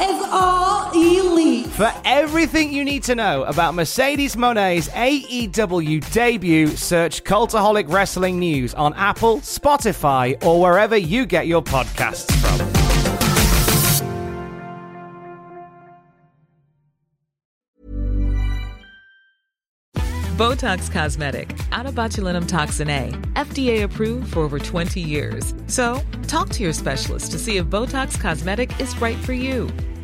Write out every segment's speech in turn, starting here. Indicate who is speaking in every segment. Speaker 1: are elite.
Speaker 2: For everything you need to know about Mercedes Monet's AEW debut, search Cultaholic Wrestling News on Apple, Spotify, or wherever you get your podcasts from.
Speaker 3: Botox Cosmetic, out of botulinum toxin A, FDA approved for over 20 years. So, talk to your specialist to see if Botox Cosmetic is right for you.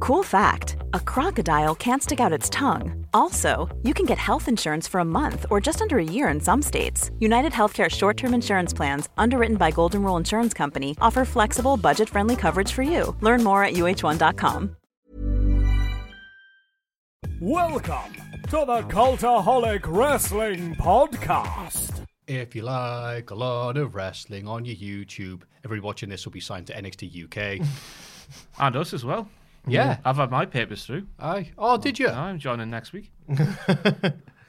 Speaker 4: Cool fact a crocodile can't stick out its tongue. Also, you can get health insurance for a month or just under a year in some states. United Healthcare short term insurance plans, underwritten by Golden Rule Insurance Company, offer flexible, budget friendly coverage for you. Learn more at uh1.com.
Speaker 5: Welcome to the Cultaholic Wrestling Podcast.
Speaker 6: If you like a lot of wrestling on your YouTube, everybody watching this will be signed to NXT UK.
Speaker 7: And us as well.
Speaker 6: yeah.
Speaker 7: I've had my papers through.
Speaker 6: Aye. Oh, did you?
Speaker 7: I'm joining next week.
Speaker 6: I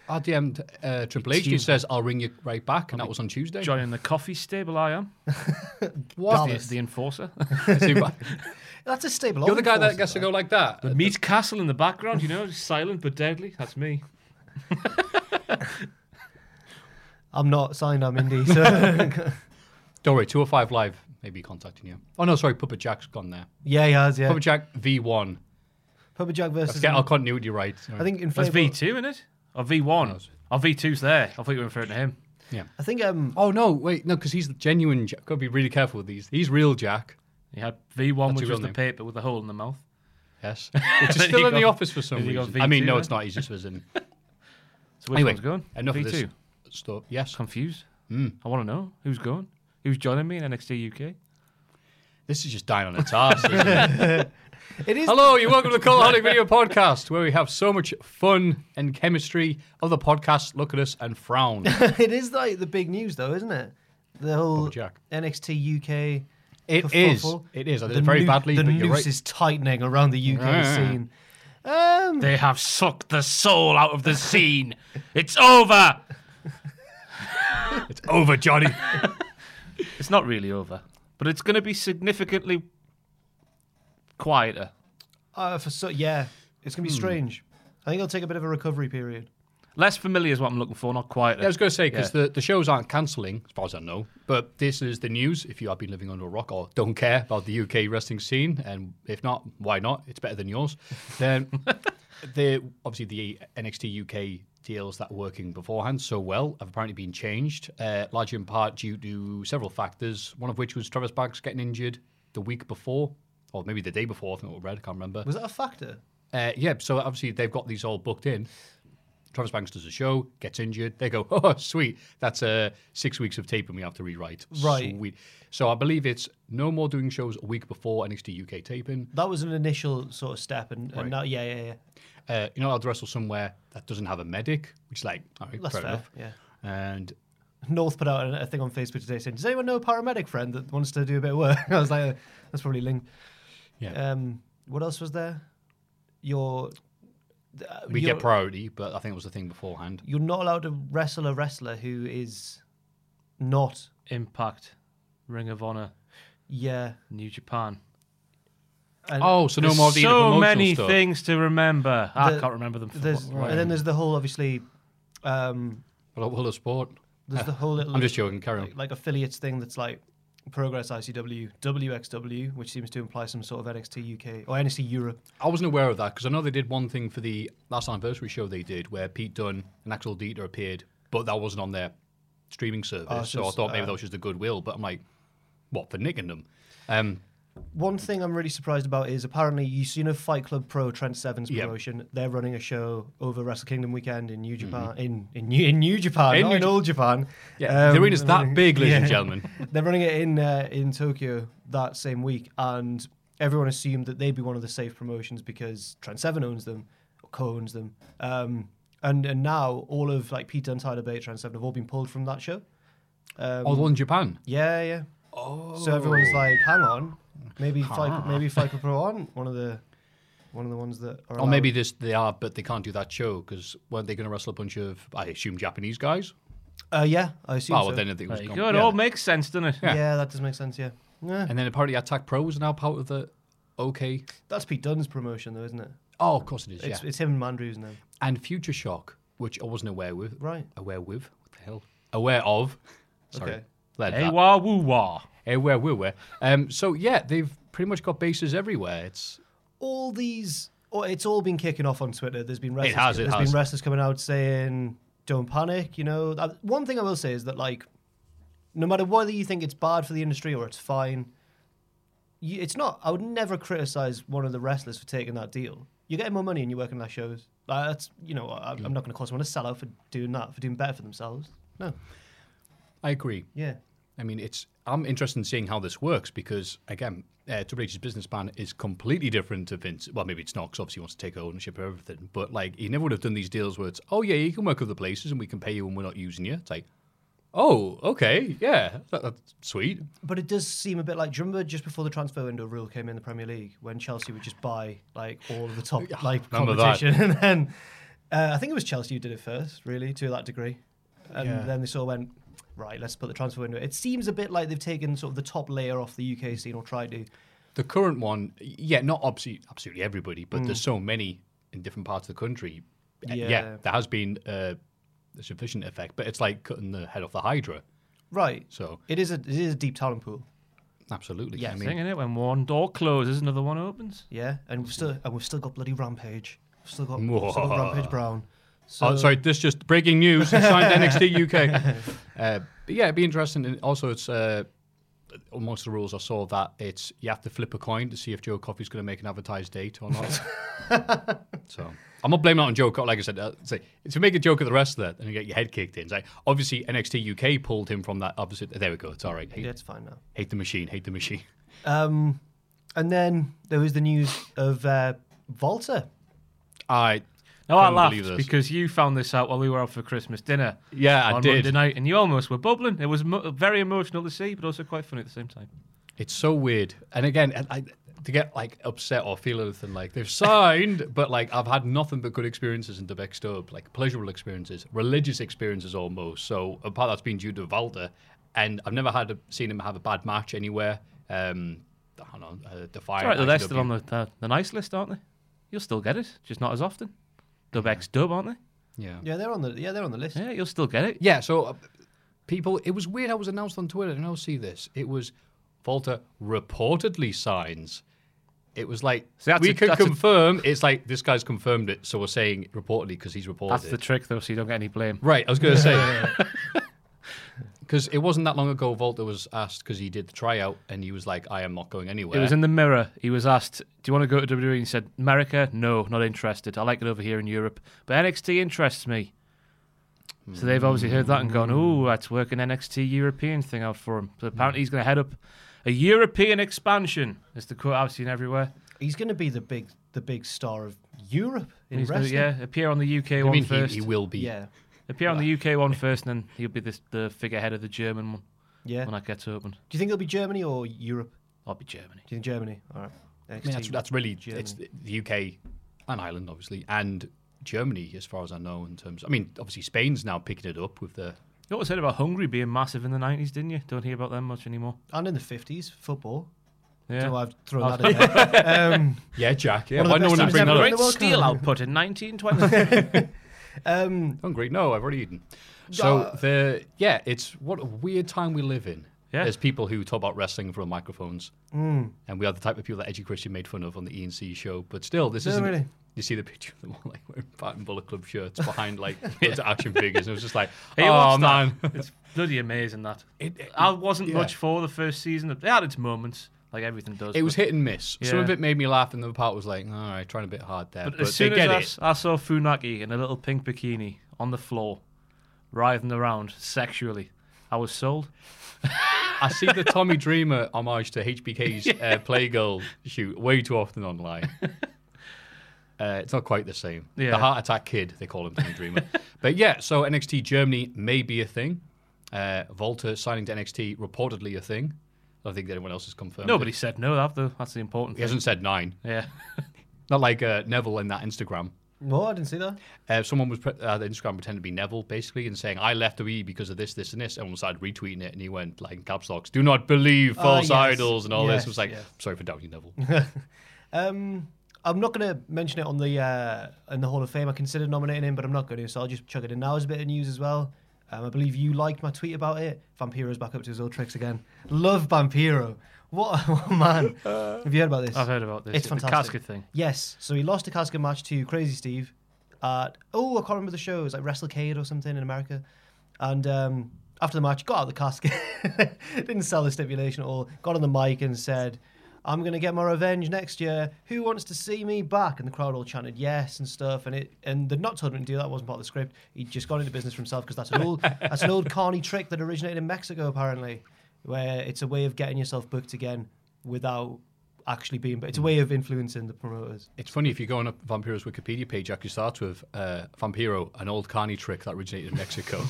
Speaker 6: DM'd uh, Triple H. He says, I'll ring you right back. And that was on Tuesday.
Speaker 7: Joining the coffee stable, I am.
Speaker 6: What?
Speaker 7: It's the enforcer.
Speaker 8: That's a stable.
Speaker 6: You're the guy that gets to go like that.
Speaker 7: The meat castle in the background, you know, just silent but deadly. That's me.
Speaker 8: I'm not signed. I'm indie. So
Speaker 6: Don't worry, 205 Live may be contacting you. Oh, no, sorry. Puppet Jack's gone there.
Speaker 8: yeah, he has. Yeah.
Speaker 6: Puppet Jack V1.
Speaker 8: Puppet Jack versus.
Speaker 6: Let's get our continuity right.
Speaker 8: I think
Speaker 7: That's
Speaker 8: inflatable.
Speaker 7: V2, in it? Or V1? Or V2's there. I thought you were referring to him.
Speaker 8: I think um.
Speaker 6: Oh, no, wait. No, because he's the genuine Jack. Got to be really careful with these. He's real Jack.
Speaker 7: You had V1,
Speaker 6: That's
Speaker 7: which
Speaker 6: your
Speaker 7: was
Speaker 6: real
Speaker 7: the
Speaker 6: name.
Speaker 7: paper with the hole in the mouth.
Speaker 6: Yes. Which is
Speaker 7: Then
Speaker 6: still
Speaker 7: you
Speaker 6: in the
Speaker 7: got-
Speaker 6: office for some
Speaker 7: then you got
Speaker 6: reason. I mean,
Speaker 7: V2
Speaker 6: no,
Speaker 7: then.
Speaker 6: it's not. He's just was in.
Speaker 7: So which
Speaker 6: Anyway,
Speaker 7: one's going?
Speaker 6: enough
Speaker 7: V2.
Speaker 6: of this Hmm. stuff. Yes.
Speaker 7: Confused? I want to know who's going. Who's joining me in NXT UK?
Speaker 6: This is just dying on its ass. isn't it?
Speaker 8: It is.
Speaker 6: Hello, you're welcome to the Cultaholic Video Podcast, where we have so much fun and chemistry. Other podcasts look at us and frown.
Speaker 8: It is like the big news though, isn't it? The whole
Speaker 6: Puppet Jack.
Speaker 8: NXT UK.
Speaker 6: It is.
Speaker 8: kerfuffle.
Speaker 6: It is. I did
Speaker 8: The
Speaker 6: it very
Speaker 8: noo-
Speaker 6: badly,
Speaker 8: The
Speaker 6: but
Speaker 8: noose
Speaker 6: you're right.
Speaker 8: is tightening around the UK
Speaker 6: Yeah.
Speaker 8: scene. Um,
Speaker 7: They have sucked the soul out of the scene. it's over.
Speaker 6: It's over, Johnny.
Speaker 7: It's not really over, but it's going to be significantly quieter.
Speaker 8: uh, for so yeah, it's
Speaker 7: Hmm.
Speaker 8: gonna be strange. I think it'll take a bit of a recovery period.
Speaker 7: Less familiar is what I'm looking for, not quieter.
Speaker 6: I was going to say, because the, the shows aren't cancelling, as far as I know, but this is the news if you have been living under a rock or don't care about the UK wrestling scene, and if not, why not? It's better than yours. Then the obviously the NXT UK deals that were working beforehand so well have apparently been changed, uh, largely in part due to several factors, one of which was Travis Banks getting injured the week before, or maybe the day before, I think it was red, I can't remember.
Speaker 8: Was that a factor?
Speaker 6: Uh, yeah, so obviously they've got these all booked in. Travis Banks does a show, gets injured. They go, oh, sweet. That's uh, six weeks of tape and we have to rewrite.
Speaker 8: Right.
Speaker 6: Sweet. So I believe it's no more doing shows a week before NXT UK taping.
Speaker 8: That was an initial sort of step, and, and now yeah, yeah, yeah.
Speaker 6: Uh, you're not allowed to wrestle somewhere that doesn't have a medic, which is like, all right,
Speaker 8: That's
Speaker 6: fair,
Speaker 8: fair.
Speaker 6: enough.
Speaker 8: Yeah.
Speaker 6: And
Speaker 8: North put out a a thing on Facebook today saying, "Does anyone know a paramedic friend that wants to do a bit of work?" I was like, uh, "That's probably linked."
Speaker 6: yeah,
Speaker 8: Um, what else was there? You're th- uh,
Speaker 6: we
Speaker 8: you're,
Speaker 6: get priority, but I think it was the thing beforehand.
Speaker 8: You're not allowed to wrestle a wrestler who is not.
Speaker 7: Impact, Ring of Honor,
Speaker 8: Yeah.
Speaker 7: New Japan.
Speaker 8: And
Speaker 6: Oh, so no more of the
Speaker 7: so
Speaker 6: promotional
Speaker 7: many
Speaker 6: stuff.
Speaker 7: things to remember. I
Speaker 8: The-
Speaker 7: can't remember them. For
Speaker 8: There's,
Speaker 7: what-
Speaker 8: And then there's the whole obviously. Um,
Speaker 6: Well, well, the sport.
Speaker 8: there's the whole little
Speaker 6: I'm just joking. Carry on.
Speaker 8: like affiliates thing that's like Progress ICW, WXW, which seems to imply some sort of NXT UK or NXT Europe.
Speaker 6: I wasn't aware of that because I know they did one thing for the last anniversary show they did where Pete Dunne and Axel Dieter appeared, but that wasn't on their streaming service.
Speaker 8: Oh, it's
Speaker 6: so I
Speaker 8: just,
Speaker 6: thought maybe
Speaker 8: uh,
Speaker 6: that was just the goodwill, but I'm like, what for nicking them? Um,
Speaker 8: One thing I'm really surprised about is apparently you see, you know, Fight Club Pro, Trent Seven's
Speaker 6: Yep.
Speaker 8: promotion. They're running a show over Wrestle Kingdom weekend in New Japan, in in New, in New Japan,
Speaker 6: Mm-hmm. In
Speaker 8: not
Speaker 6: New
Speaker 8: in
Speaker 6: Ja-
Speaker 8: old Japan.
Speaker 6: yeah,
Speaker 8: Um,
Speaker 6: the arena's
Speaker 8: they're
Speaker 6: that
Speaker 8: running-
Speaker 6: big, ladies and
Speaker 8: yeah.
Speaker 6: gentlemen.
Speaker 8: They're running it in uh, in Tokyo that same week, and everyone assumed that they'd be one of the safe promotions because Trent Seven owns them, or co-owns them, um, and and now all of like Pete Dunne, Tyler Bate, Trent Seven have all been pulled from that show.
Speaker 6: oh, the one in Japan.
Speaker 8: Yeah, yeah. Oh. So everyone's like, hang on, maybe Fly, maybe Flyper Pro aren't one of the one of the ones that are.
Speaker 6: Or maybe
Speaker 8: allowed.
Speaker 6: this they are, but they can't do that show because weren't they going to wrestle a bunch of, I assume, Japanese guys?
Speaker 8: Uh, yeah, I assume
Speaker 6: Oh,
Speaker 8: so.
Speaker 6: well, then I think it was
Speaker 7: There you
Speaker 6: gone.
Speaker 7: go. It
Speaker 6: Yeah.
Speaker 7: all makes sense, doesn't it?
Speaker 8: yeah. that does make sense. Yeah. Yeah.
Speaker 6: And then apparently Attack Pro is now part of the OK.
Speaker 8: That's Pete Dunne's promotion, though, isn't it?
Speaker 6: Oh, of course it is.
Speaker 8: It's,
Speaker 6: yeah.
Speaker 8: it's him and Mandrews now.
Speaker 6: and Future Shock, which I wasn't aware with.
Speaker 8: Right.
Speaker 6: Aware with? What the hell? Aware of. Sorry.
Speaker 8: Okay.
Speaker 6: Led
Speaker 7: Hey,
Speaker 6: that.
Speaker 7: wah, woo, wah.
Speaker 6: Hey, where were we? Um, so yeah, they've pretty much got bases everywhere. It's
Speaker 8: all these. Oh, it's all been kicking off on Twitter. There's been wrestlers,
Speaker 6: has, it
Speaker 8: there's
Speaker 6: has.
Speaker 8: been wrestlers coming out saying, "Don't panic." You know, Uh, one thing I will say is that like, no matter whether you think it's bad for the industry or it's fine, you, it's not. I would never criticize one of the wrestlers for taking that deal. You're getting more money and you're working less shows. Like, that's you know, I, I'm not going to cause someone to sell out for doing that for doing better for themselves. No,
Speaker 6: I agree.
Speaker 8: yeah,
Speaker 6: I mean, it's I'm interested in seeing how this works because again, uh, Triple H's business plan is completely different to Vince. Well, maybe it's not because obviously he wants to take ownership of everything. But like, he never would have done these deals where it's, oh yeah, you can work other places and we can pay you when we're not using you. It's like, oh okay, yeah, that, that's sweet.
Speaker 8: but it does seem a bit like. Do you remember just before the transfer window rule came in the Premier League when Chelsea would just buy like all of the top like
Speaker 6: remember that.
Speaker 8: competition, and then uh, I think it was Chelsea who did it first, really, to that degree, and then they sort of went right. Let's put the transfer window. It seems a bit like they've taken sort of the top layer off the UK scene or tried to.
Speaker 6: The current one, yeah, not obviously absolutely everybody, but there's so many in different parts of the country. Uh, Yeah,
Speaker 8: Yeah.
Speaker 6: there has been uh, a sufficient effect, but it's like cutting the head off the hydra.
Speaker 8: Right.
Speaker 6: So
Speaker 8: It is a it is a deep talent pool.
Speaker 6: absolutely,
Speaker 8: Yeah,
Speaker 6: I
Speaker 7: Thing,
Speaker 6: mean,
Speaker 7: innit? When one door closes, another one opens.
Speaker 8: Yeah, and we've still and we've still got bloody rampage. We've still got, we've still got rampage Brown. So,
Speaker 7: Uh,
Speaker 6: oh, sorry, this just breaking news. He signed NXT UK. Uh, but yeah, it'd be interesting. And also, it's uh, amongst the rules I saw that it's you have to flip a coin to see if Joe Coffey's going to make an advertised date or not. so I'm not blaming it on Joe Coffey. Like I said, uh, say, if you make a joke at the rest of that, then you get your head kicked in. It's like, obviously, NXT UK pulled him from that opposite. There we go. It's all right. Hate,
Speaker 8: Yeah, it's fine now.
Speaker 6: hate the machine. Hate the machine.
Speaker 8: Um, and then there was the news of uh, Volta.
Speaker 6: I
Speaker 7: No, I
Speaker 6: Couldn't believe
Speaker 7: laughed
Speaker 6: this.
Speaker 7: because you found this out while we were out for Christmas dinner.
Speaker 6: Yeah, I
Speaker 7: on
Speaker 6: did.
Speaker 7: Monday night, and you almost were bubbling. It was mo- very emotional to see, but also quite funny at the same time.
Speaker 6: It's so weird. And again, I, I, to get like upset or feel anything like they've signed, but like I've had nothing but good experiences in Debec Stub, like pleasurable experiences, religious experiences almost. So a part that's been due to Valder, and I've never had a, seen him have a bad match anywhere. Um, I don't know, uh, Defiant.
Speaker 7: All right, they're still
Speaker 6: ICW.
Speaker 7: on the, the the nice list, aren't they? You'll still get it, just not as often. Dub X Dub, aren't they?
Speaker 6: Yeah.
Speaker 8: Yeah, they're on the yeah they're on the list.
Speaker 7: Yeah, you'll still get it.
Speaker 6: Yeah, so uh, people, it was weird. I was announced on Twitter, and I'll see this. It was Volta reportedly signs. It was like
Speaker 7: See, that's
Speaker 6: we
Speaker 7: a-
Speaker 6: can
Speaker 7: that's a-
Speaker 6: confirm. it's like this guy's confirmed it, so we're saying reportedly because he's reported.
Speaker 7: That's the trick, though, so you don't get any blame.
Speaker 6: right. I was going to say because it wasn't that long ago. Volta was asked because he did the tryout, and he was like, "I am not going anywhere."
Speaker 7: It was in the mirror. He was asked, "Do you want to go to WWE?" And he said, "America, no, not interested. I like it over here in Europe, but NXT interests me." So they've obviously heard that and gone,
Speaker 6: Mm.
Speaker 7: "Oh, that's working NXT European thing out for him." So apparently he's going to head up a European expansion. Is the quote I've seen everywhere.
Speaker 8: He's going to be the big the big star of Europe in
Speaker 7: And he's gonna,
Speaker 8: wrestling.
Speaker 7: yeah, appear on the UK
Speaker 6: I
Speaker 7: one
Speaker 6: mean, he,
Speaker 7: first.
Speaker 6: he will be.
Speaker 8: yeah,
Speaker 7: appear on the UK one first, and then he'll be this, the figurehead of the German one
Speaker 8: yeah.
Speaker 7: when
Speaker 8: Do
Speaker 7: that gets open.
Speaker 8: you think it'll be Germany or Europe?
Speaker 7: I'll be Germany.
Speaker 8: Do you think Germany? All right.
Speaker 6: I mean, that's,
Speaker 8: NXT.
Speaker 6: that's really
Speaker 8: Germany.
Speaker 6: it's the the UK and Ireland, obviously, and Germany, as far as I know. In terms, I mean, obviously, Spain's now picking it up with the
Speaker 7: You always heard about Hungary being massive in the nineties, didn't you? Don't hear about them much anymore.
Speaker 8: and in the fifties football.
Speaker 7: Yeah. Oh.
Speaker 8: So I've thrown that in. There. Um,
Speaker 6: yeah, Jack. Yeah,
Speaker 8: One of
Speaker 6: why
Speaker 8: the
Speaker 6: no one
Speaker 8: best
Speaker 6: didn't bring that up?
Speaker 8: times ever. Great World
Speaker 7: steel
Speaker 8: Cup.
Speaker 7: output in 1920.
Speaker 6: Hungry? No, I've already eaten. So the yeah, it's what a weird time we live in.
Speaker 7: Yeah.
Speaker 6: There's people who talk about wrestling from microphones, and we are the type of people that Edgy Christian made fun of on the ENC show. But still, this
Speaker 8: No,
Speaker 6: isn't.
Speaker 8: really.
Speaker 6: You see the picture of them all like wearing Barton Bullet Club shirts behind like loads of action figures, and it was just like,
Speaker 7: Hey,
Speaker 6: oh
Speaker 7: what's that?
Speaker 6: man,
Speaker 7: it's bloody amazing that. I wasn't much for the first season. It had its moments, like everything does.
Speaker 6: It was
Speaker 7: but-
Speaker 6: hit and miss. Some
Speaker 7: Yeah.
Speaker 6: of it made me laugh, and the other part was like, all right, trying a bit hard there. But,
Speaker 7: But as soon
Speaker 6: they
Speaker 7: as
Speaker 6: get
Speaker 7: I,
Speaker 6: it.
Speaker 7: s- I saw Funaki in a little pink bikini on the floor, writhing around sexually, I was sold.
Speaker 6: I see the Tommy Dreamer homage to HBK's uh, Playgirl shoot way too often online. Uh, it's not quite the same.
Speaker 7: Yeah.
Speaker 6: The heart attack kid, they call him Tommy Dreamer. but yeah, so NXT Germany may be a thing. Uh, Volta signing to NXT reportedly a thing. I don't think anyone else has confirmed.
Speaker 7: Nobody
Speaker 6: It.
Speaker 7: said no. That, though. That's the important
Speaker 6: He
Speaker 7: thing.
Speaker 6: hasn't said nine.
Speaker 7: Yeah.
Speaker 6: Not like uh, Neville in that Instagram.
Speaker 8: What? I didn't see that.
Speaker 6: Uh, someone was pre- uh, the Instagram pretended to be Neville basically and saying I left OE because of this, this, and this, and we started retweeting it, and he went like in caps locks, "Do not believe
Speaker 8: Ah,
Speaker 6: false
Speaker 8: yes.
Speaker 6: idols" and all this.
Speaker 8: Yes,
Speaker 6: It was like,
Speaker 8: yes.
Speaker 6: sorry for doubting Neville.
Speaker 8: Um, I'm not going to mention it on the uh, in the Hall of Fame. I considered nominating him, but I'm not going to, so I'll just chuck it in now as a bit of news as well. Um, I believe you liked my tweet about it. Vampiro's back up to his old tricks again. Love Vampiro. What a what a man. Have you heard about this?
Speaker 7: Uh, I've heard about this.
Speaker 8: It's
Speaker 7: the
Speaker 8: fantastic.
Speaker 7: casket thing.
Speaker 8: Yes. So he lost a casket match to Crazy Steve. At, oh, I can't remember the show. It was like WrestleCade or something in America. And um, after the match, got out of the casket. Didn't sell the stipulation at all. Got on the mic and said, I'm going to get my revenge next year. Who wants to see me back? And the crowd all chanted yes and stuff. And it and they'd not told him to do that. wasn't part of the script. He just got into business for himself because that's an old that's an old carny trick that originated in Mexico apparently, where it's a way of getting yourself booked again without actually being. But it's a way of influencing the promoters.
Speaker 6: It's funny if you go on up Vampiro's Wikipedia page, actually starts with uh, Vampiro, an old carny trick that originated in Mexico.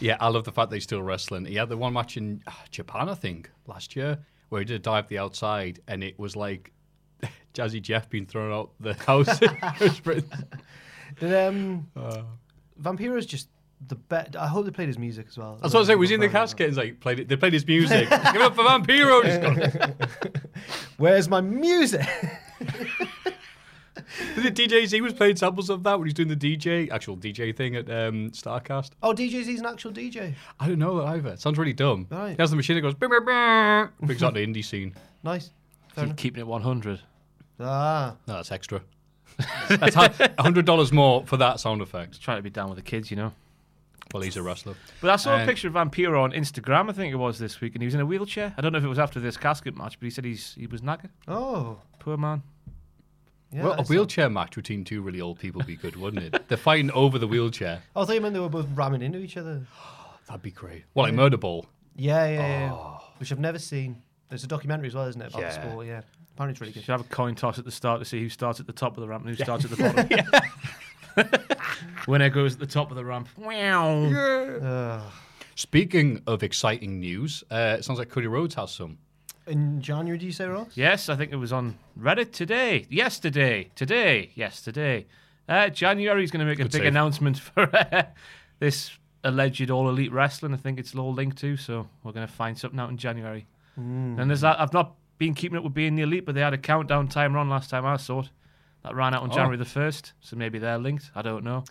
Speaker 6: yeah, I love the fact that he's still wrestling. He had the one match in ah, Japan, I think, last year, where he did a dive to the outside, and it was like Jazzy Jeff being thrown out the house. It was pretty-
Speaker 8: Did, um, Vampiro's just the best. I hope they played his music as well.
Speaker 6: That's what I was saying. Was he in the casket? He's like, played it. They played his music. Give it up for Vampiro. Just gone.
Speaker 8: Where's my music?
Speaker 6: the DJs. He was playing samples of that when he's doing the DJ actual DJ thing at um, Starcast.
Speaker 8: oh, DJ's he's an actual DJ.
Speaker 6: I don't know either. It sounds really dumb.
Speaker 8: Right.
Speaker 6: He has the machine that goes. "Brr, brr, brr," Brings out the indie scene.
Speaker 8: Nice.
Speaker 7: Keep- keeping it 100.
Speaker 8: Ah,
Speaker 6: No, that's extra. that's hundred dollars more for that sound effect.
Speaker 7: Trying to be down with the kids, you know.
Speaker 6: Well, he's a wrestler.
Speaker 7: But I saw a
Speaker 6: Uh,
Speaker 7: picture of Vampiro on Instagram, I think it was this week, and he was in a wheelchair. I don't know if it was after this casket match, but he said he's he was knackered.
Speaker 8: oh.
Speaker 7: Poor man.
Speaker 8: Yeah,
Speaker 6: well, a
Speaker 8: that's-
Speaker 6: wheelchair match between two really old people would be good, wouldn't it? They're fighting over the wheelchair.
Speaker 8: I thought you meant they were both ramming into each other.
Speaker 6: That'd be great. Well, like Murder Ball.
Speaker 8: Yeah, yeah, yeah. Which I've never seen. There's a documentary as well, isn't it? About the
Speaker 6: Oh. Yeah.
Speaker 8: sport, yeah. Apparently it's really
Speaker 7: Should
Speaker 8: good.
Speaker 7: have a coin toss at the start to see who starts at the top of the ramp and who starts at the bottom. Winner goes at the top of the ramp. Wow.
Speaker 6: Speaking of exciting news, uh, it sounds like Cody Rhodes has some.
Speaker 8: In January, do you say, Ross?
Speaker 7: Yes, I think it was on Reddit today. Yesterday. Today. Yesterday. Uh, January's going to make a
Speaker 6: Good
Speaker 7: big
Speaker 6: save.
Speaker 7: announcement for uh, this alleged All Elite Wrestling. I think it's all linked to, so we're going to find something out in January. And there's that. I've not been keeping up with being the Elite, but they had a countdown timer on last time I saw it. That ran out on
Speaker 6: Oh.
Speaker 7: January the 1st, so maybe they're linked. I don't know.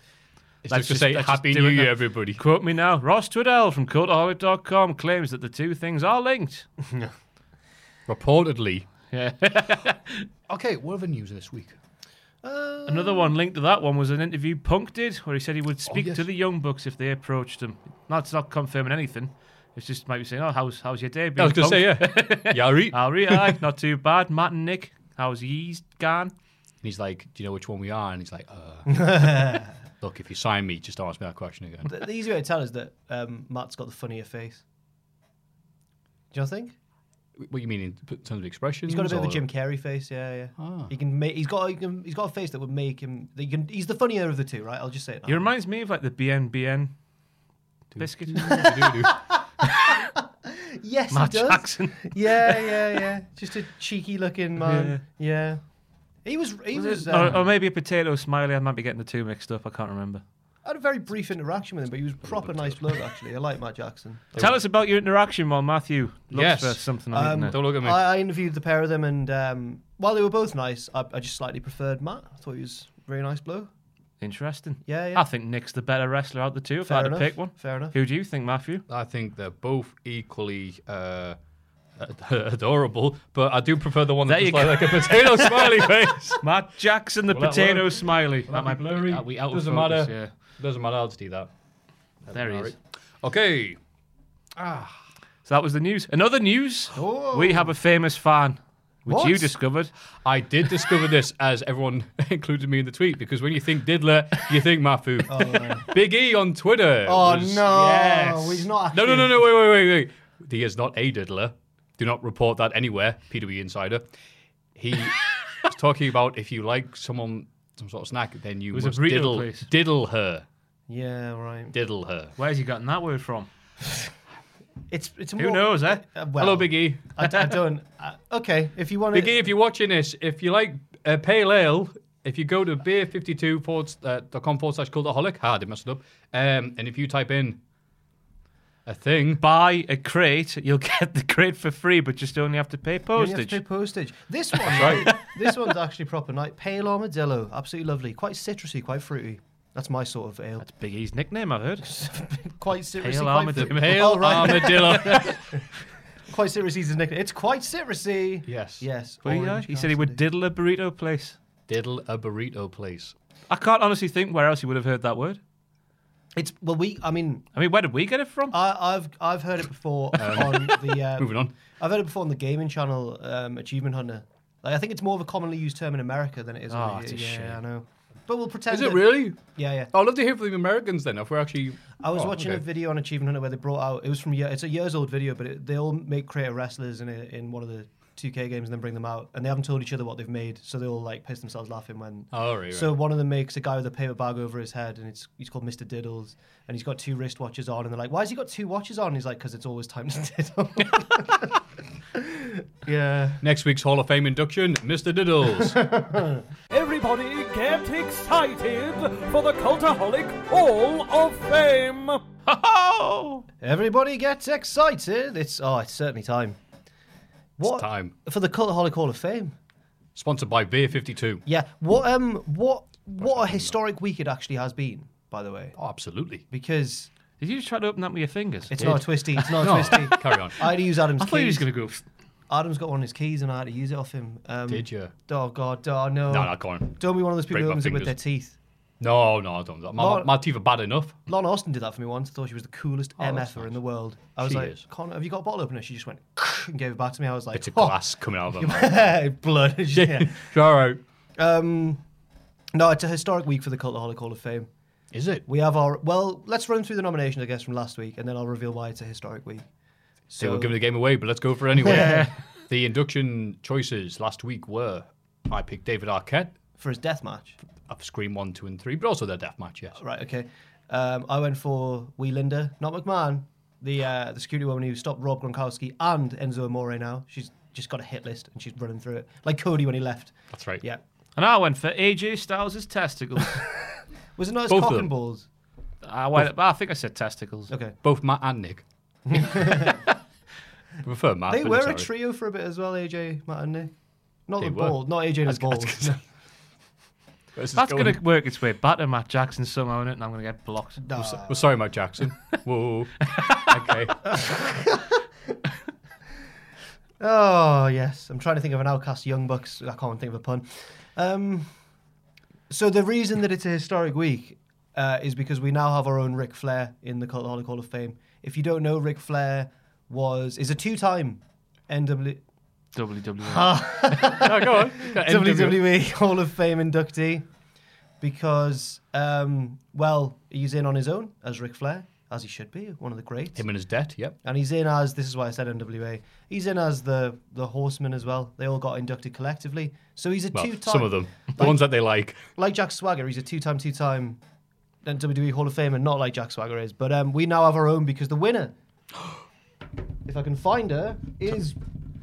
Speaker 6: It's
Speaker 7: Let's
Speaker 6: just to
Speaker 7: just-
Speaker 6: say
Speaker 7: let's just
Speaker 6: Happy
Speaker 7: do
Speaker 6: New
Speaker 7: it now.
Speaker 6: Year, everybody.
Speaker 7: Quote me now. Ross Twiddell from cultaholic.com claims that the two things are linked.
Speaker 6: Reportedly.
Speaker 7: Yeah.
Speaker 6: Okay, what other news this week?
Speaker 7: Another one linked to that one was an interview Punk did where he said
Speaker 8: Oh,
Speaker 7: he would speak
Speaker 6: yes.
Speaker 7: to the Young Bucks if they approached him. That's not confirming anything. It's just might be saying, oh, how's, how's your day been?
Speaker 6: I was going to
Speaker 7: Punk?"
Speaker 6: say, yeah. Yari. And
Speaker 7: "Oh, really? Aye, not too bad. Matt and Nick, how's ye's gone?
Speaker 6: he's like, Do you know which one we are? And he's like, uh. Look, if you sign me, just don't ask me that question again.
Speaker 8: The, the easy way to tell is that um, Matt's got the funnier face. Do you not think?
Speaker 6: What do you mean in p- terms of expression?
Speaker 8: He's got a bit of a Jim Carrey face, yeah, yeah.
Speaker 6: Ah.
Speaker 8: He can make. He's got. He can, he's got a face that would make him. That you can, he's the funnier of the two, right? I'll just say it. Now.
Speaker 7: He reminds me of like the BNBN biscuit.
Speaker 8: yes,
Speaker 7: Matt
Speaker 8: he does.
Speaker 7: Jackson.
Speaker 8: Yeah, yeah, yeah. Just a cheeky looking man. Yeah. He was. He was. um,
Speaker 6: uh,
Speaker 7: or, or maybe a potato smiley. I might be getting the two mixed up. I can't remember.
Speaker 8: I had a very brief interaction with him, but he was proper nice bloke. Actually, I like Matt Jackson.
Speaker 7: Tell us about your interaction while Matthew looks
Speaker 6: Yes.
Speaker 7: for something
Speaker 8: Um,
Speaker 7: on the internet.
Speaker 6: Don't look at me.
Speaker 8: I, I interviewed the pair of them, and um, while they were both nice, I, I just slightly preferred Matt. I thought he was a very nice bloke.
Speaker 7: Interesting.
Speaker 8: Yeah, yeah.
Speaker 7: I
Speaker 6: Ah.
Speaker 7: think Nick's the better wrestler out of the two. If I
Speaker 8: Fair
Speaker 7: had
Speaker 8: enough.
Speaker 7: to pick one,
Speaker 8: Fair enough.
Speaker 7: Who do you think, Matthew?
Speaker 6: I think they're both equally uh, adorable, but I do prefer the one
Speaker 7: There
Speaker 6: that's
Speaker 7: you
Speaker 6: like, like a potato smiley face.
Speaker 7: Matt Jackson, the
Speaker 6: Will that
Speaker 7: potato
Speaker 6: work?
Speaker 7: smiley.
Speaker 6: Will that be blurry?
Speaker 7: are we out of
Speaker 6: Doesn't
Speaker 7: focus?
Speaker 6: matter. Doesn't matter, I'll just do that.
Speaker 7: Yeah. There he is.
Speaker 6: Okay.
Speaker 7: So that was the news. Another news. We have a famous fan, which you
Speaker 8: Oh. What?
Speaker 7: discovered.
Speaker 6: I did discover this as everyone included me in the tweet because when you think Diddler, you think Mafu. Big E on Twitter.
Speaker 8: Oh
Speaker 6: was-
Speaker 8: no!
Speaker 6: Yes.
Speaker 8: He's not.
Speaker 6: No, no, no,
Speaker 8: acting.
Speaker 6: no, wait, wait, wait, wait. He is not a diddler. Do not report that anywhere, PW Insider. He was talking about if you like someone, some sort of snack, then you
Speaker 7: was a
Speaker 6: must
Speaker 7: burrito
Speaker 6: diddle,
Speaker 7: place.
Speaker 6: diddle her.
Speaker 8: Yeah, right.
Speaker 6: Diddle her.
Speaker 7: Where's he gotten that word from?
Speaker 8: It's it's
Speaker 6: Who
Speaker 8: more-
Speaker 6: knows, eh?
Speaker 8: Uh, well,
Speaker 6: Hello, Big E.
Speaker 8: I, d- I don't. I, okay, if you want
Speaker 6: Big E,
Speaker 8: to,
Speaker 6: if you're watching this, if you like uh, pale ale, if you go to beer52.com forward, uh, dot com forward slash cultaholic, ah, I did mess it up. Um, and if you type in a thing,
Speaker 7: Buy a crate, you'll get the crate for free, but just only have to pay
Speaker 8: You only have
Speaker 7: postage.
Speaker 8: to pay postage. This one, this one's actually proper night. Pale armadillo, absolutely lovely. Quite citrusy, quite fruity. That's my sort of ale.
Speaker 7: That's Big E's nickname, I've heard.
Speaker 8: quite citrusy.
Speaker 7: Pale
Speaker 8: quite
Speaker 7: armadillo.
Speaker 8: fruity.
Speaker 6: pale
Speaker 8: Oh, right.
Speaker 6: armadillo.
Speaker 7: uh,
Speaker 8: Quite citrusy is his nickname. It's quite citrusy.
Speaker 6: yes.
Speaker 8: Yes.
Speaker 7: Well, yeah,
Speaker 8: orange
Speaker 7: he said he would
Speaker 8: Cassidy.
Speaker 7: diddle a burrito place.
Speaker 6: Diddle a burrito place.
Speaker 7: I can't honestly think where else he would have heard that word.
Speaker 8: It's well, we. I mean,
Speaker 7: I mean, where did we get it from?
Speaker 8: I, I've I've heard it before
Speaker 7: Um,
Speaker 8: on the. Uh,
Speaker 6: Moving on.
Speaker 8: I've heard it before on the gaming channel, um, Achievement Hunter. Like, I think it's more of a commonly used term in America than it is.
Speaker 7: Oh,
Speaker 8: over
Speaker 7: it's
Speaker 8: here.
Speaker 7: a
Speaker 8: yeah,
Speaker 7: shame.
Speaker 8: I know. But we'll pretend.
Speaker 6: Is it
Speaker 8: that-
Speaker 6: really?
Speaker 8: Yeah, yeah.
Speaker 6: I'd love to hear from the Americans then, if we're actually.
Speaker 8: I was
Speaker 6: Oh,
Speaker 8: watching
Speaker 6: okay.
Speaker 8: a video on Achievement Hunter where they brought out it was from year, it's a years old video, but it, they all make creative wrestlers in a, in one of the 2K games and then bring them out, and they haven't told each other what they've made, so they all like piss themselves laughing when.
Speaker 6: Oh, right, right.
Speaker 8: So one of them makes a guy with a paper bag over his head, and it's he's called Mr. Diddles, and he's got two wristwatches on, and they're like, "Why has he got two watches on?" And he's like, "Cause it's always time to diddle." yeah.
Speaker 6: Next week's Hall of Fame induction, Mr. Diddles.
Speaker 5: Everybody get excited for the Cultaholic Hall of Fame!
Speaker 7: oh!
Speaker 8: Everybody gets excited! It's oh, it's certainly time. What
Speaker 6: time.
Speaker 8: for the Cultaholic Hall of Fame?
Speaker 6: Sponsored by Beer52.
Speaker 8: Yeah. What um what what a historic week it actually has been, by the way.
Speaker 6: Oh, absolutely.
Speaker 8: Because
Speaker 7: Did you just try to open that with your fingers?
Speaker 8: it's not a twisty, it's not a
Speaker 6: No,
Speaker 8: twisty.
Speaker 6: carry on.
Speaker 8: I had to use Adam's
Speaker 7: I thought
Speaker 8: keys.
Speaker 7: he was going to go.
Speaker 8: Adam's got one of his keys and I had to use it off him. Um,
Speaker 6: Did you?
Speaker 8: Oh god, oh no.
Speaker 6: No, no, go on.
Speaker 8: Don't be one of those people
Speaker 6: Break
Speaker 8: who
Speaker 6: my
Speaker 8: opens it with their
Speaker 6: fingers.
Speaker 8: teeth.
Speaker 6: No, no, I don't. My,
Speaker 8: Lord-
Speaker 6: my teeth are bad enough.
Speaker 8: Lon Austin did that for me once. I thought she was the coolest MFer
Speaker 6: Oh, that's
Speaker 8: in the world. I was
Speaker 6: She
Speaker 8: like,
Speaker 6: is.
Speaker 8: Connor, have you got a bottle opener? She just went and gave it back to me. I was like,
Speaker 6: It's a
Speaker 8: "Oh,
Speaker 6: glass coming out of them.
Speaker 8: blood. yeah.
Speaker 6: All right.
Speaker 8: Um, no, it's a historic week for the Cultaholic Hall of Fame.
Speaker 6: Is it?
Speaker 8: We have our well. Let's run through the nominations, I guess, from last week, and then I'll reveal why it's a historic week.
Speaker 6: So we're giving the game away, but let's go for it anyway. the induction choices last week were I picked David Arquette
Speaker 8: for his death match.
Speaker 6: of Scream 1, 2, and 3, but also their death match, yes.
Speaker 8: Right. Okay. Um, I went for Wielinda, not McMahon, the uh, the security woman who stopped Rob Gronkowski and Enzo Amore. Now she's just got a hit list and she's running through it like Cody when he left.
Speaker 6: That's right.
Speaker 8: Yeah.
Speaker 7: And I went for AJ Styles' testicles.
Speaker 8: Was it not his
Speaker 6: Both of
Speaker 8: cock
Speaker 6: them.
Speaker 8: and balls?
Speaker 7: I went. I think I said testicles.
Speaker 8: Okay.
Speaker 6: Both Matt and Nick. I prefer Matt.
Speaker 8: They
Speaker 6: but
Speaker 8: were
Speaker 6: it's
Speaker 8: a
Speaker 6: all right.
Speaker 8: trio for a bit as well, AJ, Matt and Nick. Not
Speaker 6: They
Speaker 8: the
Speaker 6: were.
Speaker 8: ball, not AJ and his balls.
Speaker 6: This is
Speaker 7: That's going
Speaker 6: going-
Speaker 7: to work its way back to Matt Jackson somehow, innit? and I'm going to get blocked.
Speaker 8: Nah.
Speaker 6: Well, sorry, Matt Jackson. Whoa. okay.
Speaker 8: Oh yes, I'm trying to think of an outcast Young Bucks. I can't think of a pun. Um, so the reason that it's a historic week uh, is because we now have our own Ric Flair in the Cultaholic Hall of Fame. If you don't know, Ric Flair was is a two-time NW,
Speaker 7: WWE.
Speaker 6: No, go on.
Speaker 8: WWE Hall of Fame inductee because um, well he's in on his own as Ric Flair as he should be one of the greats.
Speaker 6: Him and his debt, yep.
Speaker 8: And he's in as this is why I said NWA. He's in as the the horseman as well. They all got inducted collectively. So he's a
Speaker 6: Well,
Speaker 8: two time
Speaker 6: some of them. The ones that they like.
Speaker 8: like Jack Swagger, he's a two time two time WWE Hall of Famer, not like Jack Swagger is. But um, we now have our own because the winner if I can find her is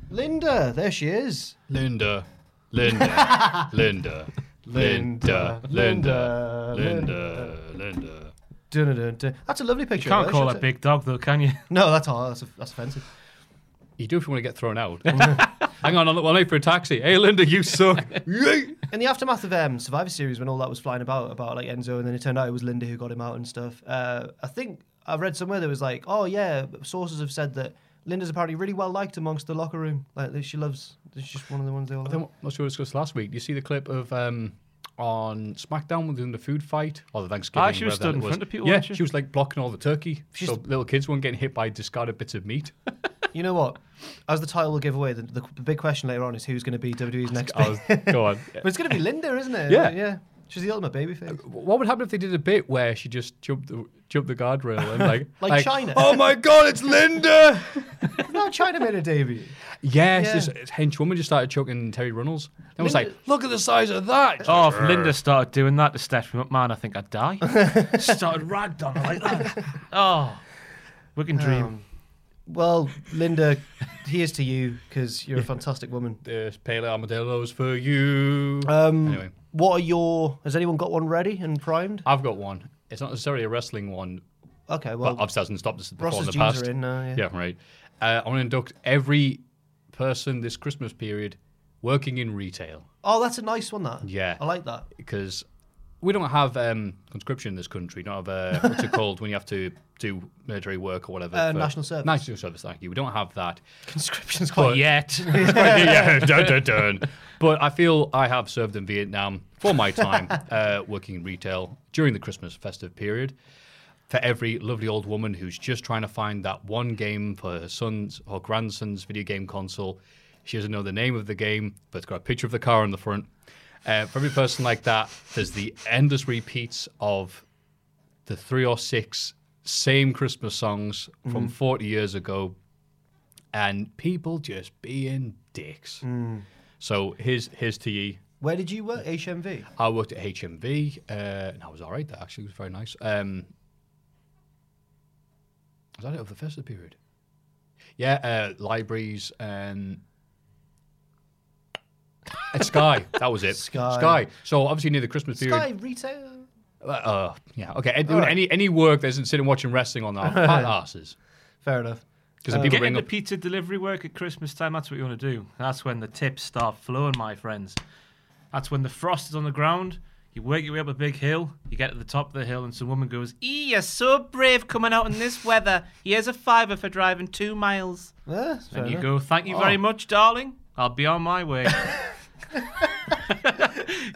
Speaker 8: Linda. There she is.
Speaker 6: Linda. Linda. Linda. Linda.
Speaker 8: Linda,
Speaker 6: Linda. Linda. Linda.
Speaker 8: Dun, dun, dun. That's a lovely picture.
Speaker 7: You
Speaker 8: of
Speaker 7: can't
Speaker 8: her,
Speaker 7: call
Speaker 8: shut
Speaker 7: that
Speaker 8: it.
Speaker 7: big dog, though, can you?
Speaker 8: No, that's all. That's, that's offensive.
Speaker 6: You do if you want to get thrown out. Hang on, I'm late for a taxi. Hey, Linda, you suck.
Speaker 8: in the aftermath of um, Survivor Series, when all that was flying about about like Enzo, and then it turned out it was Linda who got him out and stuff. Uh, I think I read somewhere that was like, oh yeah, sources have said that Linda's apparently really well liked amongst the locker room. Like that she loves, she's just one of the ones they all.
Speaker 6: I'm
Speaker 8: Like.
Speaker 6: not sure we discussed last week. Do you see the clip of um, on SmackDown when they were doing the food fight or the Thanksgiving?
Speaker 7: Ah, she was
Speaker 6: whatever that
Speaker 7: stood in
Speaker 6: it was.
Speaker 7: front of people,
Speaker 6: Yeah,
Speaker 7: wasn't she?
Speaker 6: she was like blocking all the turkey.
Speaker 8: She's-
Speaker 6: so little kids weren't getting hit by discarded bits of meat.
Speaker 8: You know what? As the title will give away, the, the, the big question later on is who's going to be WWE's next.
Speaker 6: I
Speaker 8: big-
Speaker 6: was, go on.
Speaker 8: but it's going to be Linda, isn't it?
Speaker 6: Yeah. Uh,
Speaker 8: yeah. She's the ultimate babyface.
Speaker 6: What would happen if they did a bit where she just jumped the jumped the guardrail and like
Speaker 8: Like China.
Speaker 6: Oh my God, it's Linda.
Speaker 8: no, China made a debut.
Speaker 6: yes,
Speaker 8: Yeah.
Speaker 6: this this henchwoman just started choking Terry Runnels. And was like,
Speaker 8: Linda-
Speaker 6: look at the size of that.
Speaker 7: Oh, if Linda started doing that to Stephanie McMahon, I think I'd die. started ragged on her like that. Oh, we can dream.
Speaker 8: Um, Well, Linda, here's to you because you're a fantastic woman.
Speaker 6: There's pale armadillos for you.
Speaker 8: Um,
Speaker 6: anyway,
Speaker 8: What are your? Has anyone got one ready and primed?
Speaker 6: I've got one. It's not necessarily a wrestling one,
Speaker 8: Okay, well,
Speaker 6: but obviously hasn't stopped us before
Speaker 8: Ross's
Speaker 6: in the
Speaker 8: jeans
Speaker 6: past.
Speaker 8: are in now. Yeah.
Speaker 6: yeah. right. Uh, I want to induct every person this Christmas period working in retail
Speaker 8: Oh, that's a nice one. That.
Speaker 6: Yeah.
Speaker 8: I like that.
Speaker 6: because we don't have um, conscription in this country. Don't have uh, what's it called when you have to do military work or whatever.
Speaker 8: Uh,
Speaker 6: for-
Speaker 8: national service.
Speaker 6: National service. Thank you. We don't have that.
Speaker 8: Conscription's
Speaker 6: But-
Speaker 8: quite.
Speaker 6: yet. yeah, dun, dun, dun. But I feel I have served in Vietnam for my time uh, working in retail during the Christmas festive period. For every lovely old woman who's just trying to find that one game for her son's or grandson's video game console, she doesn't know the name of the game, but it's got a picture of the car on the front. Uh, for every person like that, there's the endless repeats of the three or six same Christmas songs from 40 years ago, and people just being dicks.
Speaker 8: Hmm.
Speaker 6: So here's here's to ye.
Speaker 8: Where did you work? HMV.
Speaker 6: E, I worked at HMV, uh, and I was all right. That actually was very nice. Um, was that it over the festive period? Yeah, uh, libraries um, and Sky. that was it.
Speaker 8: Sky.
Speaker 6: So obviously near the Christmas period.
Speaker 8: Sky retail.
Speaker 6: Uh, uh, yeah. Okay. Any, any any work that isn't sitting watching wrestling on our fat asses
Speaker 8: Fair enough.
Speaker 6: because
Speaker 8: Uh,
Speaker 6: the people
Speaker 7: Get
Speaker 6: bring
Speaker 7: into
Speaker 6: up.
Speaker 7: pizza delivery work at Christmas time. That's what you want to do. That's when the tips start flowing, my friends. That's when the frost is on the ground. You work your way up a big hill. You get to the top of the hill, and some woman goes, "Ee, you're so brave coming out in this weather. Here's a fiver for driving two miles."
Speaker 8: Yeah, that's fair
Speaker 7: and you
Speaker 8: enough. Oh.
Speaker 7: go, "Thank you very much, darling. I'll be on my way."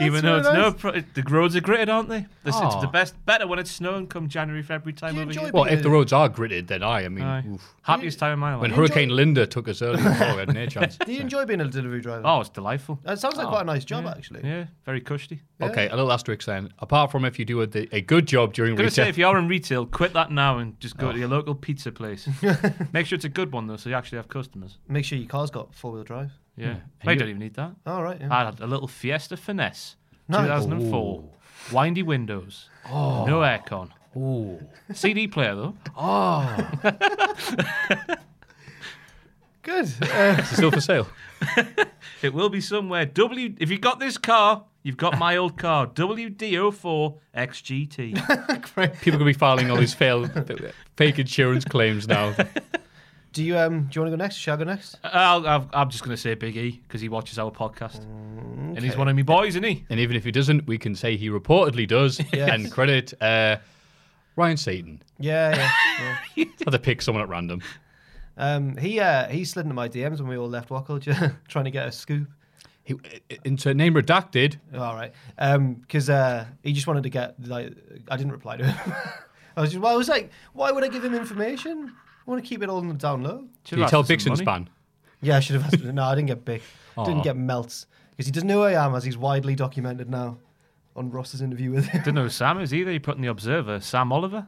Speaker 7: Even though it's
Speaker 8: really
Speaker 7: no,
Speaker 8: nice. Oh.
Speaker 7: pro- the roads are gritted, aren't they? This it's
Speaker 6: Aw.
Speaker 7: the best, better when it's snowing come January, February time
Speaker 8: You
Speaker 7: over
Speaker 8: enjoy
Speaker 7: here.
Speaker 6: Well, if the roads are gritted, then I. I mean,
Speaker 7: Aye.
Speaker 6: oof.
Speaker 7: Happiest time of my life.
Speaker 6: when Hurricane Linda took us earlier, oh, I had no chance.
Speaker 8: Do you enjoy being a delivery driver?
Speaker 7: Oh, it's delightful.
Speaker 8: That sounds like quite a nice job,
Speaker 7: yeah.
Speaker 8: actually.
Speaker 7: Yeah, very cushy.
Speaker 6: Okay, a little asterisk then. Apart from if you do a, a good job during
Speaker 7: I'm gonna
Speaker 6: retail,
Speaker 7: say if you are in retail, quit that now and just
Speaker 6: Oh.
Speaker 7: go to your local pizza place. Make sure it's a good one though, so you actually have customers.
Speaker 8: Make sure your car's got four wheel drive.
Speaker 6: Hmm.
Speaker 7: Yeah, I don't even need that.
Speaker 8: All right. Yeah.
Speaker 7: I had a little Fiesta Finesse,
Speaker 6: Oh.
Speaker 7: 2004, windy windows, no aircon,
Speaker 6: Oh.
Speaker 7: CD player though.
Speaker 8: Good. Uh,
Speaker 6: it's still for sale.
Speaker 7: It will be somewhere. W. If you got this car, you've got my old car. WD04 XGT.
Speaker 6: People could be filing all these failed, fake insurance claims now.
Speaker 8: do you um? Do you want to go next? Shall I go next?
Speaker 7: I'll, I've, I'm just gonna say Big E because he watches our podcast, and he's one of me boys, isn't he?
Speaker 6: And even if he doesn't, we can say he reportedly does and credit uh, Ryan Satan.
Speaker 8: Yeah. Yeah. yeah.
Speaker 6: Have to pick someone at random.
Speaker 8: Um, he uh, he slid into my DMs when we all left Wackle, ju- trying to get a scoop.
Speaker 6: He, into name redacted.
Speaker 8: All right, because uh, he just wanted to get like I didn't reply to him. I was just well, I was like, why would I give him information? I want to keep it all down low.
Speaker 7: Should
Speaker 6: Can you
Speaker 7: ask
Speaker 6: tell
Speaker 7: for some
Speaker 6: Bixen
Speaker 7: money.
Speaker 6: Span?
Speaker 8: Yeah, I should have asked. no, I didn't get big. Didn't get melts because he doesn't know who I am, as he's widely documented now on Ross's interview with him.
Speaker 7: Didn't know who Sam is either. You put in the Observer, Sam Oliver.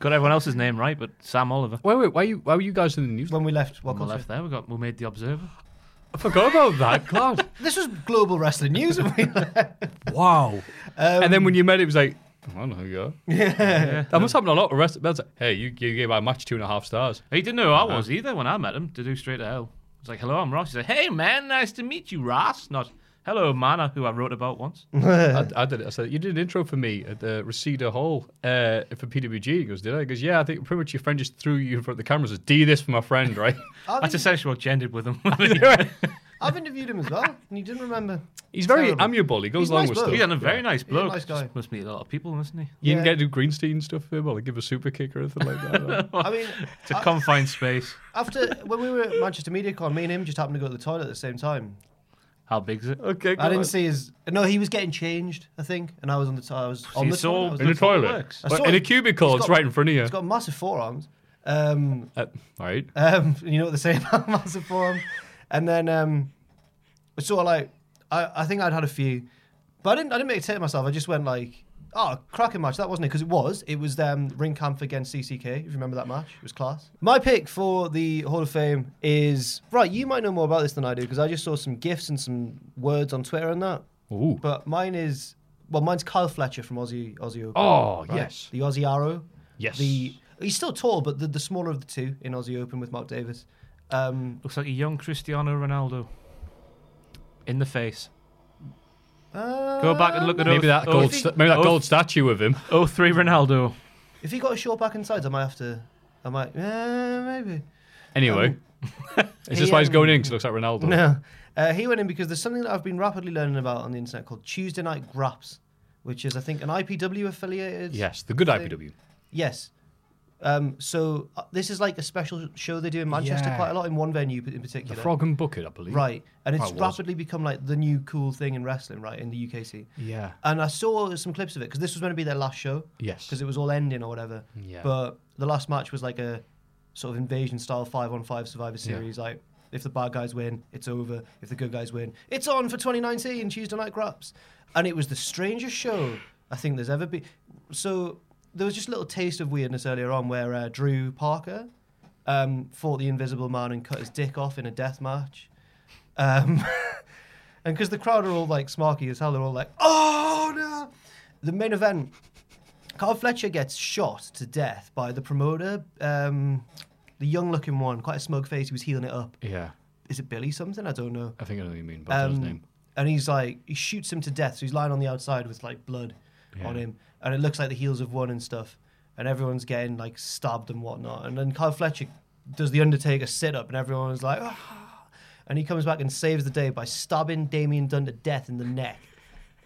Speaker 7: got everyone else's name right, but Sam Oliver.
Speaker 6: Wait, wait, why, you, why were you guys in the news?
Speaker 8: when we left Wackle.
Speaker 7: On the left there, we got we made the Observer.
Speaker 6: I forgot about that. God.
Speaker 8: This was global wrestling news. and we-
Speaker 6: Wow.
Speaker 8: Um,
Speaker 6: and then when you met, it was like, "Oh, I don't know who you are. Yeah. That must happen a lot. The rest of the hey, you, you gave our match two and a half stars.
Speaker 7: He didn't know who I
Speaker 8: Uh-huh.
Speaker 7: was either when I met him. To do straight to hell. It's like, hello, I'm Ross. He's like, hey man, nice to meet you, Ross. Not hello, man, who I wrote about once.
Speaker 6: I, I did it. I said, you did an intro for me at the Reseda Hall uh, for PWG. He goes, did I? He goes, yeah, I think pretty much your friend just threw you in front of the camera and says, do this for my friend, right?
Speaker 7: That's essentially what gendered with him.
Speaker 8: I've interviewed him as well, and he didn't remember.
Speaker 6: He's very
Speaker 8: Terrible.
Speaker 6: amiable. He goes
Speaker 8: He's
Speaker 6: along
Speaker 8: nice
Speaker 6: with
Speaker 8: bloke.
Speaker 6: stuff.
Speaker 7: He's a very nice
Speaker 8: He's a
Speaker 7: bloke.
Speaker 8: nice guy.
Speaker 7: Just Must meet a lot of people, doesn't he?
Speaker 6: You
Speaker 8: Yeah.
Speaker 6: didn't get to do Greenstein stuff for him or like, give a super kick or anything like that. no.
Speaker 8: I mean,
Speaker 7: It's a confined space.
Speaker 8: after when we were at Manchester MediaCon, me and him just happened to go to the toilet at the same time.
Speaker 7: How big's it?
Speaker 6: okay,
Speaker 8: I didn't
Speaker 6: God.
Speaker 8: see his. No, he was getting changed, I think, and I was on the. T- I was on
Speaker 7: you
Speaker 8: the
Speaker 7: saw-
Speaker 8: toilet. I was
Speaker 6: In the
Speaker 8: looking-
Speaker 6: toilet.
Speaker 7: works.
Speaker 8: I
Speaker 6: Well,
Speaker 8: saw
Speaker 6: in a
Speaker 8: it.
Speaker 6: cubicle,
Speaker 8: It's
Speaker 6: it's
Speaker 8: got-
Speaker 6: right in front of you.
Speaker 8: He's got massive forearms. Um,
Speaker 6: Uh, all right.
Speaker 8: um, and you know what they say about massive forearms. And then um, it's sort of like I, I think I'd had a few, but I didn't. I didn't make a tit of myself. I just went like, oh, cracking match that wasn't it? Because it was. It was um, Ring Camp against CCK. If you remember that match, it was class. My pick for the Hall of Fame is right. You might know more about this than I do because I just saw some gifs and some words on Twitter and that.
Speaker 6: Ooh.
Speaker 8: But mine is well, mine's Kyle Fletcher from Aussie Aussie Open.
Speaker 6: Oh,
Speaker 8: right?
Speaker 6: yes.
Speaker 8: the Aussie Arrow.
Speaker 6: Yes.
Speaker 8: The He's still tall, but the, the smaller of the two in Aussie Open with Mark Davis. Um,
Speaker 7: Looks like a young Cristiano Ronaldo. In the face. Go back and look at
Speaker 6: Maybe that gold, sta- maybe that gold statue of him.
Speaker 7: Oh three Ronaldo.
Speaker 8: if he got a short back and sides, I might have to. I might. Uh, maybe.
Speaker 6: Anyway,
Speaker 8: Um,
Speaker 6: is this
Speaker 8: he,
Speaker 6: why he's
Speaker 8: um,
Speaker 6: going in? Because looks like Ronaldo.
Speaker 8: No. Uh, he went in because there's something that I've been rapidly learning about on the internet called Tuesday Night Graps, which is, I think, an IPW affiliated.
Speaker 6: Yes, the good IPW.
Speaker 8: Yes. Um, so uh, this is like a special show they do in Manchester
Speaker 6: Yeah.
Speaker 8: quite a lot in one venue p- in
Speaker 6: The
Speaker 8: particular.
Speaker 6: Frog and Bucket, I believe.
Speaker 8: Right. And
Speaker 6: Well,
Speaker 8: it's
Speaker 6: it was.
Speaker 8: rapidly become like the new cool thing in wrestling, right, in the UK scene.
Speaker 6: Yeah.
Speaker 8: And I saw some clips of it because this was going to be their last show.
Speaker 6: Yes.
Speaker 8: Because it was all ending or whatever.
Speaker 6: Yeah.
Speaker 8: But the last match was like a sort of invasion style five on five Survivor Series. Like, if the bad guys win, it's over. If the good guys win, it's on for 2019 Tuesday Night Graps. And it was the strangest show I think there's ever been. So there was just a little taste of weirdness earlier on where uh, Drew Parker um, fought the Invisible Man and cut his dick off in a death match. Um, and because the crowd are all like smarky as hell, they're all like, oh no! The main event, Carl Fletcher gets shot to death by the promoter, um, the young looking one, quite a smug face, he was healing it up.
Speaker 6: Yeah.
Speaker 8: Is it Billy something? I don't know.
Speaker 6: I think I know what you mean, but I don't know his
Speaker 8: Um,
Speaker 6: name.
Speaker 8: And he's like, he shoots him to death. So he's lying on the outside with like blood on him. And it looks like the heels have won and stuff. And everyone's getting like stabbed and whatnot. And then Kyle Fletcher does the Undertaker sit up and everyone's like, "Ah." and he comes back and saves the day by stabbing Damien Dunn to death in the neck.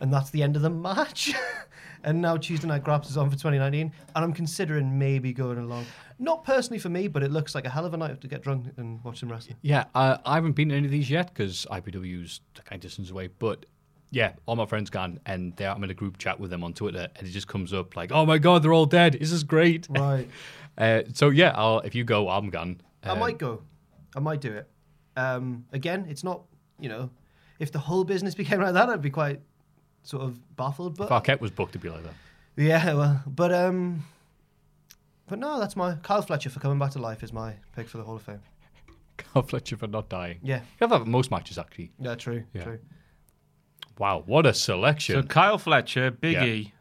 Speaker 8: And that's the end of the match. and now Tuesday Night Graps is on for 2019. And I'm considering maybe going along. Not personally for me, but it looks like a hell of a night to get drunk and watch some wrestling.
Speaker 6: Yeah, I, I haven't been to any of these yet because IPW's a kind of distance away. But yeah, all my friends gone, and they, I'm in a group chat with them on Twitter, and it just comes up like, "Oh my god, they're all dead. This is great."
Speaker 8: Right.
Speaker 6: Uh, so yeah, I'll, if you go, I'm gone.
Speaker 8: I
Speaker 6: Uh,
Speaker 8: might go. I might do it. Um, again, it's not, you know, if the whole business became like that, I'd be quite sort of baffled. But
Speaker 6: Farquhar was booked to be like that.
Speaker 8: yeah, well, but um, but no, that's my Kyle Fletcher for coming back to life is my pick for the Hall of Fame.
Speaker 6: Carl Fletcher for not dying.
Speaker 8: Yeah,
Speaker 6: You have that for most matches actually.
Speaker 8: yeah, true,
Speaker 6: Yeah.
Speaker 8: true.
Speaker 6: Wow, what a
Speaker 7: So
Speaker 6: selection!
Speaker 7: Kyle Fletcher, Big
Speaker 6: Yeah.
Speaker 7: E,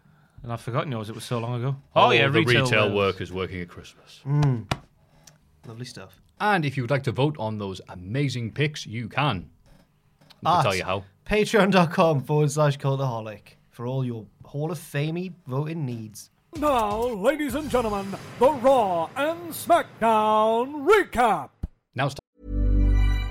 Speaker 7: and I've forgotten yours. It was so long ago. Oh, yeah,
Speaker 6: the retail,
Speaker 7: workers.
Speaker 6: workers working at Christmas.
Speaker 8: Lovely stuff.
Speaker 6: And if you would like to vote on those amazing picks, you can.
Speaker 8: At
Speaker 6: I'll tell you how.
Speaker 8: Patreon.com forward slash cultaholic for all your Hall of Famey voting needs.
Speaker 5: Now, ladies and gentlemen, the Raw and SmackDown recap.
Speaker 6: Now it's time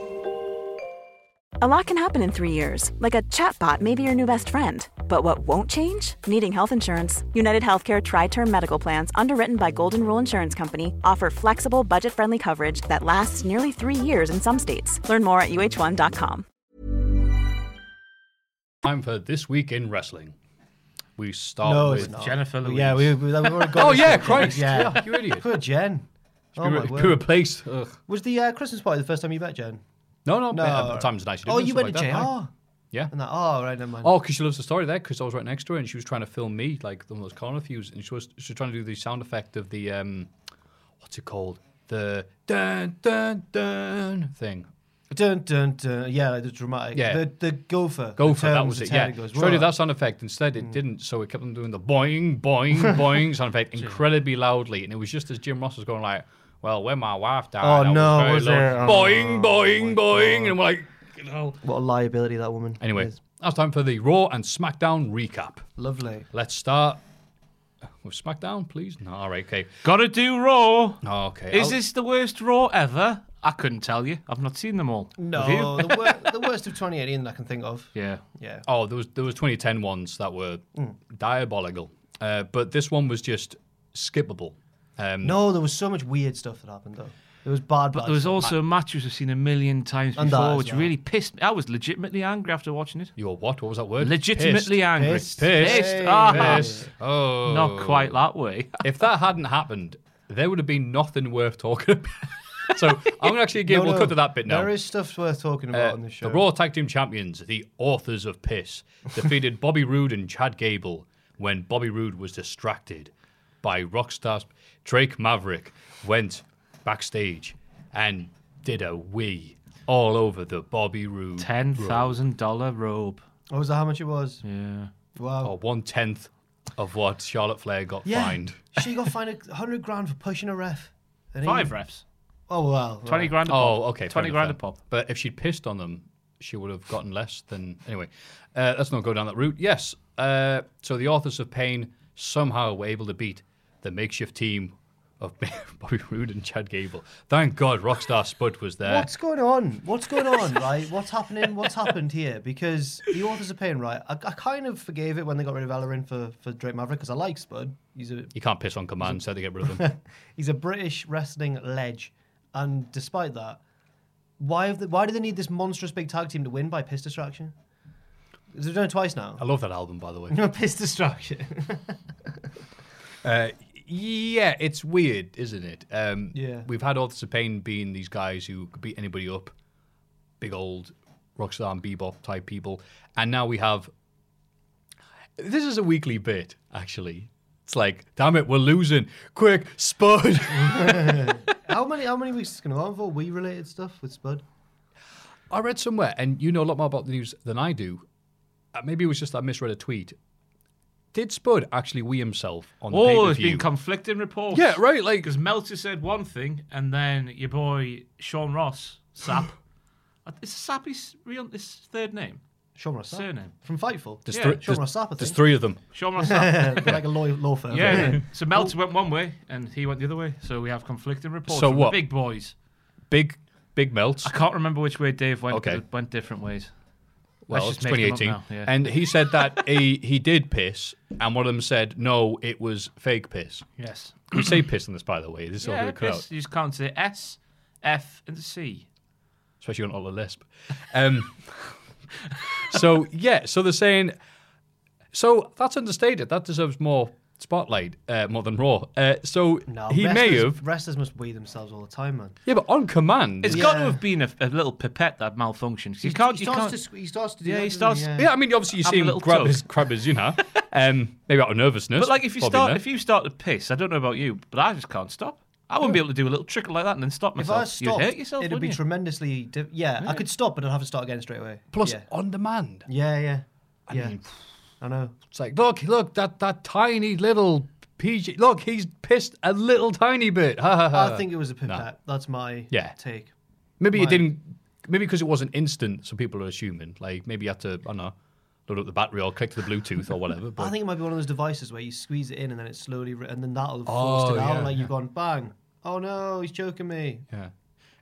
Speaker 4: A lot can happen in three years, like a chatbot may be your new best friend. But what won't change? Needing health insurance. United Healthcare Tri Term Medical Plans, underwritten by Golden Rule Insurance Company, offer flexible, budget friendly coverage that lasts nearly three years in some states. Learn more at uh1.com.
Speaker 6: Time for this week in wrestling. We start
Speaker 8: No, it's
Speaker 6: Oh, with
Speaker 8: not.
Speaker 7: Jennifer Louise.
Speaker 8: Yeah, we, we, we've already got.
Speaker 6: Oh
Speaker 8: this
Speaker 6: yeah,
Speaker 8: one.
Speaker 6: Christ!
Speaker 8: Yeah.
Speaker 6: Yeah, you idiot.
Speaker 8: Poor Jen. Oh,
Speaker 6: be,
Speaker 8: my
Speaker 6: re- be
Speaker 8: word.
Speaker 6: replaced. Ugh.
Speaker 8: Was the uh, Christmas party the first time you met Jen?
Speaker 6: No, no,
Speaker 8: No.
Speaker 6: no. Uh, times nice.
Speaker 8: Oh, you went to
Speaker 6: like that, aye.
Speaker 8: JR.
Speaker 6: Yeah.
Speaker 8: And that, oh, right, never mind.
Speaker 6: Oh, because she loves the story there. Because I was right next to her, and she was trying to film me like one of those corner views, and she was she was trying to do the sound effect of the um, what's it called? The dun dun dun thing.
Speaker 8: Dun dun dun. Yeah, like the dramatic.
Speaker 6: Yeah.
Speaker 8: The the gopher.
Speaker 6: Go
Speaker 8: the
Speaker 6: for it. That
Speaker 8: turns
Speaker 6: was
Speaker 8: the
Speaker 6: it.
Speaker 8: tail
Speaker 6: Yeah.
Speaker 8: and goes,
Speaker 6: She tried to do
Speaker 8: "Whoa."
Speaker 6: that sound effect. Instead,
Speaker 8: Mm.
Speaker 6: it didn't. So it kept on doing the boing boing boing sound effect incredibly loudly, and it was just as Jim Ross was going like, "Well, when my wife died, I
Speaker 8: Oh,
Speaker 6: was
Speaker 8: no,
Speaker 6: very
Speaker 8: was
Speaker 6: low.
Speaker 8: there? Oh,
Speaker 6: boing boing boing," and we're like, you know.
Speaker 8: What a liability that woman.
Speaker 6: Anyway,
Speaker 8: is.
Speaker 6: that's time for the Raw and SmackDown recap.
Speaker 8: lovely.
Speaker 6: Let's start with SmackDown, please? No, all right, okay.
Speaker 7: Gotta do Raw.
Speaker 6: Oh, okay.
Speaker 7: Is
Speaker 6: I'll-
Speaker 7: this the worst Raw ever? I couldn't tell you. I've not seen them all. Have you?
Speaker 8: No, the, wor- the worst of 2018 that I can think of.
Speaker 7: Yeah.
Speaker 8: Yeah.
Speaker 6: Oh, there was there was 2010 ones that were
Speaker 8: Mm.
Speaker 6: diabolical, uh, but this one was just skippable. Um,
Speaker 8: No, there was so much weird stuff that happened though. There was bad,
Speaker 7: But
Speaker 8: bad
Speaker 7: there was
Speaker 8: stuff.
Speaker 7: also matches I've seen a million times
Speaker 8: And that
Speaker 7: before,
Speaker 8: as
Speaker 7: which
Speaker 8: well.
Speaker 7: really pissed me. I was legitimately angry after watching it.
Speaker 6: you were what? What was that word?
Speaker 7: Legitimately angry.
Speaker 8: Pissed.
Speaker 6: Pissed.
Speaker 7: Pissed. Ah,
Speaker 6: Pissed. Oh,
Speaker 7: Not quite that way.
Speaker 6: If that hadn't happened, there would have been nothing worth talking about. so I'm gonna actually give.
Speaker 8: No,
Speaker 6: we'll
Speaker 8: no,
Speaker 6: cut to that bit now.
Speaker 8: There is stuff worth talking
Speaker 6: Uh,
Speaker 8: about on this show.
Speaker 6: the Raw Tag Team Champions, the authors of piss, defeated Bobby Roode and Chad Gable when Bobby Roode was distracted by Rockstar Drake Maverick went backstage and did a wee all over the Bobby Roode
Speaker 7: Ten thousand dollar robe.
Speaker 8: Oh, was that how much it was?
Speaker 7: Yeah.
Speaker 8: Wow.
Speaker 6: or one tenth of what Charlotte Flair got
Speaker 8: Yeah.
Speaker 6: fined.
Speaker 8: she got fined a hundred grand for pushing a ref. And he-
Speaker 7: Five refs.
Speaker 8: Oh wow.
Speaker 7: Twenty grand a pop.
Speaker 6: Oh, okay. fair
Speaker 7: Twenty
Speaker 6: enough
Speaker 7: grand a
Speaker 6: then.
Speaker 7: pop.
Speaker 6: But if she'd pissed on them, she would have gotten less than. Anyway, uh, let's not go down that route. Yes. Uh, so the authors of Pain somehow were able to beat the makeshift team of Bobby Roode and Chad Gable. Thank God Rockstar Spud was there.
Speaker 8: What's going on? What's going on, right? What's happening? What's happened here? Because the authors are paying, right? I, I kind of forgave it when they got rid of Ellerin for, for Drake Maverick because I like Spud. He's a
Speaker 6: You can't piss on command, so they get rid of him.
Speaker 8: he's a British wrestling ledge, and despite that, why have they, why do they need this monstrous big tag team to win by piss distraction? They've done it twice now.
Speaker 6: I love that album, by the way.
Speaker 8: No piss distraction.
Speaker 6: Uh, yeah, it's weird, isn't it? Um,
Speaker 8: Yeah.
Speaker 6: We've had Authors of Pain being these guys who could beat anybody up, big old Rockstar and Bebop type people. And now we have. This is a weekly bit, actually. It's like, damn it, we're losing. Quick, Spud.
Speaker 8: how many how many weeks is this going to go on for? We related stuff with Spud.
Speaker 6: I read somewhere, and you know a lot more about the news than I do. Uh, maybe it was just I misread a tweet. Did Spud actually wee himself on the
Speaker 7: Oh, there's
Speaker 6: pay-per-view?
Speaker 7: been conflicting reports.
Speaker 6: Yeah, right, like-
Speaker 7: because Meltzer said one thing, and then your boy Sean Ross Sap. Uh, is Sap his real his third name?
Speaker 8: Sean Ross Sapp.
Speaker 7: Surname.
Speaker 8: from Fightful.
Speaker 6: There's
Speaker 7: Yeah,
Speaker 6: three-
Speaker 8: Sean
Speaker 6: there's-
Speaker 8: Ross Sapp, I
Speaker 6: There's
Speaker 8: think.
Speaker 6: three of them.
Speaker 7: Sean Ross Sapp.
Speaker 8: They're like a law, law firm.
Speaker 7: yeah. So Meltzer went one way, and he went the other way. So we have conflicting reports.
Speaker 6: So
Speaker 7: from
Speaker 6: what?
Speaker 7: The big boys.
Speaker 6: Big, big melts.
Speaker 7: I can't remember which way Dave went.
Speaker 6: Okay.
Speaker 7: 'cause it went different ways.
Speaker 6: well,
Speaker 7: Let's just
Speaker 6: it's
Speaker 7: make them up now,
Speaker 6: 2018.
Speaker 7: yeah.
Speaker 6: Oh, And he said that he, he did piss, and one of them said, no, it was fake piss.
Speaker 7: Yes.
Speaker 6: We say piss on this, by the way. This is all
Speaker 7: Yeah,
Speaker 6: going to cut
Speaker 7: piss.
Speaker 6: out,
Speaker 7: You just can't say S, F, and C.
Speaker 6: especially on all the lisp. Um, so, yeah, so they're saying, so that's understated. That deserves more spotlight, uh, more than Raw. Uh, so
Speaker 8: No,
Speaker 6: he may
Speaker 8: wrestlers-
Speaker 6: have.
Speaker 8: Wrestlers must wee themselves all the time, man.
Speaker 6: Yeah, but on command.
Speaker 7: It's
Speaker 8: Yeah.
Speaker 7: got to have been a, a little pipette that malfunctioned. 'cause You can't.
Speaker 8: He
Speaker 7: you
Speaker 8: starts
Speaker 7: can't.
Speaker 8: to sque- he starts to do
Speaker 7: Yeah,
Speaker 8: that,
Speaker 7: he
Speaker 8: doesn't
Speaker 7: starts-
Speaker 8: Yeah.
Speaker 6: yeah, I mean, obviously, you
Speaker 7: Have
Speaker 6: see
Speaker 7: a
Speaker 6: him
Speaker 7: little
Speaker 6: grab
Speaker 7: tug.
Speaker 6: his, grab his, you know, um, maybe out of nervousness.
Speaker 7: But like, if you
Speaker 6: probably,
Speaker 7: start,
Speaker 6: no?
Speaker 7: if you start to piss, I don't know about you, but I just can't stop. I wouldn't be able to do a little trickle like that and then stop
Speaker 8: If
Speaker 7: myself.
Speaker 8: I stopped,
Speaker 7: You'd hurt yourself,
Speaker 8: it'd
Speaker 7: wouldn't
Speaker 8: be
Speaker 7: you?
Speaker 8: tremendously. Diff- yeah, I could stop, but I'd have to start again straight away.
Speaker 6: Plus,
Speaker 8: yeah,
Speaker 6: on demand.
Speaker 8: yeah, yeah. yeah.
Speaker 6: mean,
Speaker 8: I know.
Speaker 6: It's like, look, look, that that tiny little PG. Look, he's pissed a little tiny bit. Ha ha ha.
Speaker 8: I think it was a pipette. That's my
Speaker 6: Uh, Yeah.
Speaker 8: take.
Speaker 6: maybe it didn't. Maybe because it wasn't instant, some people are assuming. Like maybe you had to, I don't know, load up the battery or click the Bluetooth or whatever. But
Speaker 8: I think it might be one of those devices where you squeeze it in and then it slowly, re- and then that'll
Speaker 6: Oh,
Speaker 8: force it out.
Speaker 6: yeah,
Speaker 8: like
Speaker 6: yeah.
Speaker 8: you've gone bang. Oh no, he's choking me.
Speaker 6: yeah.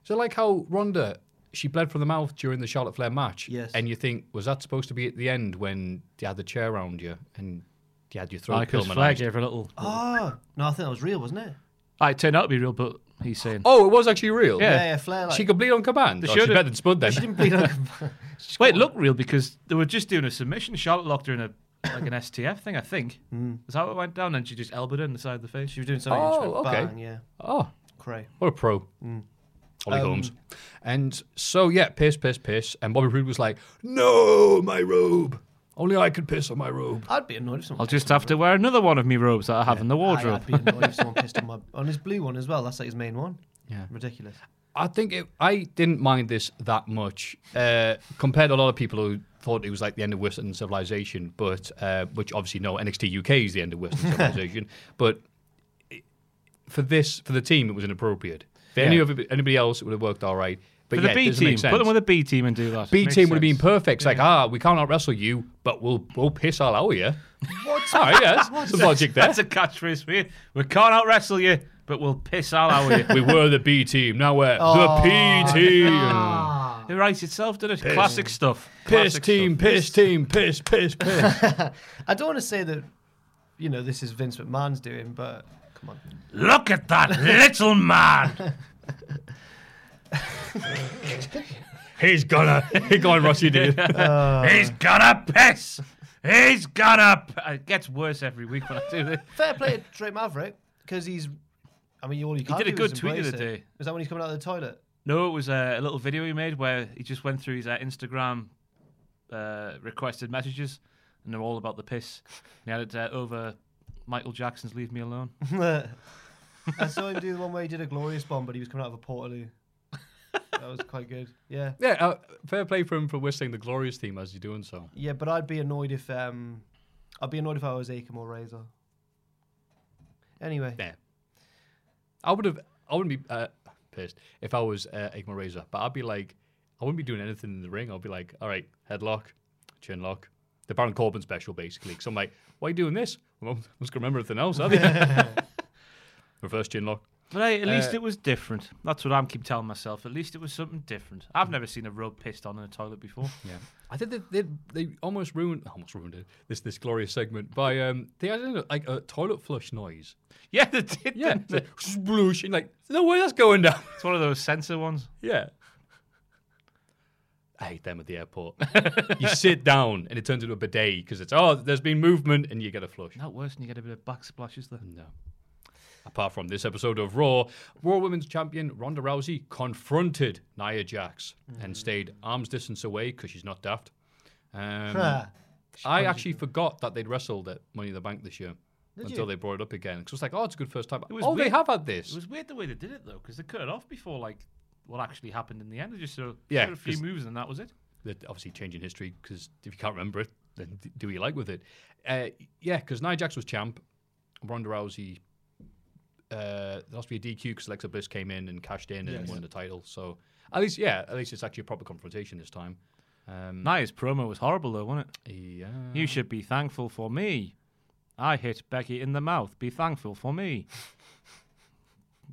Speaker 6: So like how Ronda, she bled from the mouth during the Charlotte Flair match.
Speaker 8: Yes.
Speaker 6: And you think was that supposed to be at the end when you had the chair around you and you had your throat
Speaker 7: Michael's flag
Speaker 6: pilmanized?
Speaker 7: gave her a little.
Speaker 8: Oh no, I think that was real, wasn't it?
Speaker 7: Ah, it turned out to be real, but he's saying.
Speaker 6: Oh, it was actually real.
Speaker 7: Yeah.
Speaker 8: Yeah, yeah. Flair. Like,
Speaker 6: She could bleed on command.
Speaker 7: They
Speaker 6: Oh, she's
Speaker 7: showed it.
Speaker 6: better than Spud then.
Speaker 8: she didn't bleed out.
Speaker 7: Wait, it looked real because they were just doing a submission. Charlotte locked her in a like an STF thing, I think. Is that what went down? And she just elbowed her in the side of the face.
Speaker 8: Hmm. She was doing something. and she
Speaker 6: Oh,
Speaker 8: went
Speaker 6: okay.
Speaker 8: Bang, yeah.
Speaker 6: oh.
Speaker 8: Cray.
Speaker 6: What a pro.
Speaker 7: Mm.
Speaker 6: Ollie Holmes. Um, And so, yeah, piss, piss, piss. And Bobby Roode was like, no, my robe. Only I could piss on my robe.
Speaker 8: I'd be annoyed if someone.
Speaker 7: I'll just have to wear another one of me robes that I have in the
Speaker 8: I,
Speaker 7: wardrobe.
Speaker 8: I'd be annoyed if someone pissed on my on his blue one as well. That's like his main one.
Speaker 6: Yeah.
Speaker 8: Ridiculous.
Speaker 6: I think it, I didn't mind this that much uh, compared to a lot of people who thought it was like the end of Western civilization, but uh, which obviously no, NXT UK is the end of Western civilization. But it, for this, for the team, it was inappropriate. For any of anybody else, it would have worked all right. But
Speaker 7: For
Speaker 6: yeah,
Speaker 7: the
Speaker 6: it
Speaker 7: B
Speaker 6: doesn't
Speaker 7: team,
Speaker 6: make
Speaker 7: put them
Speaker 6: sense.
Speaker 7: with a B team and do that.
Speaker 6: B
Speaker 7: Makes
Speaker 6: team would have been
Speaker 7: sense.
Speaker 6: perfect. It's like, ah, we can't out wrestle you, but we'll we'll piss all out of you. What? All right, yeah, that's some logic there.
Speaker 7: That's a catchphrase. We, we can't out wrestle you, but we'll piss all over you.
Speaker 6: we were the B team. Now we're the
Speaker 7: Oh,
Speaker 6: P team.
Speaker 7: It writes itself, does it? Classic stuff.
Speaker 6: Piss
Speaker 7: Ah, Classic
Speaker 6: team,
Speaker 7: stuff.
Speaker 6: piss team, piss, piss, piss.
Speaker 8: I don't want to say that, you know, this is Vince McMahon's doing, but come on.
Speaker 7: Look at that little man.
Speaker 6: He's gonna. He going Rossi did.
Speaker 7: He's gonna piss. He's gonna. P- it gets worse every week when I do this.
Speaker 8: Fair play to Drake Maverick because he's. I mean, all you can
Speaker 7: did a
Speaker 8: do
Speaker 7: good
Speaker 8: is
Speaker 7: tweet the
Speaker 8: embrace
Speaker 7: other
Speaker 8: it.
Speaker 7: day.
Speaker 8: Is that when he's coming out of the toilet?
Speaker 7: No, it was uh, a little video he made where he just went through his uh, Instagram uh, requested messages, and they're all about the piss. And he had it uh, over Michael Jackson's "Leave Me Alone."
Speaker 8: I saw him do the one where he did a glorious bomb, but he was coming out of a portaloo. That was quite good. Yeah,
Speaker 6: Yeah, uh, fair play for him for whistling the glorious theme as you're doing so.
Speaker 8: yeah, but I'd be annoyed if um, I'd be annoyed if I was Akam or Razor. Anyway,
Speaker 6: Yeah. I would have. I wouldn't be uh, pissed if I was uh, Igma Razor, but I'd be like, I wouldn't be doing anything in the ring. I'd be like, all right, headlock, chin lock, the Baron Corbin special, basically. So I'm like, why are you doing this? Well, I'm just gonna remember everything else, are they? Reverse chin lock.
Speaker 7: But hey, at
Speaker 6: Uh,
Speaker 7: least it was different. That's what I'm keep telling myself. At least it was something different. I've never seen a rug pissed on in a toilet before.
Speaker 6: Yeah, I think they they, they almost ruined almost ruined it, this this glorious segment by um they added like a toilet flush noise.
Speaker 7: yeah, they did.
Speaker 6: Yeah,
Speaker 7: didn't
Speaker 6: it's
Speaker 7: they?
Speaker 6: like, sploosh, and like no way that's going down.
Speaker 7: It's one of those sensor ones.
Speaker 6: Yeah. I hate them at the airport. you sit down and it turns into a bidet because it's, oh, there's been movement and you get a flush.
Speaker 7: Not worse than you get a bit of backsplashes there.
Speaker 6: No. Apart from this episode of Raw, Raw Women's Champion Ronda Rousey confronted Nia Jax and stayed arm's distance away because she's not daft. Um, I actually forgot that they'd wrestled at Money in the Bank this year until they brought it up again. Because it's like, oh, it's a good first time.
Speaker 7: was
Speaker 6: oh, they
Speaker 7: weird.
Speaker 6: have had this.
Speaker 7: It was weird the way they did it though, because they cut it off before like what actually happened in the end. They just sort of
Speaker 6: Yeah,
Speaker 7: did a few
Speaker 6: 'cause-
Speaker 7: moves and that was it.
Speaker 6: they're obviously changing history because if you can't remember it, then d- do what you like with it. Uh, yeah, because Nia Jax was champ. Ronda Rousey uh, lost via DQ because Alexa Bliss came in and cashed in and won the title. So at least, yeah, at least it's actually a proper confrontation this time. Um,
Speaker 7: Nia's Mm. promo was horrible though, wasn't it?
Speaker 6: yeah.
Speaker 7: You should be thankful for me. I hit Becky in the mouth. Be thankful for me.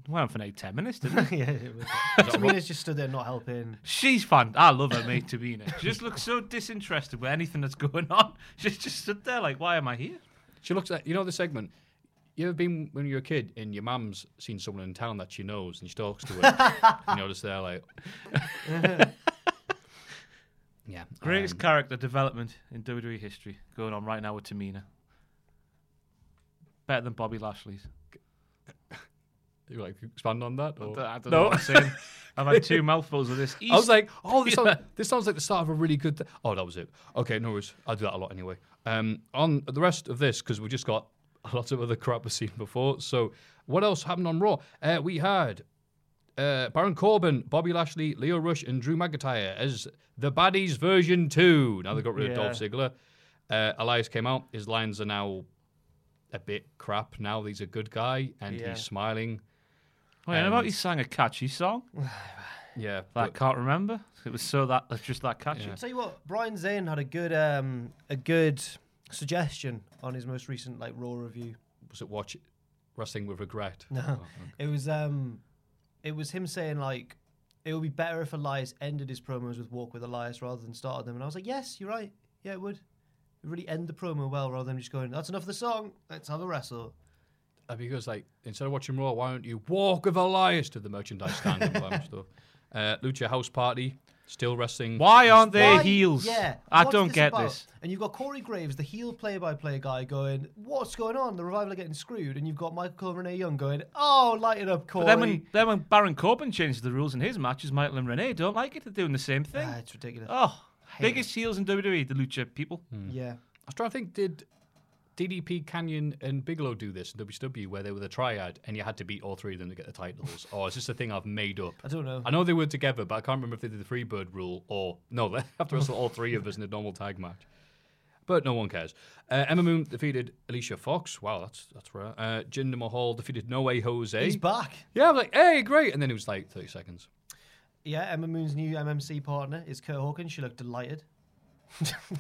Speaker 7: Went on for eight ten minutes, didn't it?
Speaker 8: yeah, it was. Tamina's just stood there not helping.
Speaker 7: She's fun. I love her, mate, Tabina. She just looks so disinterested with anything that's going on. She's just stood there like, why am I here?
Speaker 6: She looks like you know the segment. You ever been when you were a kid and your mum's seen someone in town that she knows and she talks to her and you're just there like, yeah,
Speaker 7: Greatest
Speaker 6: um,
Speaker 7: character development in WWE history going on right now with Tamina. Better than Bobby Lashley's.
Speaker 6: You like expand on that? Or?
Speaker 7: I don't
Speaker 6: no.
Speaker 7: know what I'm saying. I've had two mouthfuls of this.
Speaker 6: I was like, oh, this,
Speaker 7: Yeah.
Speaker 6: sounds, this sounds like the start of a really good. Th- oh, that was it. Okay, no worries. I do that a lot anyway. Um, on the rest of this, because we just got a lot of other crap we've seen before. So, what else happened on Raw? Uh, we had uh, Baron Corbin, Bobby Lashley, Leo Rush, and Drew McIntyre as the baddies version two. Now they got rid of Dolph Ziggler. Uh, Elias came out. His lines are now a bit crap. Now he's a good guy and
Speaker 8: Yeah.
Speaker 6: he's smiling.
Speaker 7: Wait,
Speaker 6: um,
Speaker 7: about he sang a catchy song
Speaker 6: Yeah,
Speaker 7: that I can't remember. It was so that that's just that catchy.
Speaker 8: Tell you what, Brian Zane had a good um, a good suggestion on his most recent like Raw review.
Speaker 6: was it watch wrestling with regret?
Speaker 8: It was um, it was him saying like, it would be better if Elias ended his promos with "Walk with Elias" rather than started them. And I was like, yes, you're right. Yeah, it would. It'd really end the promo well rather than just going, "That's enough of the song. Let's have a wrestle."
Speaker 6: Uh, Because like instead of watching Raw, why don't you walk with Elias to the merchandise stand and buy him stuff? Uh, Lucha House Party still wrestling.
Speaker 7: Why aren't they
Speaker 8: Why-
Speaker 7: heels?
Speaker 8: Yeah,
Speaker 7: I
Speaker 8: what's
Speaker 7: don't get
Speaker 8: about?
Speaker 7: this.
Speaker 8: And you've got Corey Graves, the heel play-by-play guy, going, "What's going on? The revival are getting screwed." And you've got Michael Cole and Renee Young going, "Oh, light it up, Corey."
Speaker 7: But then when, then when Baron Corbin changes the rules in his matches, Michael and Renee don't like it. They're doing the same thing.
Speaker 8: Ah, it's ridiculous.
Speaker 7: oh, biggest heels in WWE, the Lucha people.
Speaker 6: Hmm.
Speaker 8: Yeah.
Speaker 6: I was trying to think, did DDP Canyon and Bigelow do this in WCW where they were the triad and you had to beat all three of them to get the titles? or is this a thing I've made up?
Speaker 8: I don't know.
Speaker 6: I know they were together, but I can't remember if they did the Freebird rule or no, they have to wrestle all three of us in a normal tag match. But no one cares. Uh, Emma Moon defeated Alicia Fox. Wow, that's that's rare. Uh, Jinder Mahal defeated No Way Jose.
Speaker 8: He's back.
Speaker 6: Yeah, I was like, hey, great. And then it was like 30 seconds.
Speaker 8: Yeah, Emma Moon's new MMC partner is Kurt Hawkins. She looked delighted. you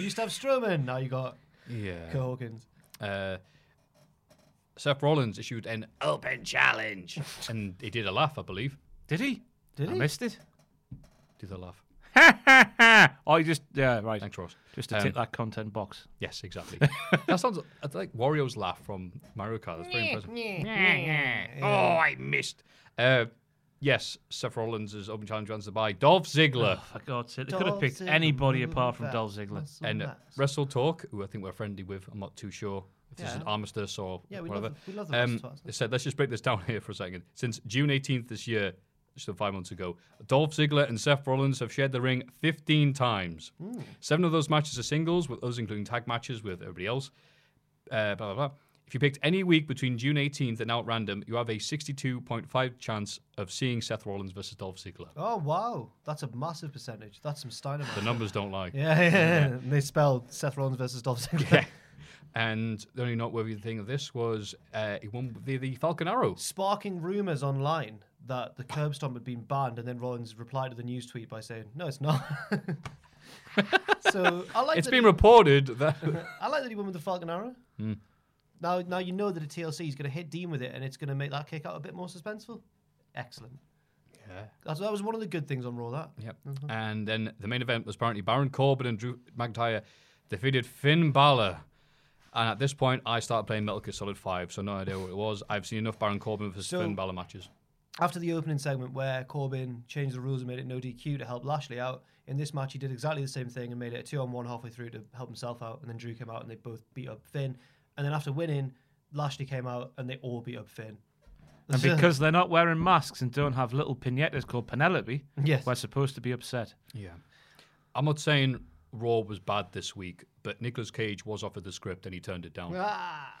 Speaker 8: used to have Strowman, now you got
Speaker 6: Yeah.
Speaker 8: Kurt Hawkins.
Speaker 6: Uh, Seth Rollins issued an open challenge, and he did a laugh, I believe.
Speaker 7: Did he?
Speaker 8: Did
Speaker 7: I
Speaker 8: he?
Speaker 7: missed it.
Speaker 6: Did a laugh?
Speaker 7: oh, you just yeah, right.
Speaker 6: Thanks, Ross.
Speaker 7: Just to
Speaker 6: Um,
Speaker 7: tick that content box.
Speaker 6: Yes, exactly. that sounds that's like Wario's laugh from Mario Kart. That's very impressive. Oh, I missed. Uh, yes, Seth Rollins is open challenge answered by Dolph Ziggler
Speaker 7: For God's sake, they could have picked anybody apart from Dolph Ziggler.
Speaker 6: and uh,
Speaker 8: yeah,
Speaker 6: Wrestle Talk, who I think we're friendly with. I'm not too sure if this is an armistice or
Speaker 8: Yeah, we love
Speaker 6: whatever.
Speaker 8: them- we love the Wrestle Talks.
Speaker 6: they said, let's just break this down here for a second. Since June 18th this year, so five months ago, Dolph Ziggler and Seth Rollins have shared the ring 15 times.
Speaker 8: Hmm.
Speaker 6: Seven of those matches are singles, with those including tag matches with everybody else. Uh, blah, blah, blah. If you picked any week between June 18th and out random, you have a 62.5 chance of seeing Seth Rollins versus Dolph Ziggler.
Speaker 8: Oh wow, that's a massive percentage. That's some Steiner.
Speaker 6: The numbers don't lie.
Speaker 8: Yeah, yeah, yeah. And they spelled Seth Rollins versus Dolph Ziggler.
Speaker 6: Yeah. And the only noteworthy thing of this was uh, he won the, the Falcon Arrow.
Speaker 8: Sparking rumors online that the curb stomp had been banned, and then Rollins replied to the news tweet by saying, "No, it's not." so I like
Speaker 6: It's
Speaker 8: that
Speaker 6: been Hmm.
Speaker 8: he-
Speaker 6: reported that
Speaker 8: I like that he went with the Falcon Arrow. Now, now you know that a TLC is going to hit Dean with it, and it's going to make that kick out a bit more suspenseful. Excellent. Yeah, That's, that was one of the good things on Raw. That
Speaker 6: Yep. And then the main event was apparently Baron Corbin and Drew McIntyre defeated Finn Balor. And at this point, I started playing Metal Gear Solid 5, so no idea what it was. I've seen enough Baron Corbin versus
Speaker 8: So-
Speaker 6: Finn Balor matches.
Speaker 8: after the opening segment where Corbin changed the rules and made it no DQ to help Lashley out, in this match he did exactly the same thing and made it a two on one halfway through to help himself out, and then Drew came out and they both beat up Finn, and then after winning, Lashley came out and they all beat up Finn.
Speaker 7: And because they're not wearing masks and don't have little pinetas called Penelope,
Speaker 8: Yes.
Speaker 7: we're supposed to be upset.
Speaker 6: Yeah. I'm not saying Raw was bad this week, but Nicolas Cage was offered the script and he turned it down.
Speaker 8: Ah.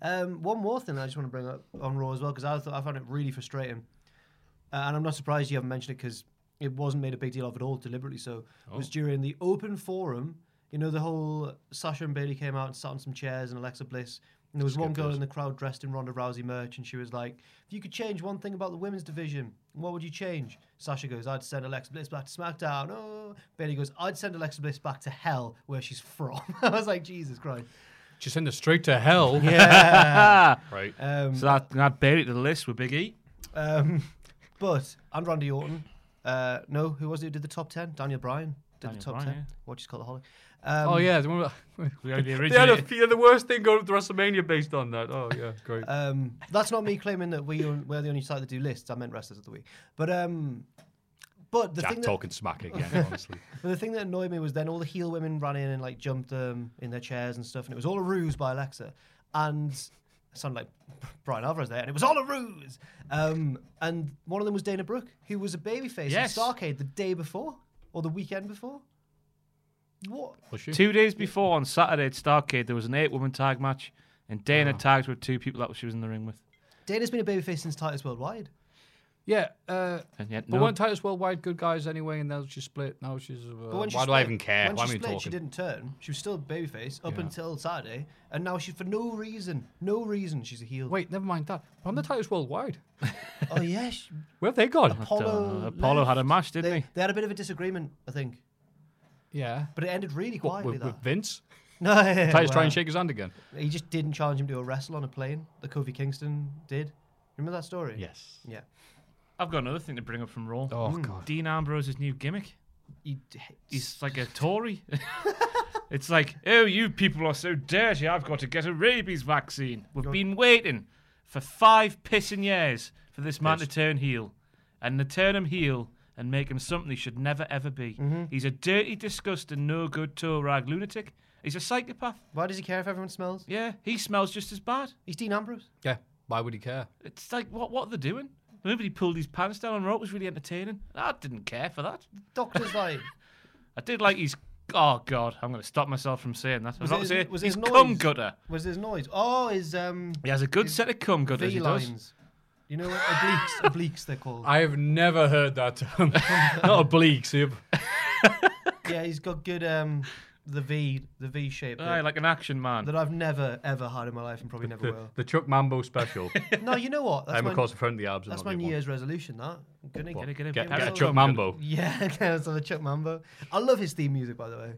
Speaker 8: Um, one more thing I just want to bring up on Raw as well because I thought I found it really frustrating, uh, and I'm not surprised you haven't mentioned it because it wasn't made a big deal of at all deliberately. So it was during the open forum. You know the whole Sasha and Bailey came out and sat on some chairs and Alexa Bliss. And there was one girl in the crowd dressed in Ronda Rousey merch, and she was like, "If you could change one thing about the women's division, what would you change?" Sasha goes, "I'd send Alexa Bliss back to SmackDown." Oh, Bailey goes, "I'd send Alexa Bliss back to hell, where she's from." I was like, "Jesus Christ!"
Speaker 6: She sent her straight to hell.
Speaker 7: Ah,
Speaker 6: Right.
Speaker 8: Um,
Speaker 7: so that, that buried the list with Big E.
Speaker 8: Um, but and Randy Orton. Uh, no, who was it who did the top ten? Daniel Bryan did
Speaker 7: Daniel
Speaker 8: the top
Speaker 7: Bryan,
Speaker 8: ten.
Speaker 7: yeah.
Speaker 8: What you call the holic? Um,
Speaker 6: oh, yeah. the one with-
Speaker 7: We had the
Speaker 6: They had, a,
Speaker 7: originator.
Speaker 6: they had the worst thing going to WrestleMania based on that. Oh, yeah. Great.
Speaker 8: Um, that's not me claiming that we are, we're the only site that do lists. I meant wrestlers of the week. But um, but the
Speaker 6: Jack
Speaker 8: thing that,
Speaker 6: talking smack again, honestly.
Speaker 8: but the thing that annoyed me was then all the heel women ran in and like jumped them in their chairs and stuff, and it was all a ruse by Alexa. And I sounded like Brian Alvarez there, and it was all a ruse. Um, and one of them was Dana Brooke, who was a babyface
Speaker 7: Yes.
Speaker 8: at Starcade the day before or the weekend before. What?
Speaker 6: Was she?
Speaker 7: Two days before on Saturday at Starcade, there was an eight woman tag match, and Dana tags with two people that she was in the ring with.
Speaker 8: Dana's been a babyface since Titus Worldwide.
Speaker 6: Yeah, uh,
Speaker 7: And yet,
Speaker 6: but
Speaker 7: no.
Speaker 6: weren't Titus Worldwide good guys anyway? And now she's split. Now she's. Uh,
Speaker 8: But
Speaker 6: why
Speaker 8: when she
Speaker 6: do I
Speaker 8: split-
Speaker 6: even care?
Speaker 8: When
Speaker 6: why
Speaker 8: she
Speaker 6: am I even
Speaker 8: split, she
Speaker 6: talking?
Speaker 8: didn't turn. She was still a babyface up
Speaker 6: Yeah.
Speaker 8: until Saturday, and now she, for no reason, no reason, she's a heel.
Speaker 6: Wait, never mind that. I'm the Titus Worldwide.
Speaker 8: oh yes,
Speaker 6: Where have they gone?
Speaker 8: Apollo.
Speaker 7: know. Apollo had a
Speaker 8: left.
Speaker 7: match, didn't
Speaker 8: they,
Speaker 7: he?
Speaker 8: They had a bit of a disagreement, I think,
Speaker 6: yeah.
Speaker 8: but it ended really
Speaker 6: What,
Speaker 8: quietly.
Speaker 6: with, with
Speaker 8: that
Speaker 6: Vince?
Speaker 8: no, yeah,
Speaker 6: Titus trying
Speaker 8: wow.
Speaker 6: to shake his hand again.
Speaker 8: He just didn't challenge him to a wrestle on a plane. The Kofi Kingston did. Remember that story?
Speaker 6: Yes.
Speaker 8: Yeah.
Speaker 7: I've got another thing to bring up from Raw. Hmm.
Speaker 6: Oh, God.
Speaker 7: Dean Ambrose's new gimmick.
Speaker 8: He,
Speaker 7: He's like a Tory. it's like, oh, you people are so dirty. I've got to get a rabies vaccine. We've been waiting for five pissing years for this man to turn heel, and to turn him heel and make him something he should never ever be. He's a dirty, disgusting, no good toe rag lunatic. He's a psychopath.
Speaker 8: why does he care if everyone smells?
Speaker 7: Yeah, he smells just as bad.
Speaker 8: He's Dean Ambrose.
Speaker 6: Yeah. Why would he care?
Speaker 7: It's like, what? What are they doing? Nobody pulled his pants down on Raw. It was really entertaining. I didn't care for that.
Speaker 8: Doctor's like,
Speaker 7: I did like his. Oh God, I'm going to stop myself from saying that. I was,
Speaker 8: Was
Speaker 7: about
Speaker 8: it
Speaker 7: to
Speaker 8: his-
Speaker 7: say
Speaker 8: was it
Speaker 7: his
Speaker 8: his
Speaker 7: cum
Speaker 8: noise?
Speaker 7: gutter.
Speaker 8: was his noise? Oh, his um
Speaker 7: He has a good set of cum gutters. He
Speaker 8: V
Speaker 7: does.
Speaker 8: lines. You know what obliques? obliques they're called.
Speaker 6: I have never heard that term. Not obliques. So
Speaker 8: Yeah, he's got good um the V the V shape.
Speaker 7: Aye,
Speaker 8: that-
Speaker 7: Oh, like an action man.
Speaker 8: that I've never ever had in my life and probably never will.
Speaker 6: the Chuck Mambo special.
Speaker 8: No, you know what? That's
Speaker 6: I'm,
Speaker 8: my,
Speaker 6: of course, in front of the abs. and
Speaker 8: that's
Speaker 6: I'll
Speaker 8: my
Speaker 6: get
Speaker 8: New
Speaker 6: one.
Speaker 8: Year's resolution. That Gonna,
Speaker 7: Gonna get him.
Speaker 6: Get,
Speaker 7: Give
Speaker 6: get a
Speaker 7: him
Speaker 6: Chuck
Speaker 7: some-
Speaker 6: Mambo.
Speaker 8: Yeah, so the Chuck Mambo. I love his theme music, by the way.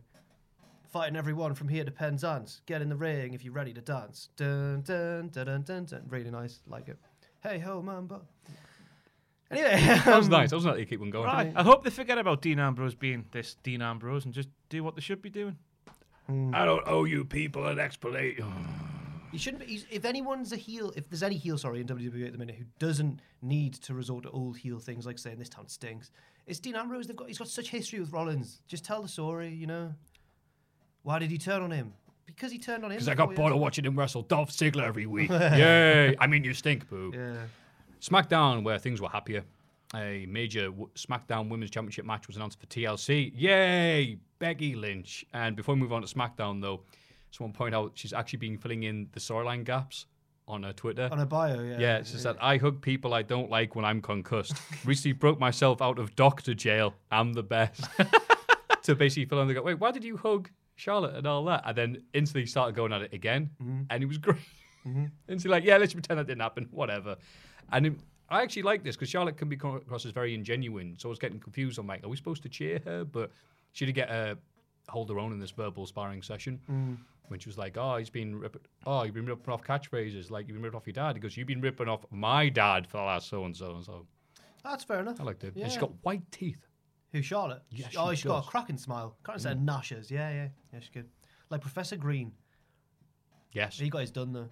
Speaker 8: Fighting everyone from here to Penzance. Get in the ring if you're ready to dance. Dun dun dun dun dun. dun. Really nice, like it. Hey ho, Mambo. Anyway, um,
Speaker 6: That was nice. That was nice. They keep on going.
Speaker 7: Right. I hope they forget about Dean Ambrose being this Dean Ambrose and just do what they should be doing.
Speaker 6: I don't owe you people an explanation.
Speaker 8: You shouldn't. Be, he's- if anyone's a heel, if there's any heel, sorry, in WWE at the minute who doesn't need to resort to old heel things like saying this town stinks, it's Dean Ambrose. They've got he's got such history with Rollins. Just tell the story, you know. Why did he turn on him? Because he turned on him.
Speaker 6: Because I got
Speaker 8: before
Speaker 6: bored
Speaker 8: he-
Speaker 6: of watching him wrestle Dolph Ziggler every week. Yay! I mean, you stink, boo.
Speaker 8: Yeah.
Speaker 6: SmackDown, where things were happier. A major w- SmackDown Women's Championship match was announced for TLC. Yay! Becky Lynch. And before we move on to SmackDown, though, someone point out she's actually been filling in the storyline gaps on her Twitter.
Speaker 8: On a bio, yeah.
Speaker 6: yeah, she said, I hug people I don't like when I'm concussed. Recently broke myself out of doctor jail. I'm the best. to basically fill in the gap. Wait, why did you hug Charlotte and all that? And then instantly started going at it again. And it was great. And she's like, yeah, let's pretend that didn't happen, whatever. And it- I actually like this because Charlotte can be co- across as very ingenuine. So I was getting confused. I'm like, are we supposed to cheer her? But she did get a hold her own in this verbal sparring session when she was like, oh, he's been rip- oh, you've been ripping off catchphrases like you've been ripping off your dad. He goes, you've been ripping off my dad for the last so and so and so.
Speaker 8: That's fair enough.
Speaker 6: I liked it.
Speaker 8: Yeah.
Speaker 6: And she's got white teeth.
Speaker 8: Who, Charlotte?
Speaker 6: Yeah,
Speaker 8: She- oh,
Speaker 6: she
Speaker 8: she's got
Speaker 6: does. Mm.
Speaker 8: a cracking smile. Cracking set of gnashes. Yeah, yeah. Yeah, she's good. Like Professor Green.
Speaker 6: Yes.
Speaker 8: He got his done though.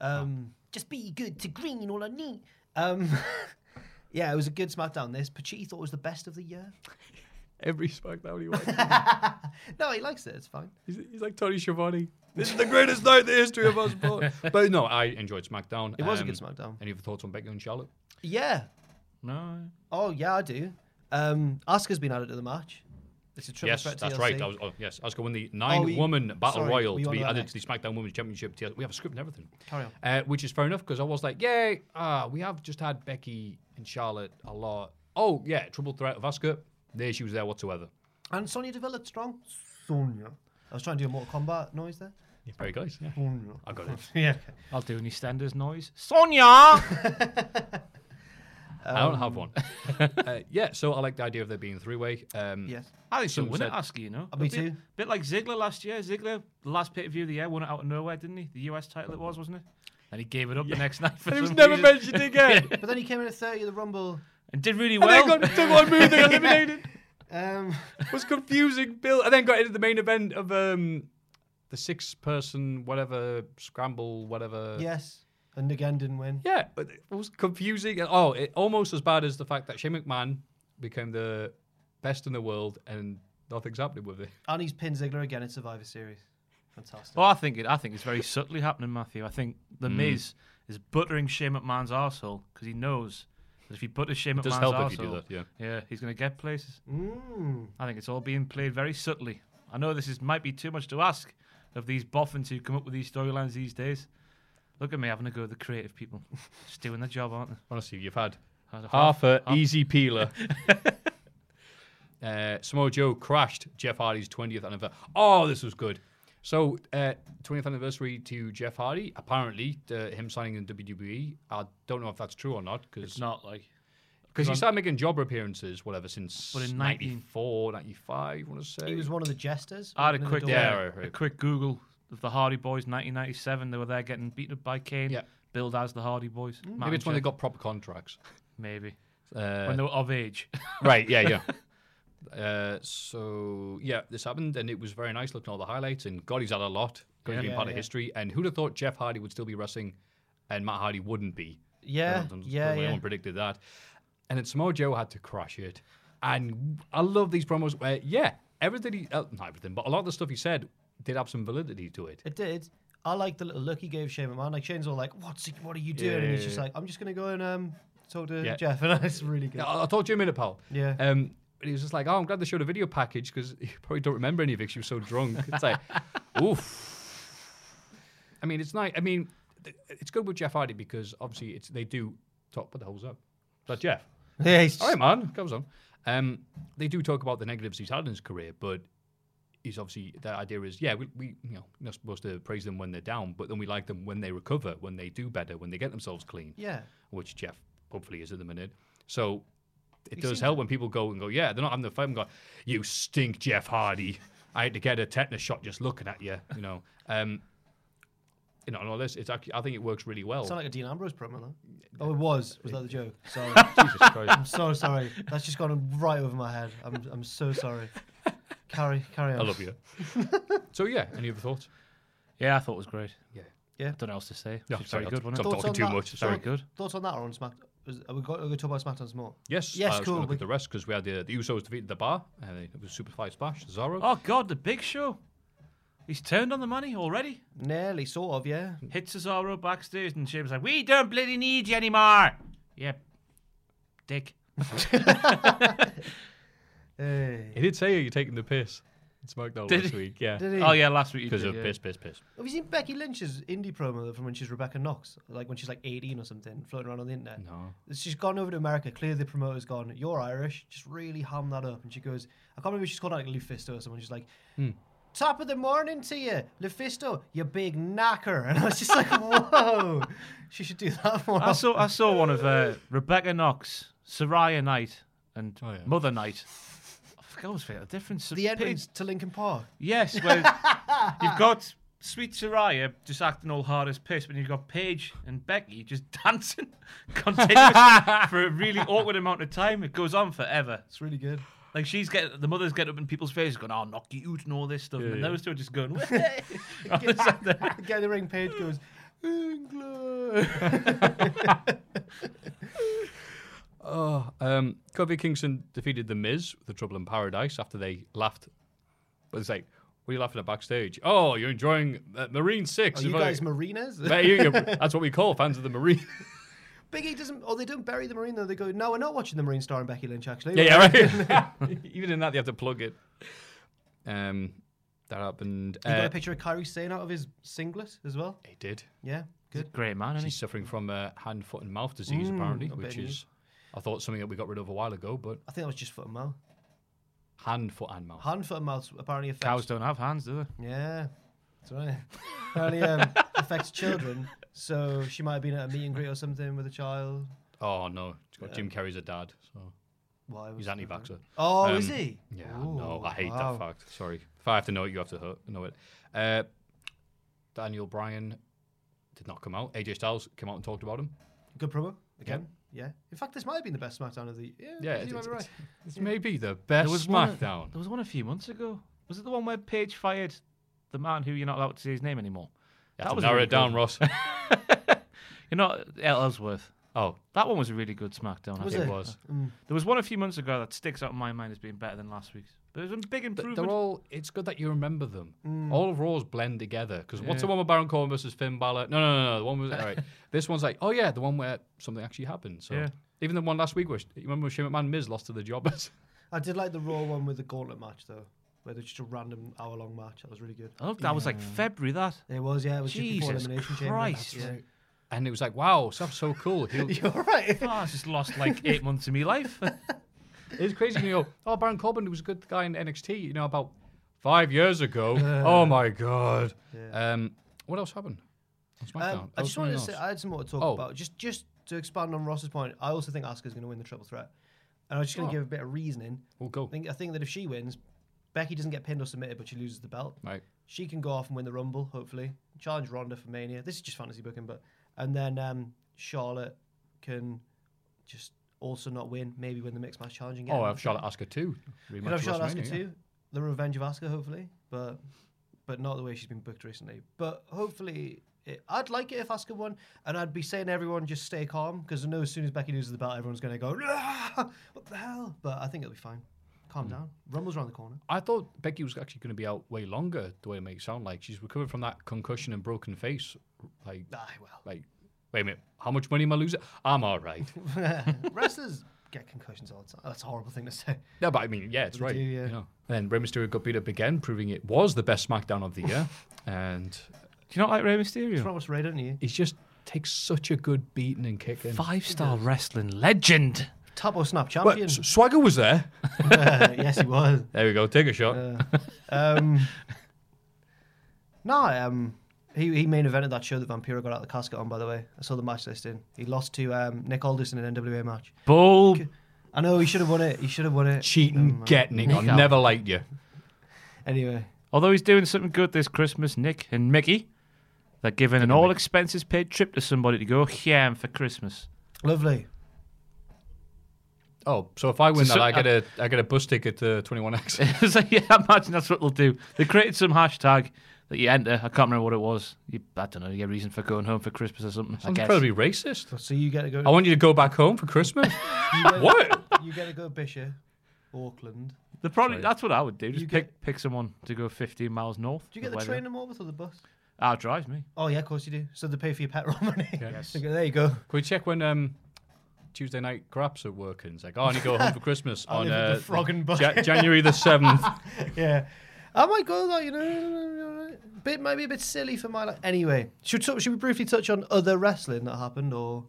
Speaker 8: Um, Just be good to green, all I need. Um, yeah, it was a good SmackDown. This Pachi thought was the best of the year.
Speaker 6: Every SmackDown he watches.
Speaker 8: No, he likes it. It's fine.
Speaker 6: He's, he's like Tony Schiavone. This is the greatest night in the history of our sport. but no, I enjoyed SmackDown.
Speaker 8: It was a
Speaker 6: Um,
Speaker 8: good SmackDown.
Speaker 6: Any other thoughts on Becky and Charlotte?
Speaker 8: Yeah.
Speaker 7: No.
Speaker 8: Oh yeah, I do. Um, Asuka's been added to the match. It's a triple
Speaker 6: yes,
Speaker 8: threat.
Speaker 6: that's
Speaker 8: TLC.
Speaker 6: right. I was, oh, yes, Asuka won the nine
Speaker 8: we-
Speaker 6: woman battle
Speaker 8: sorry,
Speaker 6: royal
Speaker 8: we
Speaker 6: to
Speaker 8: wanna
Speaker 6: be
Speaker 8: go
Speaker 6: added
Speaker 8: next.
Speaker 6: to the SmackDown Women's Championship. TL. We have a script and everything.
Speaker 8: Carry on.
Speaker 6: Uh, which is fair enough because I was like, yay, ah, we have just had Becky and Charlotte a lot. Oh, yeah, triple threat of Asuka. No issues there whatsoever.
Speaker 8: And Sonya Deville looked strong. Sonya. I was trying to do a Mortal Kombat noise there.
Speaker 6: Very nice. Yeah. I got it.
Speaker 8: yeah.
Speaker 7: I'll do any standards noise. Sonia!
Speaker 6: I don't have one. uh, yeah, so I like the idea of there being three way. Um,
Speaker 8: Yes.
Speaker 7: I think she'll
Speaker 6: Someone
Speaker 7: win it,
Speaker 6: said-
Speaker 7: Asuka, you know.
Speaker 8: Uh, me
Speaker 7: A bit-
Speaker 8: too.
Speaker 7: Bit like Ziggler last year. Ziggler, last pay per view of the year, won it out of nowhere, didn't he? The US title it was, wasn't it? And he gave it up the next night for
Speaker 6: It was
Speaker 7: some
Speaker 6: never
Speaker 7: reason.
Speaker 6: mentioned again.
Speaker 8: But then he came in at 30 of the Rumble.
Speaker 7: and did really
Speaker 6: And
Speaker 7: well.
Speaker 6: then got took one move, they got eliminated.
Speaker 8: Um,
Speaker 6: Was confusing Bill, and then got into the main event of um, the six-person whatever scramble, whatever.
Speaker 8: yes. And again didn't win.
Speaker 6: yeah. But it was confusing. and- Oh, it almost as bad as the fact that Shane McMahon became the best in the world, and nothing's happening with it.
Speaker 8: And he's pinned Ziggler again at Survivor Series. Fantastic.
Speaker 7: Oh, I think it. I think it's very subtly happening, Matthew. I think the
Speaker 6: Hmm.
Speaker 7: Miz is buttering Shane McMahon's arsehole because he knows that if he butters Shane
Speaker 6: does
Speaker 7: McMahon's
Speaker 6: help
Speaker 7: arsehole,
Speaker 6: if you do that, yeah.
Speaker 7: he's going to get places. I think it's all being played very subtly. I know this is might be too much to ask of these boffins who come up with these storylines these days. Look at me having to go at the creative people, just doing their job, aren't they?
Speaker 6: Honestly, you've had
Speaker 7: Half-
Speaker 6: half a
Speaker 7: half-
Speaker 6: easy peeler. uh, Samoa Joe crashed Jeff Hardy's 20th anniversary. Oh, this was good. So, uh, 20th anniversary to Jeff Hardy. Apparently, uh, him signing in WWE. I don't know if that's true or not because
Speaker 7: It's not like
Speaker 6: he started making jobber appearances, whatever, since
Speaker 7: But in 19
Speaker 6: 94, 95, I want to say.
Speaker 8: He was one of the jesters.
Speaker 7: I had a
Speaker 8: Another
Speaker 7: quick
Speaker 8: door.
Speaker 6: Yeah,
Speaker 7: uh,
Speaker 6: right, right.
Speaker 7: a quick Google of the Hardy Boys 1997. They were there getting beaten up by Kane.
Speaker 6: Yeah.
Speaker 7: Billed as the Hardy Boys. Matt
Speaker 6: Maybe
Speaker 7: and
Speaker 6: it's when they
Speaker 7: Jeff.
Speaker 6: got proper contracts.
Speaker 7: Maybe.
Speaker 6: Uh,
Speaker 7: when they were of age.
Speaker 6: Right, yeah, yeah. Uh, so yeah, this happened, and it was very nice looking at all the highlights. And God, he's had a lot. God, he's been
Speaker 8: Yeah,
Speaker 6: part of
Speaker 8: yeah.
Speaker 6: history. And who'd have thought Jeff Hardy would still be wrestling, and Matt Hardy wouldn't be?
Speaker 8: Yeah,
Speaker 6: Um,
Speaker 8: yeah,
Speaker 6: no
Speaker 8: yeah.
Speaker 6: one predicted that. And then Samoa Joe had to crash it. And I love these promos where, yeah, everything he, uh, not everything, but a lot of the stuff he said did have some validity to it.
Speaker 8: It did. I like the little look he gave Shane McMahon. Like Shane's all like, "What's what are you doing?" and he's just like, "I'm just gonna go and um talk to
Speaker 6: Yeah.
Speaker 8: Jeff," and it's really good.
Speaker 6: I, I told you a minute, pal.
Speaker 8: Yeah.
Speaker 6: Um, and he was just like, "Oh, I'm glad they showed a video package because you probably don't remember any of it 'cause you were so drunk." It's like, oof. I mean, it's nice. I mean, th- it's good with Jeff Hardy because obviously it's they do talk. What the hell's up? That's Jeff.
Speaker 8: Yeah, he's
Speaker 6: All right, man, comes on. Um, they do talk about the negatives he's had in his career, but he's obviously the idea is, yeah, we, we you know you're not supposed to praise them when they're down, but then we like them when they recover, when they do better, when they get themselves clean
Speaker 8: yeah.
Speaker 6: which Jeff hopefully is at the minute. So it does help when people go and go, yeah, they're not having the fight and go, you stink, Jeff Hardy. I had to get a tetanus shot just looking at you, you know. Um, you know, and all this, it's actually, I think it works really well.
Speaker 8: It's not like a Dean Ambrose promo, though. Oh, it was. Was that the joke? Sorry.
Speaker 6: Jesus Christ.
Speaker 8: I'm so sorry. That's just gone right over my head. I'm, I'm so sorry. Carry, carry on.
Speaker 6: I love you. so, yeah, any other thoughts?
Speaker 7: Yeah, I thought it was great.
Speaker 6: Yeah.
Speaker 8: Yeah.
Speaker 7: Don't know else to say.
Speaker 6: No,
Speaker 7: It's
Speaker 6: sorry,
Speaker 7: very
Speaker 6: I'll
Speaker 7: good, wasn't
Speaker 6: stop
Speaker 7: it?
Speaker 8: Thoughts
Speaker 6: talking
Speaker 8: on
Speaker 6: too
Speaker 8: that?
Speaker 6: much. It's very
Speaker 8: Thought-
Speaker 7: good.
Speaker 8: Thoughts on that or on SmackDown? Are we going to talk about SmackDown some more?
Speaker 6: Yes, uh,
Speaker 8: Yes,
Speaker 6: I was gonna
Speaker 8: cool.
Speaker 6: Look
Speaker 8: We-
Speaker 6: at the rest because we had the, the Usos defeated the Bar, and it was Superfly Splash, Cesaro.
Speaker 7: Oh God, the Big Show. He's turned on the money already.
Speaker 8: Nearly, sort of, yeah.
Speaker 7: Hit Cesaro backstage, and Shane's like, "We don't bloody need you anymore." Yep, dick.
Speaker 8: Hey.
Speaker 6: He did say, "Are you taking the piss?" It's SmackDown
Speaker 7: Did
Speaker 6: last
Speaker 7: he?
Speaker 6: week, yeah,
Speaker 8: Did he?
Speaker 7: Oh yeah, last week you
Speaker 6: because
Speaker 7: did,
Speaker 6: of
Speaker 7: yeah.
Speaker 6: piss, piss, piss.
Speaker 8: Have you seen Becky Lynch's indie promo from when she's Rebecca Knox? Like when she's like 18 or something, floating around on the internet.
Speaker 6: No.
Speaker 8: She's gone over to America. Clearly, the promoter's gone, You're Irish. Just really ham that up. And she goes, I can't remember if she's called out like Lufisto or someone. She's like,
Speaker 7: Hmm.
Speaker 8: Top of the morning to you, Lufisto, you big knocker. And I was just like, Whoa, she should do that more.
Speaker 7: I saw I saw one of uh, Rebecca Knox, Soraya Knight, and
Speaker 6: Oh, yeah.
Speaker 7: Mother Knight. I forgot what's the difference.
Speaker 8: the entrance to Lincoln Park.
Speaker 7: Yes, well, you've got Sweet Soraya just acting all hard as piss, but you've got Paige and Becky just dancing continuously for a really awkward amount of time. It goes on forever.
Speaker 8: It's really good.
Speaker 7: Like she's get the mothers get up in people's faces, going, "I'll knock you out" and all this stuff, and
Speaker 6: yeah.
Speaker 7: those two are just going. "Wah."
Speaker 8: Get, the guy in the ring page goes, England.
Speaker 6: Oh, um, Kofi Kingston defeated The Miz with The Trouble in Paradise after they laughed. But it's like, what are you laughing at backstage? Oh, you're enjoying uh, Marine Six.
Speaker 8: Are Oh, you
Speaker 6: If I-
Speaker 8: guys marinas?
Speaker 6: There you go. That's what we call fans of the Marine.
Speaker 8: Big E doesn't, or they don't bury the Marine, though. They go, no, we're not watching the Marine starring Becky Lynch, actually.
Speaker 6: yeah, yeah, right. Even in that, they have to plug it. Um, that happened.
Speaker 8: You got
Speaker 6: uh,
Speaker 8: a picture of Kyrie Sane out of his singlet as well.
Speaker 6: He did.
Speaker 8: Yeah, good.
Speaker 7: Great man, isn't
Speaker 6: She's
Speaker 7: he?
Speaker 6: suffering from uh, hand, foot, and mouth disease, apparently,
Speaker 8: Mm, I bet
Speaker 6: which
Speaker 8: he
Speaker 6: is, I thought, something that we got rid of a while ago, but
Speaker 8: I think that was just foot and mouth.
Speaker 6: hand, foot, and mouth.
Speaker 8: Hand, foot, and mouth apparently affects.
Speaker 7: Cows don't have hands, do
Speaker 8: Yeah, that's right. apparently um, affects children. So she might have been at a meet and greet or something with a child.
Speaker 6: Oh, no. It's got Jim Carrey's a dad, so
Speaker 8: Why? Was
Speaker 6: he's anti vaxxer.
Speaker 8: Oh,
Speaker 6: Um,
Speaker 8: is he?
Speaker 6: Yeah,
Speaker 8: Ooh,
Speaker 6: no, I hate
Speaker 8: wow.
Speaker 6: that fact. Sorry. If I have to know it, you have to ho- know it. Uh, Daniel Bryan did not come out. AJ Styles came out and talked about him.
Speaker 8: Good promo again. Yeah. In fact, this might have been the best SmackDown of the. Yeah,
Speaker 6: Yeah,
Speaker 8: you
Speaker 6: it's,
Speaker 8: might
Speaker 6: it's,
Speaker 8: be right.
Speaker 6: it's maybe the best
Speaker 7: one-
Speaker 6: SmackDown.
Speaker 7: there was one a few months ago. Was it the one where Paige fired the man who you're not allowed to say his name anymore?
Speaker 6: That
Speaker 7: was
Speaker 6: was narrow
Speaker 7: really
Speaker 6: it down,
Speaker 7: good.
Speaker 6: Ross.
Speaker 7: You're not El Ellsworth.
Speaker 6: oh,
Speaker 7: That one was a really good SmackDown. I
Speaker 8: Was
Speaker 7: think.
Speaker 6: it Mm.
Speaker 8: it?
Speaker 6: was.
Speaker 7: There was one a few months ago that sticks out in my mind as being better than last week's. But it was a big
Speaker 6: Th-
Speaker 7: improvement.
Speaker 6: They're all. It's good that you remember them. All of Raws blend together. Because what's the one with Baron Corbin versus Finn Balor? No, no, no, no. The one was all right. This one's like, oh yeah, the one where something actually happened. So
Speaker 7: Yeah.
Speaker 6: even the one last week, where sh- you remember when Shane McMahon Miz lost to the Jobbers.
Speaker 8: I did like the Raw one with the gauntlet match, though, where there's just a random hour long match. That was really good.
Speaker 7: I looked, that was like February, that.
Speaker 8: It was, yeah. It was
Speaker 7: Jesus
Speaker 8: just before Elimination
Speaker 7: Christ.
Speaker 8: Chamber.
Speaker 6: and it was like, wow, that's so cool. He'll,
Speaker 8: That's right. You're right.
Speaker 7: Oh, I just lost like eight months of my life.
Speaker 6: it's crazy. when You go, oh, Baron Corbin was a good guy in NXT. You know, about five years ago. oh my god. Um, what else happened? On SmackDown?
Speaker 8: Um,
Speaker 6: Oh,
Speaker 8: I just wanted
Speaker 6: something
Speaker 8: to say,
Speaker 6: else.
Speaker 8: I had some more to talk
Speaker 6: Oh.
Speaker 8: about. Just just to expand on Ross's point, I also think Asuka's going to win the triple threat. And I was just going
Speaker 6: Oh.
Speaker 8: to give a bit of reasoning.
Speaker 6: Well, Oh, go.
Speaker 8: I think, I think that if she wins, Becky doesn't get pinned or submitted, but she loses the belt.
Speaker 6: Right.
Speaker 8: She can go off and win the Rumble, hopefully. Challenge Ronda for Mania. This is just fantasy booking, but. And then um, Charlotte can just also not win, maybe win the mixed match challenge and get
Speaker 6: Oh,
Speaker 8: another
Speaker 6: I've Charlotte
Speaker 8: title.
Speaker 6: Asuka too.
Speaker 8: Could have Charlotte Asuka
Speaker 6: WrestleMania, yeah.
Speaker 8: too. The revenge of Asuka, hopefully, but but not the way she's been booked recently. But hopefully, it, I'd like it if Asuka won, and I'd be saying everyone just stay calm because I know as soon as Becky loses the belt, everyone's going to go, "Ah, what the hell? But I think it'll be fine.
Speaker 6: Hmm.
Speaker 8: Calm down. Rumble's around the corner.
Speaker 6: I thought Becky was actually going to be out way longer. The way it makes it sound like she's recovered from that concussion and broken face. Like,
Speaker 8: Ah, well,
Speaker 6: like, wait a minute, how much money am I losing? I'm all right.
Speaker 8: wrestlers get concussions all the time. That's a horrible thing to say.
Speaker 6: no, but I mean, yeah, it's
Speaker 8: They
Speaker 6: right.
Speaker 8: do, yeah.
Speaker 6: you know. And then Rey Mysterio got beat up again, proving it was the best SmackDown of the year. and
Speaker 7: Do you not like Rey
Speaker 8: It's
Speaker 7: Mysterio?
Speaker 8: not what's right, don't you?
Speaker 6: he just takes such a good beating and kicking.
Speaker 7: Five star wrestling legend.
Speaker 8: Top or snap
Speaker 6: Well,
Speaker 8: champion.
Speaker 6: S- Swagger was there.
Speaker 8: yes, he was.
Speaker 6: There we go. Take a shot.
Speaker 8: Um, no, um, he, he main evented that show that Vampiro got out of the casket on, by the way. I saw the match listing. He lost to um, Nick Alderson in an NWA match.
Speaker 7: Bull
Speaker 8: I know he should have won it. He should have won it.
Speaker 6: Cheating, getting it. I
Speaker 7: Nick out.
Speaker 6: never liked you.
Speaker 8: Anyway,
Speaker 7: Although he's doing something good this Christmas, Nick and Mickey, they're giving an all expenses paid trip to somebody to go ham for Christmas.
Speaker 8: lovely.
Speaker 6: Oh, so if I win
Speaker 7: So-
Speaker 6: that, I get a I get a bus ticket to 21X.
Speaker 7: so yeah, I imagine that's what they'll do. They created some hashtag that you enter. I can't remember what it was. You, I don't know. You get a reason for going home for Christmas or something. I
Speaker 6: I'm
Speaker 7: guess.
Speaker 6: probably racist.
Speaker 8: So you get to go.
Speaker 6: I want you to go back home for Christmas. what?
Speaker 8: you get to go Bishop, Auckland.
Speaker 7: They probably that's what I would do. Just
Speaker 8: You
Speaker 7: pick pick someone to go 15 miles north.
Speaker 8: Do you get the train in Morpeth or the bus?
Speaker 7: I'll drive me.
Speaker 8: Oh yeah, of course you do. So they pay for your petrol money. Okay, there you go.
Speaker 6: Can we check when um, Tuesday night graps are working? It's like, oh, I need to go home for Christmas
Speaker 8: I
Speaker 6: on
Speaker 8: live in
Speaker 6: uh,
Speaker 8: the frog and
Speaker 6: Ja-
Speaker 8: bucket.
Speaker 6: January the 7th.
Speaker 8: Yeah. Oh I might go though, you know. Bit maybe a bit silly for my life. Anyway, should t- should we briefly touch on other wrestling that happened or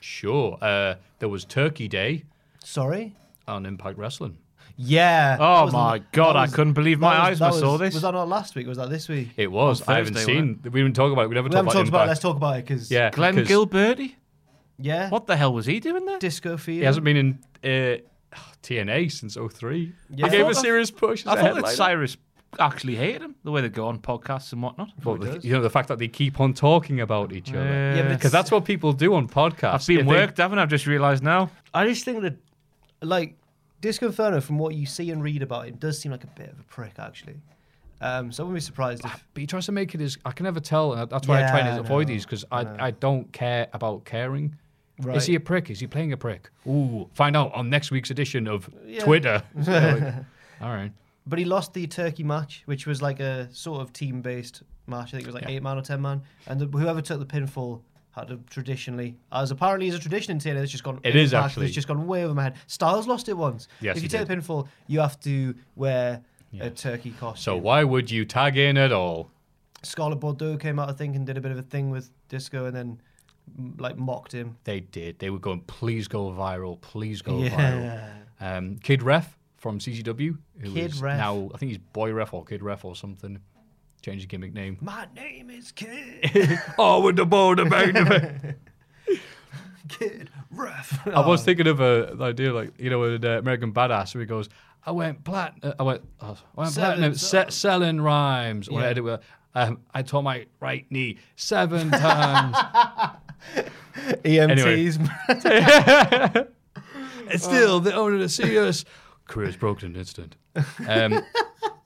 Speaker 6: sure. Uh, there was Turkey Day
Speaker 8: sorry?
Speaker 6: on Impact Wrestling.
Speaker 8: Yeah.
Speaker 7: Oh
Speaker 8: That was-
Speaker 7: my
Speaker 8: that
Speaker 7: God, I
Speaker 8: was-
Speaker 7: couldn't believe my
Speaker 8: that
Speaker 7: eyes
Speaker 8: that
Speaker 7: when I saw
Speaker 8: was-
Speaker 7: this.
Speaker 8: Was that not last week? or Was that this week?
Speaker 6: It was.
Speaker 7: On
Speaker 6: I haven't
Speaker 7: Thursday,
Speaker 6: seen. We didn't talk about it. We never
Speaker 8: we
Speaker 6: talked
Speaker 8: haven't
Speaker 6: about
Speaker 8: talked about it. Let's
Speaker 6: Impact.
Speaker 8: talk about it because
Speaker 6: Yeah,
Speaker 7: Glenn
Speaker 6: because
Speaker 7: Gilberti.
Speaker 8: yeah.
Speaker 7: What the hell was he doing there?
Speaker 8: disco fever?
Speaker 6: He hasn't been in uh, TNA since 03.
Speaker 8: Yeah.
Speaker 6: He gave
Speaker 8: I
Speaker 6: a
Speaker 8: thought-
Speaker 6: serious push. as
Speaker 7: I
Speaker 6: a
Speaker 7: thought that
Speaker 6: headliner.
Speaker 7: Cyrus actually hated him the way they go on podcasts and whatnot.
Speaker 6: Well, the- you know the fact that they keep on talking about each other.
Speaker 7: Yeah, but
Speaker 6: because that's what people do on podcasts.
Speaker 7: I've been
Speaker 6: If they-
Speaker 7: worked, haven't I? I've just realised now.
Speaker 8: I just think that, like, Disco Inferno, from what you see and read about him, does seem like a bit of a prick, actually. Um, so I wouldn't be surprised if.
Speaker 6: But he tries to make it as I can never tell, and that's why I try
Speaker 8: Yeah, I
Speaker 6: to avoid
Speaker 8: know,
Speaker 6: these because I, I don't care about caring.
Speaker 8: Right.
Speaker 6: Is he a prick? Is he playing a prick? Ooh, find out on next week's edition of
Speaker 8: Yeah.
Speaker 6: Twitter. Like, all right,
Speaker 8: But he lost the Turkey match, which was like a sort of team based match. I think it was like eight man or ten man. And the, whoever took the pinfall had to traditionally, as apparently is a tradition in TNA, that's just gone.
Speaker 6: It is
Speaker 8: Impact,
Speaker 6: actually.
Speaker 8: It's just gone way over my head. Styles lost it once.
Speaker 6: Yes,
Speaker 8: If
Speaker 6: he
Speaker 8: you take
Speaker 6: did.
Speaker 8: the pinfall, you have to wear a turkey costume.
Speaker 6: so why would you tag in at all?
Speaker 8: Scarlett Bordeaux came out, I think, and did a bit of a thing with Disco and then m- like mocked him.
Speaker 6: They did. They were going, please go viral, please go viral. Um, Kid Ref from CCW, who
Speaker 8: Kid
Speaker 6: is
Speaker 8: Ref.
Speaker 6: now I think he's Boy Ref or Kid Ref or something. Changed his gimmick name.
Speaker 8: My name is Kid.
Speaker 6: oh, with the ball, the bang, the bang.
Speaker 8: Kid Ref.
Speaker 6: I was thinking of a the idea like you know with uh, American Badass where he goes, I went plat, uh, I went, oh, I went
Speaker 8: Seven
Speaker 6: platinum, se- selling rhymes. Or I, did with, um, I tore my right knee seven times.
Speaker 8: E EMTs.
Speaker 6: and
Speaker 8: Uh-huh.
Speaker 6: still, the owner to see us. Career's broken in an instant. Um,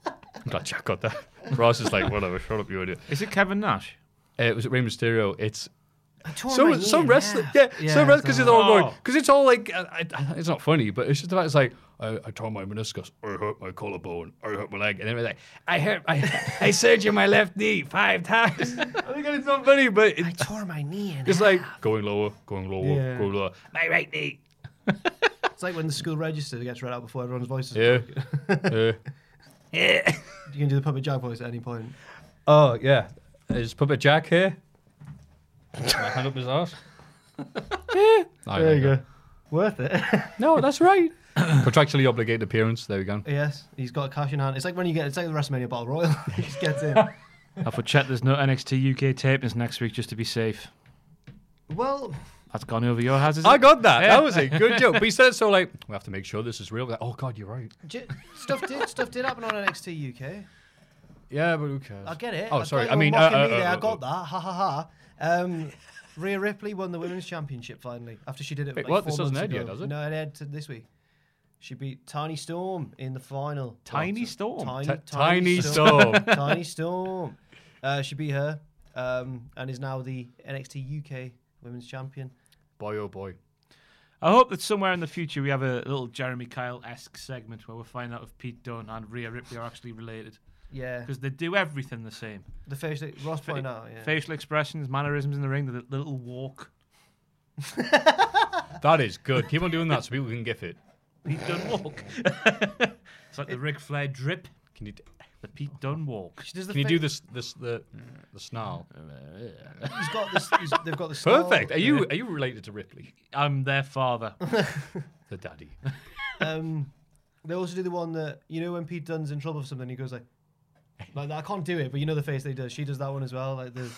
Speaker 6: I'm glad Jack got that. Ross is like, whatever, shut up, you idiot.
Speaker 7: Is it Kevin Nash?
Speaker 6: Uh, it was Rey Mysterio. It's
Speaker 8: I tore my knee
Speaker 6: some some
Speaker 8: in
Speaker 6: wrestling,
Speaker 8: half.
Speaker 6: yeah, some wrestling because
Speaker 8: so-
Speaker 6: it's all going because it's all like uh, I, I- it's not funny, but it's just about it's like I, I tore my meniscus, I hurt my collarbone, I hurt my leg, and then we're like I hurt I I surgered my left knee five times. I think it's not funny, but
Speaker 8: I
Speaker 6: it,
Speaker 8: tore my knee in
Speaker 6: it's
Speaker 8: half.
Speaker 6: like going lower, going lower,
Speaker 8: Yeah.
Speaker 6: going lower. My right knee.
Speaker 8: It's like when the school register gets read out before everyone's voices.
Speaker 6: Yeah. yeah.
Speaker 8: You can do the puppet jack voice at any point.
Speaker 6: Oh yeah. Is Puppet Jack here? my hand up his ass. yeah.
Speaker 8: There you go. Worth it.
Speaker 6: No, that's right. Contractually obligated appearance. There we go.
Speaker 8: yes, he's got cash in hand. It's like when you get it's like the WrestleMania Battle Royal. he just gets in.
Speaker 7: I've check there's no NXT UK tapings next week just to be safe.
Speaker 8: well,
Speaker 7: That's gone over your heads, is it?
Speaker 6: I got that. That was a good joke. But he said it so like, we have to make sure this is real. Like, oh God, you're right.
Speaker 8: j- stuff did stuff did happen on NXT UK.
Speaker 6: Yeah, but who cares?
Speaker 8: I get it.
Speaker 6: Oh,
Speaker 8: I
Speaker 6: sorry.
Speaker 8: thought you
Speaker 6: I
Speaker 8: were
Speaker 6: mean, uh,
Speaker 8: mocking
Speaker 6: uh,
Speaker 8: me there.
Speaker 6: uh,
Speaker 8: I got
Speaker 6: uh,
Speaker 8: that. Ha ha ha. Um, Rhea Ripley won the women's championship finally after she did it.
Speaker 6: Wait,
Speaker 8: like
Speaker 6: what?
Speaker 8: four
Speaker 6: This doesn't
Speaker 8: months
Speaker 6: end yet,
Speaker 8: ago.
Speaker 6: does it?
Speaker 8: No, it aired to this week. She beat Tiny Storm in the final.
Speaker 7: Tiny
Speaker 8: Well,
Speaker 7: Storm?
Speaker 8: Tiny,
Speaker 6: Ti- Tiny Storm.
Speaker 8: Tiny Storm. Uh, she beat her um, and is now the NXT UK Women's Champion.
Speaker 6: boy, oh boy.
Speaker 7: I hope that somewhere in the future we have a little Jeremy Kyle esque segment where we find out if Pete Dunne and Rhea Ripley are actually related.
Speaker 8: Yeah.
Speaker 7: Because they do everything the same.
Speaker 8: The face that Ross pointed out. Yeah.
Speaker 7: Facial expressions, mannerisms in the ring, the li- little walk.
Speaker 6: That is good. Keep on doing that so people can gif it.
Speaker 7: Pete Dunne walk. it's like the Ric Flair drip.
Speaker 6: Can you
Speaker 7: The Pete Dunne walk.
Speaker 8: She does the
Speaker 6: can you
Speaker 8: fa-
Speaker 6: do this this the the snarl?
Speaker 8: He's got this, he's, they've got the snarl.
Speaker 6: Perfect. Are you are you related to Ripley,
Speaker 7: I'm their father.
Speaker 6: the daddy?
Speaker 8: Um, they also do the one that you know when Pete Dunne's in trouble for something, he goes like, like that, I can't do it, but you know the face they does. She does that one as well. Like the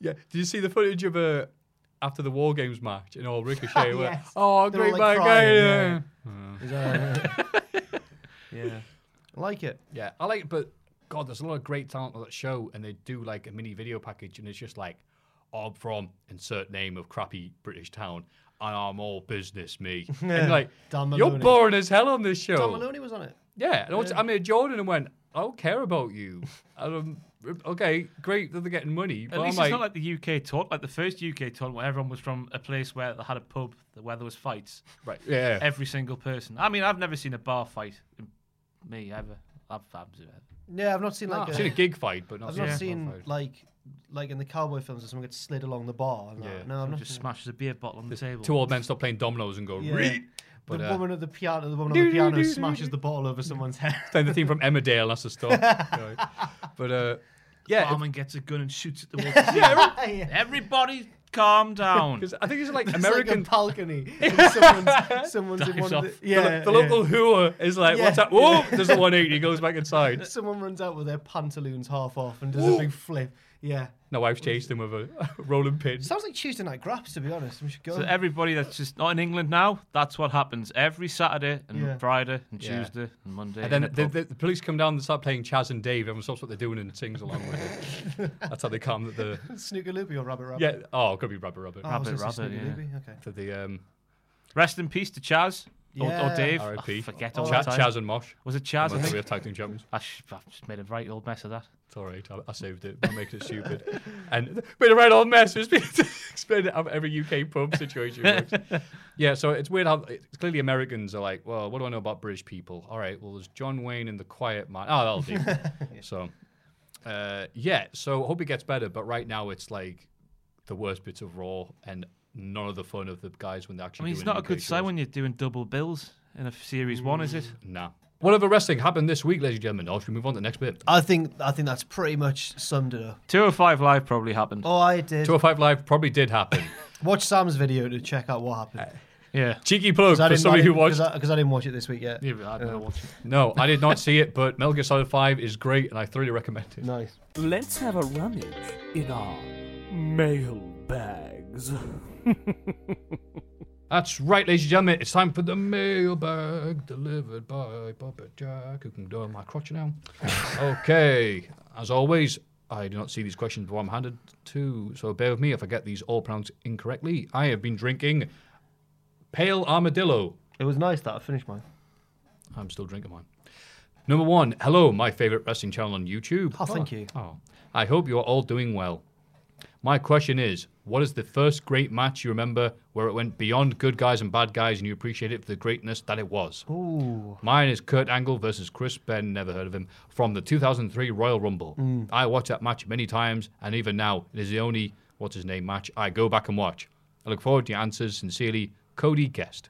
Speaker 6: yeah. Did you see the footage of uh, after the War Games match and all Ricochet? were,
Speaker 8: Yes.
Speaker 6: Oh,
Speaker 8: They're all,
Speaker 6: great
Speaker 8: like,
Speaker 6: man,
Speaker 8: crying,
Speaker 6: guy.
Speaker 8: Is that- yeah. I like it.
Speaker 6: Yeah, I like, but God, there's a lot of great talent on that show, and they do like a mini video package, and it's just like, I'm from insert name of crappy British town, and I'm all business me. and like,
Speaker 8: Don
Speaker 6: you're
Speaker 8: Maloney.
Speaker 6: boring as hell on this show.
Speaker 8: Tom Maloney was on it.
Speaker 6: Yeah, and I, was, I made Jordan and went, I don't care about you. and um, okay, great that they're getting money,
Speaker 7: At
Speaker 6: but I'm
Speaker 7: least
Speaker 6: like,
Speaker 7: it's not like the UK tour, like the first UK tour, where everyone was from a place where they had a pub, where there was fights.
Speaker 6: right, yeah,
Speaker 7: Every single person. I mean, I've never seen a bar fight. in Me ever. I've, I've
Speaker 8: Yeah, I've not seen like.
Speaker 6: I've
Speaker 8: a-
Speaker 6: seen a gig fight, but not
Speaker 8: I've not
Speaker 6: a bar
Speaker 8: seen
Speaker 6: fight.
Speaker 8: like like in the cowboy films where someone gets slid along the bar. And
Speaker 6: Yeah.
Speaker 8: that. No, I'm not.
Speaker 7: just smashes a beer bottle on the table.
Speaker 6: two old men stop playing dominoes and go,
Speaker 8: Yeah.
Speaker 6: "Reet." But,
Speaker 8: the
Speaker 6: uh,
Speaker 8: woman at the piano, the woman on the piano smashes the bottle over someone's head.
Speaker 6: Then the theme from Emmerdale, that's the stuff. You know. But uh, yeah,
Speaker 7: Barman gets a gun and shoots at the wall. Everybody, calm down.
Speaker 6: Because I think it's like
Speaker 8: It's
Speaker 6: American.
Speaker 8: like a balcony. and someone's someone's in one
Speaker 7: Dives
Speaker 8: of
Speaker 7: off.
Speaker 8: the,
Speaker 6: the,
Speaker 8: yeah,
Speaker 6: the
Speaker 8: yeah.
Speaker 6: local hooer is like,
Speaker 8: Yeah.
Speaker 6: what's that? Whoa! There's a 180. He goes back inside.
Speaker 8: Someone runs out with their pantaloons half off and does a big flip. Yeah.
Speaker 6: My wife's chased him with a rolling pin.
Speaker 8: Sounds like Tuesday night graps, to be honest. We should go.
Speaker 7: So everybody that's just not in England now, that's what happens every Saturday and
Speaker 8: Yeah.
Speaker 7: Friday and
Speaker 6: Yeah.
Speaker 7: Tuesday and Monday.
Speaker 6: And then
Speaker 7: in a
Speaker 6: the,
Speaker 7: pub.
Speaker 6: the, the police come down and start playing Chaz and Dave. Everyone stops what they're doing and sings along with it. That's how they calm the. the
Speaker 8: Snooker Loopy or Rabbit Rabbit?
Speaker 6: yeah. Oh, it could be Rubber Rubber.
Speaker 8: Oh, I was
Speaker 7: Rabbit
Speaker 8: gonna say
Speaker 7: Rabbit,
Speaker 8: Snooker
Speaker 7: yeah.
Speaker 8: Loopy, Okay.
Speaker 6: For the um,
Speaker 7: rest in peace to Chaz or,
Speaker 8: Yeah.
Speaker 7: or Dave. I
Speaker 6: RIP.
Speaker 7: forget all
Speaker 6: Cha-
Speaker 7: the time.
Speaker 6: Chaz and Mosh.
Speaker 7: Was it Chaz? I
Speaker 6: That's how we
Speaker 7: think.
Speaker 6: are tag team champions.
Speaker 7: I sh- I've just made a right old mess of that.
Speaker 6: It's all right. I, I saved it. I'm making it stupid. And made a right old mess. It's been explained how every UK pub situation works. yeah, so it's weird how it's clearly Americans are like, well, what do I know about British people? All right, well, there's John Wayne in The Quiet Man. Oh, that'll do. so, uh, yeah, so hope it gets better. But right now, it's like the worst bits of Raw and none of the fun of the guys when they're
Speaker 7: I
Speaker 6: actually
Speaker 7: mean,
Speaker 6: doing
Speaker 7: it's not a
Speaker 6: UK
Speaker 7: good sign
Speaker 6: shows. Mm.
Speaker 7: when you're doing double bills in a series one, is it?
Speaker 6: Nah. Whatever wrestling happened this week, ladies and gentlemen, now should we move on to the next bit?
Speaker 8: I think I think that's pretty much summed it up.
Speaker 7: 205 Live probably happened.
Speaker 8: Oh, I did.
Speaker 6: 205 Live probably did happen.
Speaker 8: Watch Sam's video to check out what happened.
Speaker 7: Yeah.
Speaker 6: Cheeky plug
Speaker 8: 'Cause I
Speaker 6: for
Speaker 8: didn't-
Speaker 6: somebody
Speaker 8: I
Speaker 6: who
Speaker 8: didn't-
Speaker 6: watched
Speaker 8: 'cause I, 'cause I didn't watch it this week yet. Um,
Speaker 7: Yeah, but I don't know what-
Speaker 6: No, I did not see it, but Metal Gear Solid 5 is great and I thoroughly recommend it.
Speaker 8: Nice.
Speaker 5: Let's have a rummage in our mailbags.
Speaker 6: That's right, ladies and gentlemen. It's time for the mailbag delivered by Puppet Jack, who can do my crotch now. okay, as always, I do not see these questions before I'm handed to, so bear with me if I get these all pronounced incorrectly. I have been drinking Pale Armadillo.
Speaker 8: It was nice that I finished mine.
Speaker 6: I'm still drinking mine. Number one, hello, my favorite wrestling channel on YouTube.
Speaker 8: Oh, thank you.
Speaker 6: Oh, I hope you are all doing well. My question is, what is the first great match you remember where it went beyond good guys and bad guys and you appreciate it for the greatness that it was?
Speaker 8: Ooh.
Speaker 6: Mine is Kurt Angle versus Chris Ben, never heard of him, from the 2003 Royal Rumble.
Speaker 8: Mm.
Speaker 6: I watched that match many times, and even now, it is the only, what's his name, match I go back and watch. I look forward to your answers. Sincerely, Cody Guest.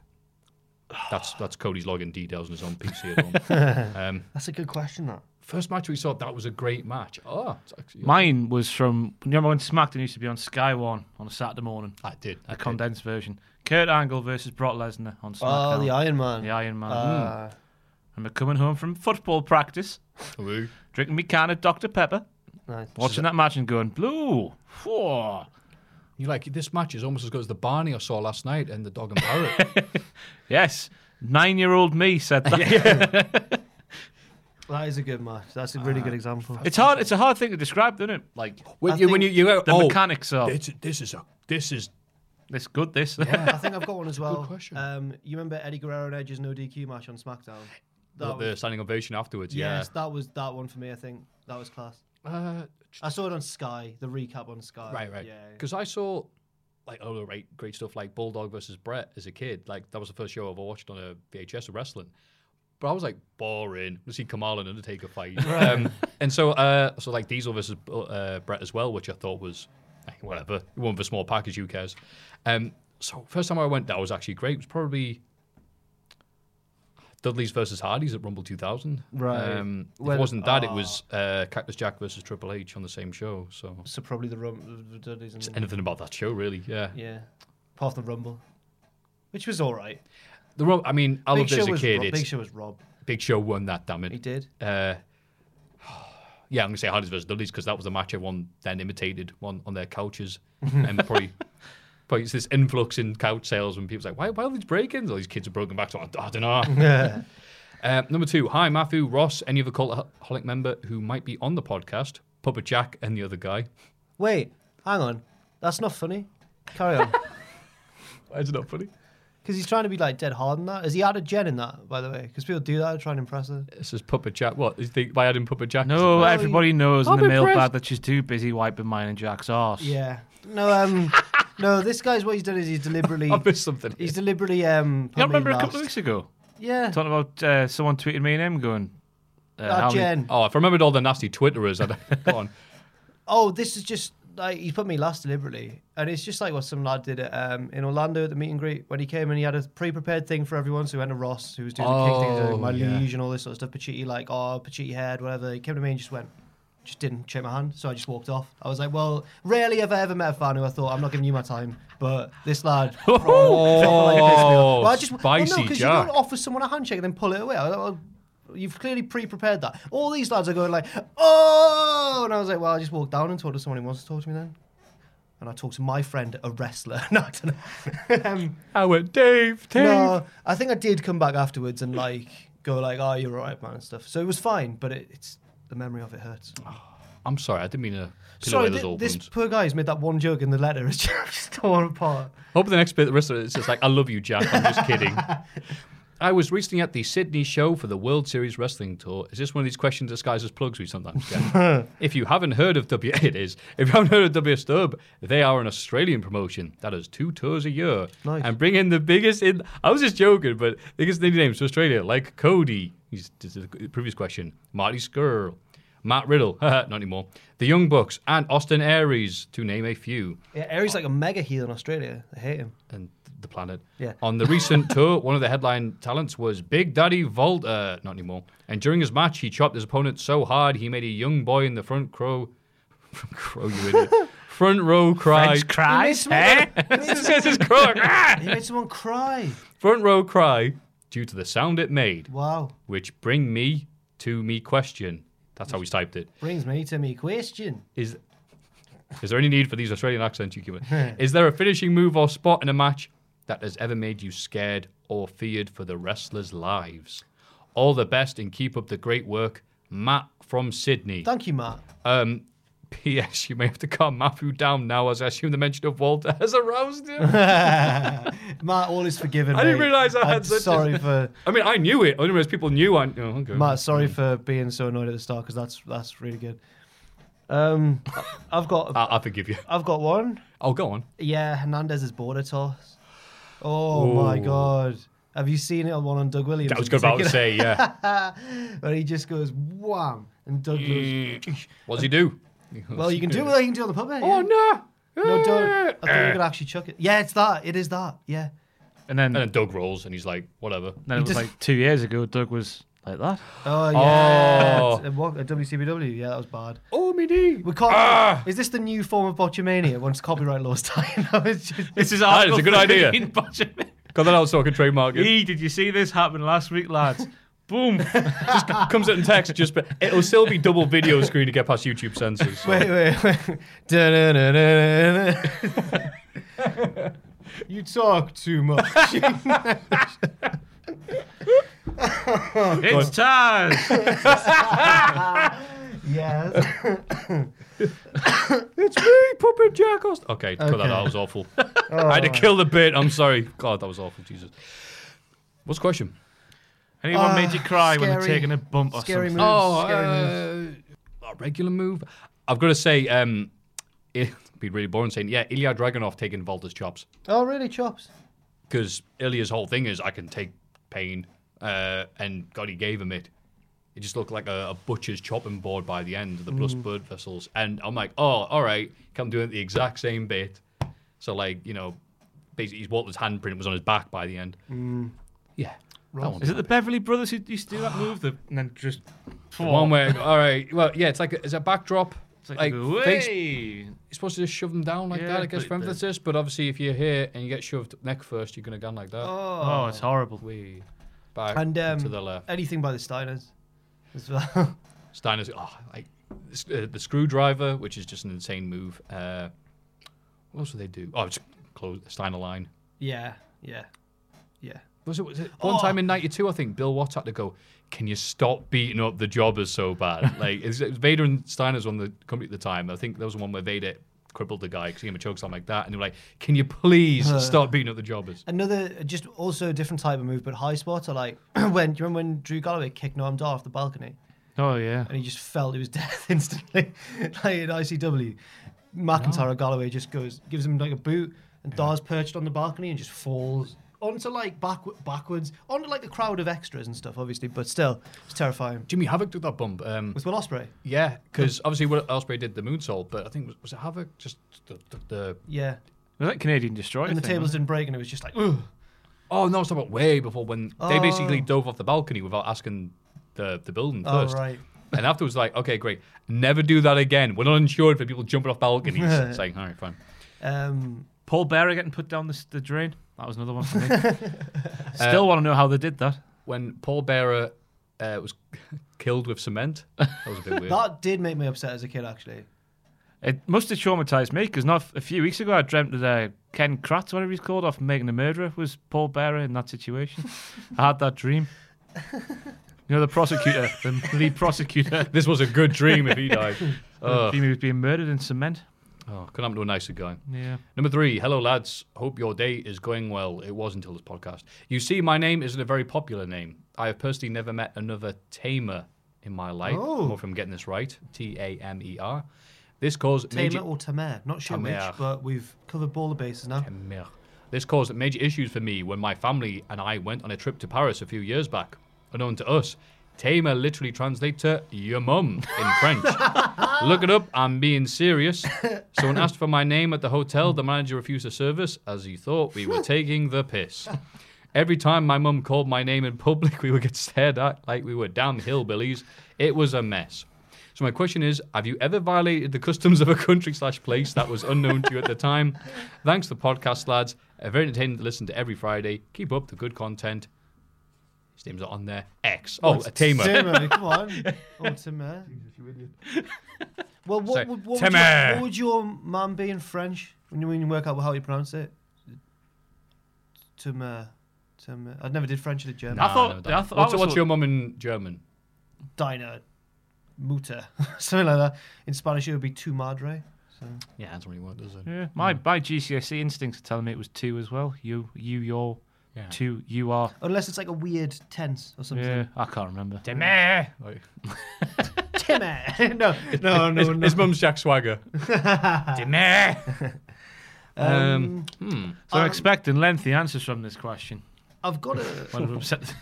Speaker 6: That's that's Cody's login details on his own PC at home.
Speaker 8: That's a good question, that.
Speaker 6: First match we saw, that was a great match. Oh, it's actually,
Speaker 7: Mine was from, you remember when SmackDown used to be on Sky One on a Saturday morning?
Speaker 6: I did. I
Speaker 7: a
Speaker 6: did.
Speaker 7: condensed version. Kurt Angle versus Brock Lesnar on SmackDown.
Speaker 8: Oh, the Iron Man.
Speaker 7: The Iron Man.
Speaker 8: Uh,
Speaker 7: Remember coming home from football practice,
Speaker 6: Woo.
Speaker 7: drinking me can of Dr. Pepper,
Speaker 8: nice.
Speaker 7: watching that match and going, Blue, four.
Speaker 6: You're like, this match is almost as good as the Barney I saw last night and the Dog and Parrot.
Speaker 7: Yes. Nine year old me said that.
Speaker 8: That is a good match. That's a really good example.
Speaker 7: It's hard it's a hard thing to describe, isn't it? Like
Speaker 6: when,
Speaker 8: I
Speaker 6: you, when you,
Speaker 8: think
Speaker 6: you go,
Speaker 7: the
Speaker 6: oh,
Speaker 7: mechanics of
Speaker 6: this, this is a, this is
Speaker 7: it's good this.
Speaker 8: I think I've got one as well.
Speaker 6: question.
Speaker 8: Um, you remember Eddie Guerrero and Edge's no DQ match on SmackDown?
Speaker 6: the,
Speaker 8: That was,
Speaker 6: the standing ovation afterwards. Yeah.
Speaker 8: Yes, that was that one for me. I think that was class.
Speaker 6: Uh,
Speaker 8: I saw it on Sky. The recap on Sky.
Speaker 6: right, right.
Speaker 8: Yeah.
Speaker 6: Because I saw like oh, right, great stuff like Bulldog versus Brett as a kid. Like that was the first show I ever watched on a VHS of wrestling. But I was like boring to see Kamal and Undertaker fight. um, and so, uh, so like Diesel versus uh, Brett as well, which I thought was like, whatever. One for small package, who cares? Um, so first time I went, that was actually great. It was probably. Dudley's versus Hardy's at Rumble 2000.
Speaker 8: Right.
Speaker 6: Um, if
Speaker 8: Well- ah.
Speaker 6: it wasn't that, it was uh, Cactus Jack versus Triple H on the same show. So
Speaker 8: So probably the rum. The, the, Dudleys and-
Speaker 6: anything about that show, really. Yeah.
Speaker 8: yeah. Part of the Rumble, which was all right.
Speaker 6: The Rob, I mean, I
Speaker 8: Big
Speaker 6: loved it
Speaker 8: Show
Speaker 6: as a
Speaker 8: was
Speaker 6: kid.
Speaker 8: Rob,
Speaker 6: It's,
Speaker 8: Big Show was Rob.
Speaker 6: won that, damn it.
Speaker 8: He did.
Speaker 6: Uh, yeah, I'm going to say Hardys versus Dudleys because that was the match everyone then imitated on, on their couches and probably But it's this influx in couch sales when people's like, why, why all these break-ins? All these kids are broken back. So I, I don't know.
Speaker 8: Yeah.
Speaker 6: Uh, number two, hi Matthew, Ross, any other cultaholic member who might be on the podcast, Papa Jack, and the other guy.
Speaker 8: Wait, hang on. That's not funny. Carry on.
Speaker 6: Why is it not funny?
Speaker 8: Because he's trying to be like dead hard in that. Has he added Jen in that, by the way? Because people do that to try and impress her.
Speaker 6: This is Papa Jack. What? Is the, by adding Papa Jack?
Speaker 7: No,
Speaker 8: Well,
Speaker 7: everybody knows
Speaker 6: I'm
Speaker 7: in the
Speaker 6: impressed.
Speaker 7: mailbag that she's too busy wiping mine and Jack's arse.
Speaker 8: Yeah. No, um, no. This guy's what he's done is he's deliberately.
Speaker 6: I missed something.
Speaker 8: He's deliberately um.
Speaker 7: You
Speaker 8: put me
Speaker 7: remember a couple
Speaker 8: last.
Speaker 7: of weeks ago
Speaker 8: Yeah.
Speaker 7: talking about uh, someone tweeting me and him going, uh,
Speaker 8: Ah,
Speaker 7: how many-
Speaker 8: Jen.
Speaker 6: Oh, if I remembered all the nasty Twitterers, I'd have gone.
Speaker 8: Oh, this is just like he put me last deliberately, and it's just like what some lad did at, um, in Orlando at the meet and greet when he came and he had a pre-prepared thing for everyone. So he went to Ross, who was doing the kick thing, he was
Speaker 6: Oh,
Speaker 8: doing my
Speaker 6: yeah.
Speaker 8: liege and all this sort of stuff. Pachitti like, oh, Pachitti head, whatever. He came to me and just went, just didn't shake my hand, so I just walked off. I was like, well, rarely have I ever met a fan who I thought I'm not giving you my time, but this lad. proper, like, pissed me off. Well, I just, well, no,
Speaker 6: spicy
Speaker 8: 'cause
Speaker 6: Jack.
Speaker 8: You don't offer someone a handshake and then pull it away. I was like, well, You've clearly pre-prepared that. All these lads are going like, oh, and I was like, well, I just walked down and talked to someone who wants to talk to me then, and I talked to my friend, a wrestler. no, I don't know. um,
Speaker 6: I went, Dave, Dave.
Speaker 8: no, I think I did come back afterwards and like go like, oh, you're all right, man, and stuff. So it was fine, but it, it's the memory of it hurts.
Speaker 6: I'm sorry, I didn't mean to peel
Speaker 8: Sorry,
Speaker 6: away those
Speaker 8: thi-
Speaker 6: old
Speaker 8: this
Speaker 6: ones.
Speaker 8: poor guy's made that one joke in the letter. It's just torn apart.
Speaker 6: Hope the next bit, the rest of it, it's just like, I love you, Jack. I'm just kidding. I was recently at the Sydney show for the World Series Wrestling Tour. Is this one of these questions disguised as plugs we sometimes get? if you haven't heard of W, it is. If you haven't heard of W Stub, they are an Australian promotion that has two tours a year
Speaker 8: Nice.
Speaker 6: and bring in the biggest. In I was just joking, but biggest indie names to Australia like Cody. He's this is the previous question. Marty Skrull, Matt Riddle, not anymore. The Young Bucks and Austin Aries, to name a few
Speaker 8: Yeah, Aries like a mega heel in Australia. I hate him.
Speaker 6: and th- the planet.
Speaker 8: Yeah.
Speaker 6: On the recent tour, one of the headline talents was Big Daddy Volta. Not anymore. And during his match, he chopped his opponent so hard he made a young boy in the front crow, front crow, you idiot, front row cry.
Speaker 7: French cries,
Speaker 8: He
Speaker 7: eh?
Speaker 8: made
Speaker 6: This is his crow. Ah!
Speaker 8: He made someone cry.
Speaker 6: front row cry due to the sound it made,
Speaker 8: Wow.
Speaker 6: which bring me to me question. That's how he's typed it.
Speaker 8: Brings me to me question.
Speaker 6: Is is there any need for these Australian accents you keep? is there a finishing move or spot in a match that has ever made you scared or feared for the wrestlers' lives? All the best and keep up the great work, Matt from Sydney.
Speaker 8: Thank you, Matt.
Speaker 6: Um, P.S. You may have to calm Matthew down now, as I assume the mention of Walter has aroused him.
Speaker 8: Matt, all is forgiven.
Speaker 6: I didn't
Speaker 8: mate.
Speaker 6: realise I had
Speaker 8: I'm
Speaker 6: such a-
Speaker 8: Sorry for
Speaker 6: I mean, I knew it. I didn't realize people knew. I oh, okay.
Speaker 8: Matt. Sorry for being so annoyed at the start because that's that's really good. Um, I've got
Speaker 6: I, I forgive you.
Speaker 8: I've got one.
Speaker 6: Oh, go on.
Speaker 8: Yeah, Hernandez's border toss. Oh my
Speaker 6: Ooh.
Speaker 8: god! Have you seen it on one on Doug Williams?
Speaker 6: That was good about to say. Yeah.
Speaker 8: Where he just goes wham and Doug goes.
Speaker 6: what does he do?
Speaker 8: Well, you can do what you can do on the puppet.
Speaker 6: Oh
Speaker 8: yeah.
Speaker 6: no! Eh.
Speaker 8: No, don't. I thought you could actually chuck it. Yeah, it's that. It is that. Yeah.
Speaker 7: And then,
Speaker 8: Uh,
Speaker 6: And then Doug rolls, and he's like, whatever.
Speaker 7: then it was
Speaker 8: just-
Speaker 7: like two years ago, Doug was like that.
Speaker 8: Oh yeah.
Speaker 6: Oh.
Speaker 8: At what- at WCBW. Yeah, that was bad.
Speaker 6: Oh, me knee.
Speaker 8: We can't. Is this the new form of botchamania once copyright laws die? No, it's just,
Speaker 7: This is
Speaker 6: That is a good idea.
Speaker 7: idea.
Speaker 6: Got that out so I can trademark it.
Speaker 7: E, did you see this happen last week, lads? Boom.
Speaker 6: comes out in text, just but it'll still be double video screen to get past YouTube censors. so.
Speaker 8: wait, wait, wait. Da-da-da-da-da-da. you talk too much.
Speaker 7: it's time.
Speaker 8: yes.
Speaker 6: It's me, Puppet Jack. Aust- Okay, cut that
Speaker 8: Okay. Oh.
Speaker 6: out. That was awful. I had to kill the bit. I'm sorry. God, that was awful. Jesus. What's the question?
Speaker 7: Anyone made you cry when they're
Speaker 8: scary-
Speaker 7: taking a bump or
Speaker 8: Scary
Speaker 7: something?
Speaker 8: moves.
Speaker 6: Oh,
Speaker 8: scary moves.
Speaker 6: uh, a regular move. I've got to say, um, it'd be really boring saying, yeah, Ilya Dragunov taking Volta's chops.
Speaker 8: Oh, really? Chops.
Speaker 6: because Ilya's whole thing is I can take pain, uh, and God, he gave him it. It just looked like a, a butcher's chopping board by the end of the
Speaker 8: Mm.
Speaker 6: plus blood vessels, and I'm like, oh, all right, come doing it the exact same bit. So like, you know, basically, his Walter's handprint was on his back by the end.
Speaker 8: Mm.
Speaker 6: Yeah, that one.
Speaker 7: Is it the Beverly Brothers who used to do that move? The, and then just.
Speaker 6: the one where? All right, well, yeah, it's like a, it's a backdrop.
Speaker 7: It's like,
Speaker 6: like
Speaker 7: go,
Speaker 6: face-
Speaker 7: "Hey."
Speaker 6: you're supposed to just shove them down like
Speaker 7: Yeah,
Speaker 6: that, I
Speaker 7: but
Speaker 6: guess, for
Speaker 7: the-
Speaker 6: emphasis. But obviously, if you're here and you get shoved neck first, you're gonna gun like that.
Speaker 7: Oh, it's horrible.
Speaker 6: Wee. Back
Speaker 8: And um,
Speaker 6: to the left.
Speaker 8: anything by the Steiners as well.
Speaker 6: Steiner's oh, like s- uh, the screwdriver, which is just an insane move. Uh, what else do they do? Oh, it's close Steiner line.
Speaker 8: Yeah, yeah, yeah.
Speaker 6: Was it, was it one time in '92? I think Bill Watt had to go. Can you stop beating up the jobbers so bad? like it's, it's Vader and Steiner's on the company at the time. I think there was one where Vader crippled the guy because he gave him a choke slam like that, and they were like, "Can you please stop beating up the jobbers?"
Speaker 8: Another, just also a different type of move, but high spots are like when do you remember when Drew Galloway kicked Noam Dar off the balcony
Speaker 7: Oh yeah.
Speaker 8: and he just fell to his death instantly, like in ICW. McIntyre or Galloway just goes gives him like a boot, and Dar's perched on the balcony and just falls onto like back, backwards onto like a crowd of extras and stuff, obviously, but still, it's terrifying.
Speaker 6: Jimmy Havoc took that bump. Um,
Speaker 8: With Will Osprey,
Speaker 6: yeah, because obviously Will Ospreay did the moonsault, but I think was, was it Havoc just the, the, the
Speaker 8: yeah,
Speaker 7: Was that Canadian Destroyer?
Speaker 8: and the
Speaker 7: thing,
Speaker 8: tables
Speaker 7: wasn't
Speaker 8: didn't break, and it was just like, Ugh.
Speaker 6: Oh no, it's about way before when they basically dove off the balcony without asking the, the building
Speaker 8: Oh,
Speaker 6: first.
Speaker 8: right.
Speaker 6: And afterwards, like, okay, great. Never do that again. We're not insured for people jumping off balconies. it's like, all right, fine.
Speaker 8: um,
Speaker 7: it? Paul Bearer getting put down the, s- the drain. That was another one for me. Still want to know how they did that.
Speaker 6: When Paul Bearer uh, was killed with cement, that was a bit weird.
Speaker 8: that did make me upset as a kid, actually.
Speaker 7: It must have traumatized me because not a few weeks ago I dreamt that uh, Ken Kratz, whatever he's called, off Making a Murderer, was Paul Bearer in that situation. I had that dream. You know, the prosecutor, the, the prosecutor,
Speaker 6: this was a good dream if he died.
Speaker 7: the he was being murdered in cement.
Speaker 6: Oh, couldn't happen to a nicer guy.
Speaker 7: Yeah.
Speaker 6: Number three, hello lads. Hope your day is going well. It was until this podcast. You see, my name isn't a very popular name. I have personally never met another tamer in my life.
Speaker 8: Oh.
Speaker 6: More from getting this right, T A M E R. This caused
Speaker 8: Tamer
Speaker 6: major
Speaker 8: or Tamer, not sure
Speaker 6: Tamer.
Speaker 8: which, but we've covered all the bases now.
Speaker 6: Tamer. This caused major issues for me when my family and I went on a trip to Paris a few years back. Unknown to us, tamer literally translates to your mum in French. Look it up. I'm being serious. Someone asked for my name at the hotel. The manager refused the service as he thought we were taking the piss. Every time my mum called my name in public, we would get stared at like we were damn hillbillies. It was a mess. So my question is: Have you ever violated the customs of a country slash place that was unknown to you at the time? Thanks to the podcast, lads. Uh, very entertaining to listen to every Friday. Keep up the good content. His name's not on there. X. Oh, a tamer.
Speaker 8: Tamer, come on. Or Tamer. Well, what,
Speaker 6: Sorry,
Speaker 8: would, what, would your,
Speaker 6: Tamer.
Speaker 8: what would your man be in French when you, when you work out how you pronounce it? Tamer. Tamer. I never did French or German.
Speaker 7: I thought-
Speaker 6: don't.
Speaker 7: I thought- I
Speaker 6: what's,
Speaker 7: was
Speaker 6: what's
Speaker 7: thought-
Speaker 6: your mum in German?
Speaker 8: Diner. Muta. Something like that. In Spanish, it would be tu madre.
Speaker 6: Yeah, that's really what does it?
Speaker 7: Yeah. My, my GCSE E instincts are telling me it was two as well. You, you, your,
Speaker 6: Yeah.
Speaker 7: two, you are.
Speaker 8: Unless it's like a weird tense or something.
Speaker 7: Yeah, I can't remember.
Speaker 6: Tamer.
Speaker 8: Tamer. no, no, no,
Speaker 6: his,
Speaker 8: no.
Speaker 6: his mum's Jack Swagger. Tamer. Um,
Speaker 7: So I'm expecting lengthy answers from this question.
Speaker 8: I've got a.
Speaker 7: Might have upset-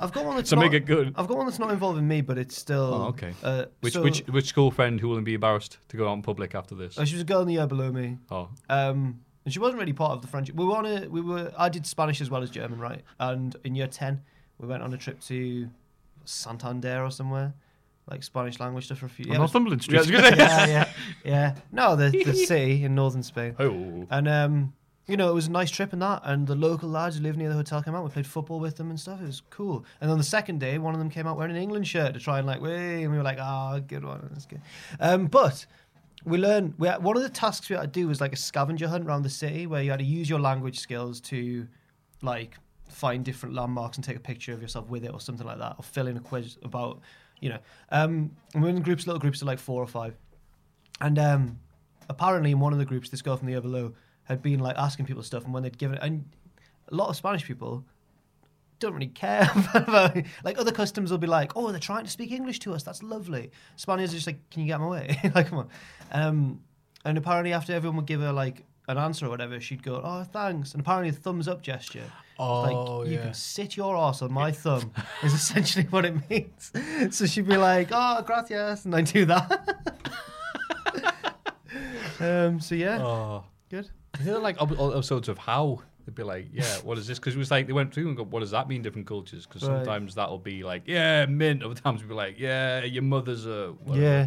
Speaker 8: I've got one that's
Speaker 6: So
Speaker 8: not,
Speaker 6: make it good.
Speaker 8: I've got one that's not involving me, but it's still.
Speaker 6: Oh, okay.
Speaker 8: Uh,
Speaker 6: which
Speaker 8: so-
Speaker 6: which which school friend who will be embarrassed to go out in public after this?
Speaker 8: Uh, she was a girl in the year below me.
Speaker 6: Oh,
Speaker 8: Um, and she wasn't really part of the friendship. We were on a, we were I did Spanish as well as German, right? And in year ten, we went on a trip to Santander or somewhere, like Spanish language stuff for a few. Yeah, it was-
Speaker 7: Northumberland Street.
Speaker 8: yeah, yeah, yeah. No, the the sea in northern Spain.
Speaker 6: oh,
Speaker 8: And um, you know, it was a nice trip and that. And the local lads who live near the hotel came out. We played football with them and stuff. It was cool. And on the second day, one of them came out wearing an England shirt to try and like, way. And we were like, ah, good one. That's good. Um, but we learned we had, one of the tasks we had to do was like a scavenger hunt around the city where you had to use your language skills to like find different landmarks and take a picture of yourself with it or something like that, or fill in a quiz about, you know. Um, and we we're in groups, little groups of like four or five. And um, apparently, in one of the groups, this girl from the Overlow had been like asking people stuff, and when they'd given it, and a lot of Spanish people don't really care about like other customs will be like, oh, they're trying to speak English to us. That's lovely. Spaniards are just like, can you get my way? like, come on. Um, and apparently, after everyone would give her like an answer or whatever, she'd go, oh, thanks. And apparently, a thumbs up gesture. Oh, like, you can sit your ass on my thumb is essentially what it means. So she'd be like, oh, gracias. And I do that. um, so yeah. Good.
Speaker 6: they're like ob- ob- episodes of How. They'd be like, yeah, what is this? Because it was like they went through and go, what does that mean? Different cultures. Because
Speaker 8: Right.
Speaker 6: sometimes that'll be like, yeah, mint. Other times it'll be like, yeah, your mother's a. Whatever.
Speaker 8: Yeah.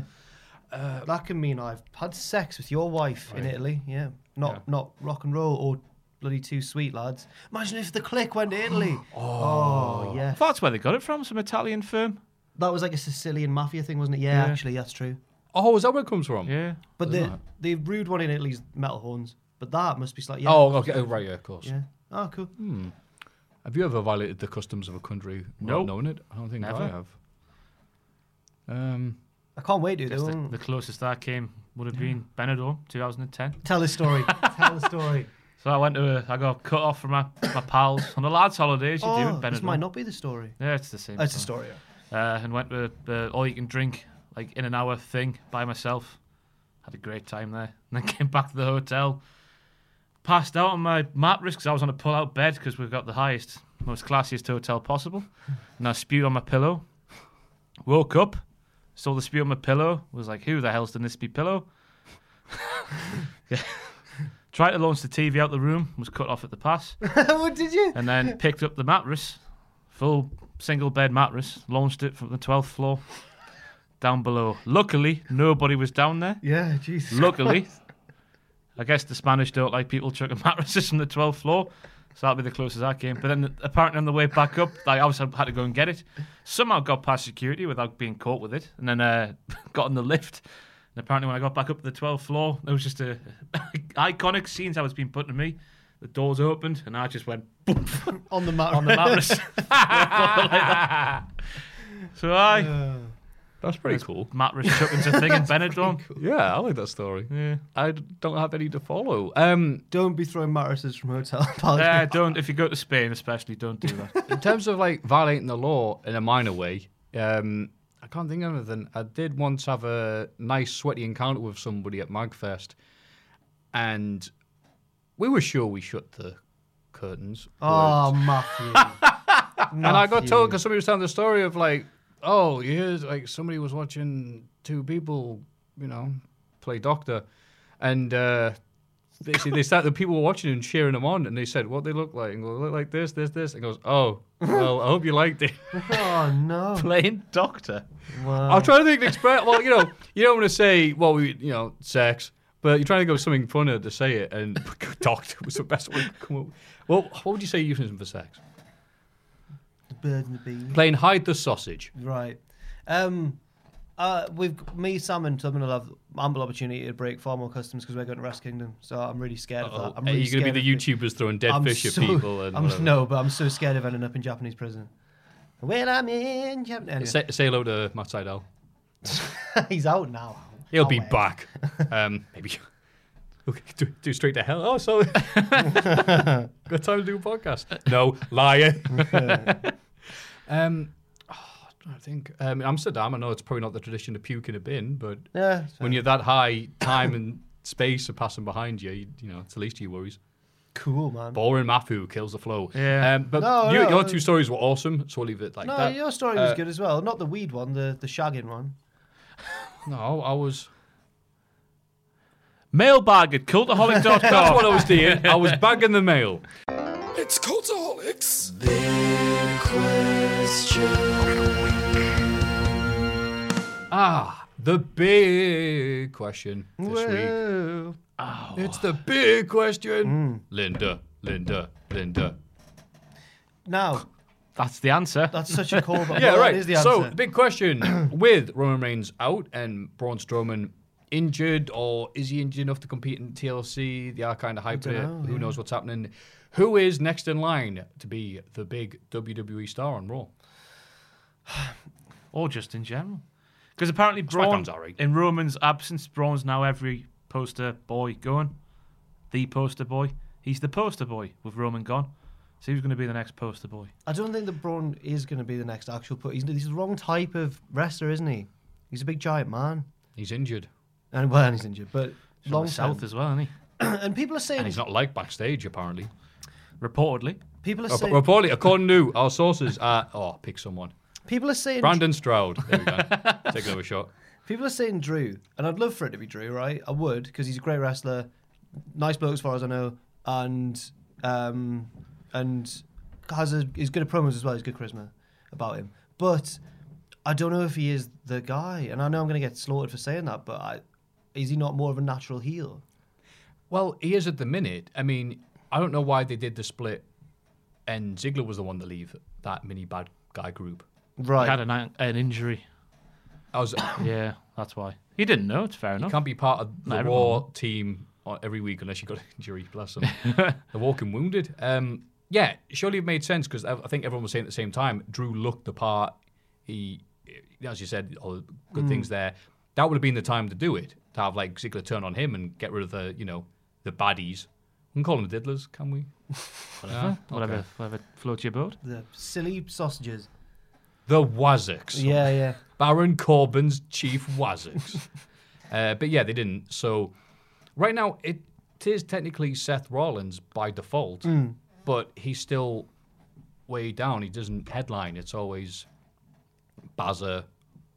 Speaker 8: Uh, that can mean I've had sex with your wife in Italy. Yeah. Not not rock and roll or bloody too sweet, lads. Imagine if the click went to Italy. oh. yeah.
Speaker 7: That's where they got it from, some Italian firm.
Speaker 8: That was like a Sicilian mafia thing, wasn't it? Yeah,
Speaker 7: Yeah.
Speaker 8: actually, that's true.
Speaker 6: Oh, is that where it comes from?
Speaker 7: Yeah.
Speaker 8: But the the rude one in Italy's metal horns. But that must be slightly. yeah.
Speaker 6: Oh, okay. Oh, right, yeah, of course.
Speaker 8: Yeah. Oh, cool.
Speaker 6: Have you ever violated the customs of a country
Speaker 7: No.
Speaker 6: not knowing it? I don't think I
Speaker 7: Never.
Speaker 6: have. Um,
Speaker 8: I can't wait, dude.
Speaker 7: Guess the,
Speaker 8: Don't-
Speaker 7: the closest I came would have been Benidorm, 2010.
Speaker 8: Tell a story. Tell a story.
Speaker 7: So I went to, a, I got cut off from my, my pals on the lads' holidays. You do
Speaker 8: oh,
Speaker 7: in Benidorm.
Speaker 8: this might not be the story.
Speaker 7: Yeah, it's the same.
Speaker 8: Oh, it's a
Speaker 7: story.
Speaker 8: story. yeah.
Speaker 7: uh, and went to the all you can drink like in an hour thing by myself. Had a great time there, and then came back to the hotel. Passed out on my mattress because I was on a pull-out bed because we've got the highest, most classiest hotel possible, and I spewed on my pillow. Woke up, saw the spew on my pillow. Was like, "Who the hell's done this to my pillow?" Tried to launch the TV out the room. Was cut off at the pass
Speaker 8: what did you?
Speaker 7: and then picked up the mattress, full single bed mattress, launched it from the 12th floor down below. Luckily, nobody was down there.
Speaker 8: Yeah, Jesus.
Speaker 7: Luckily, I guess the Spanish don't like people chucking mattresses from the 12th floor. So that'll be the closest I came. But then apparently on the way back up, I obviously had to go and get it. Somehow got past security without being caught with it. And then uh, got on the lift. And apparently when I got back up to the 12th floor, there was just a iconic scenes I was being put to me. The doors opened and I just went boom
Speaker 8: On the matter.
Speaker 7: on the mattress. Like that. So I
Speaker 6: that's pretty cool.
Speaker 7: mattress chuck into thing in Benidorm.
Speaker 6: Yeah, I like that story.
Speaker 7: Yeah.
Speaker 6: I d- don't have any to follow. Um,
Speaker 8: Don't be throwing mattresses from hotel parties.
Speaker 7: Yeah, don't if you go to Spain especially, don't do that.
Speaker 6: in terms of like violating the law in a minor way, um, I can't think of anything. I did once have a nice sweaty encounter with somebody at Magfest, and we were sure we shut the curtains.
Speaker 8: Oh, Matthew.
Speaker 6: and I got told because somebody was telling the story of like, oh, here's like somebody was watching two people, you know, play doctor, and uh, basically they started the people were watching and cheering them on, and they said what they look like, and go, "They look like this, this, this, and goes, oh, well, I hope you liked it
Speaker 8: Oh no.
Speaker 6: playing doctor.
Speaker 8: Wow.
Speaker 6: I'm trying to think of an express. Well, you know, you don't want to say well, we, you know, sex, but you're trying to go with something funner to say it, and doctor was the best way to come up. Well, what would you say euphemism for sex?
Speaker 8: The bird and the bee.
Speaker 6: Playing hide the sausage.
Speaker 8: Right. Um, uh, we've me, Sam, and Tubman will have ample opportunity to break far more customs because we're going to Rest Kingdom. So I'm really scared
Speaker 6: Oh,
Speaker 8: of that. I'm
Speaker 6: are
Speaker 8: really
Speaker 6: you going to be the
Speaker 8: scared of-
Speaker 6: YouTubers throwing dead
Speaker 8: I'm
Speaker 6: fish
Speaker 8: so-
Speaker 6: at people? And
Speaker 8: I'm,
Speaker 6: whatever?
Speaker 8: no, but I'm so scared of ending up in Japanese prison. When I'm in Japan, anyway,
Speaker 6: Say, say hello to Matt Seidel.
Speaker 8: he's out now.
Speaker 6: He'll
Speaker 8: Oh,
Speaker 6: be
Speaker 8: well.
Speaker 6: back. Um, maybe. Okay, do, do straight to hell. Oh, so good time to do a podcast. No, liar. um, oh, I think um, Amsterdam. I know it's probably not the tradition to puke in a bin, but
Speaker 8: Yeah, it's
Speaker 6: when you're that high, time and space are passing behind you. You, you know, it's the least of your worries.
Speaker 8: cool, man.
Speaker 6: Boring Mafu kills the flow.
Speaker 7: Yeah.
Speaker 6: Um, but
Speaker 8: No,
Speaker 6: you,
Speaker 8: no,
Speaker 6: your
Speaker 8: no.
Speaker 6: two stories were awesome, so we'll leave it like
Speaker 8: no,
Speaker 6: that.
Speaker 8: your story was
Speaker 6: uh,
Speaker 8: good as well. Not the weed one, the the shagging one.
Speaker 6: No, I was.
Speaker 7: Mailbag at cultaholic.com.
Speaker 6: That's what I was doing. I was bagging the mail.
Speaker 9: It's Cultaholics.
Speaker 6: Ah, the big question this week.
Speaker 8: Whoa.
Speaker 6: It's the big question. Linda, Linda, Linda.
Speaker 8: Now
Speaker 7: That's the answer.
Speaker 8: that's such a call, but
Speaker 6: Yeah,
Speaker 8: well,
Speaker 6: right.
Speaker 8: That is the
Speaker 6: so,
Speaker 8: answer.
Speaker 6: big question with Roman Reigns out and Braun Strowman injured, or is he injured enough to compete in TLC? They are kind of hyped it. Who knows what's happening? Who is next in line to be the big WWE star on Raw?
Speaker 7: or just in general. Because apparently Braun,
Speaker 6: SmackDown's alright.
Speaker 7: in Roman's absence, Braun's now every poster boy going. The poster boy. He's the poster boy with Roman gone. So who's going to be the next poster boy?
Speaker 8: I don't think that Braun is going to be the next actual put. He's, he's the wrong type of wrestler, isn't he? He's a big giant man,
Speaker 6: He's injured.
Speaker 8: and well, and he's injured, but
Speaker 7: From
Speaker 8: long
Speaker 7: the south
Speaker 8: time.
Speaker 7: as well, isn't he?
Speaker 8: and people are saying
Speaker 6: And he's not liked backstage, apparently.
Speaker 7: Reportedly.
Speaker 8: people are
Speaker 6: Rep-
Speaker 8: saying
Speaker 6: Reportedly, according to our sources, uh, oh, pick someone.
Speaker 8: people are saying
Speaker 6: Brandon Stroud. There we go. Take another shot.
Speaker 8: people are saying Drew, and I'd love for it to be Drew, right? I would because he's a great wrestler, nice bloke as far as I know, and um, and has a, he's good at promos as well. He's good charisma about him, but I don't know if he is the guy. And I know I'm going to get slaughtered for saying that, but I, is he not more of a natural heel?
Speaker 6: Well, he is at the minute. I mean, I don't know why they did the split, and Ziggler was the one to leave that mini bad guy group.
Speaker 8: Right.
Speaker 7: He had an, an injury.
Speaker 6: I was
Speaker 7: Yeah, that's why. He didn't know. It's fair enough.
Speaker 6: can't be part of the
Speaker 7: Not
Speaker 6: Raw team on every week unless you got an injury. Bless them. the walking wounded. Um, yeah, surely it made sense because I, I think everyone was saying at the same time. Drew looked the part. He, as you said, all the good
Speaker 7: Hmm.
Speaker 6: things there. That would have been the time to do it. To have like Ziggler turn on him and get rid of the you know the baddies. We can call them the diddlers, can we?
Speaker 7: Whatever, whatever, whatever floats your boat.
Speaker 8: The silly sausages.
Speaker 6: The Wazzicks.
Speaker 8: Yeah, yeah.
Speaker 6: Baron Corbin's chief Wazzix. uh, but yeah, they didn't. So right now, it is technically Seth Rollins by default, but he's still way down. He doesn't headline. It's always Baza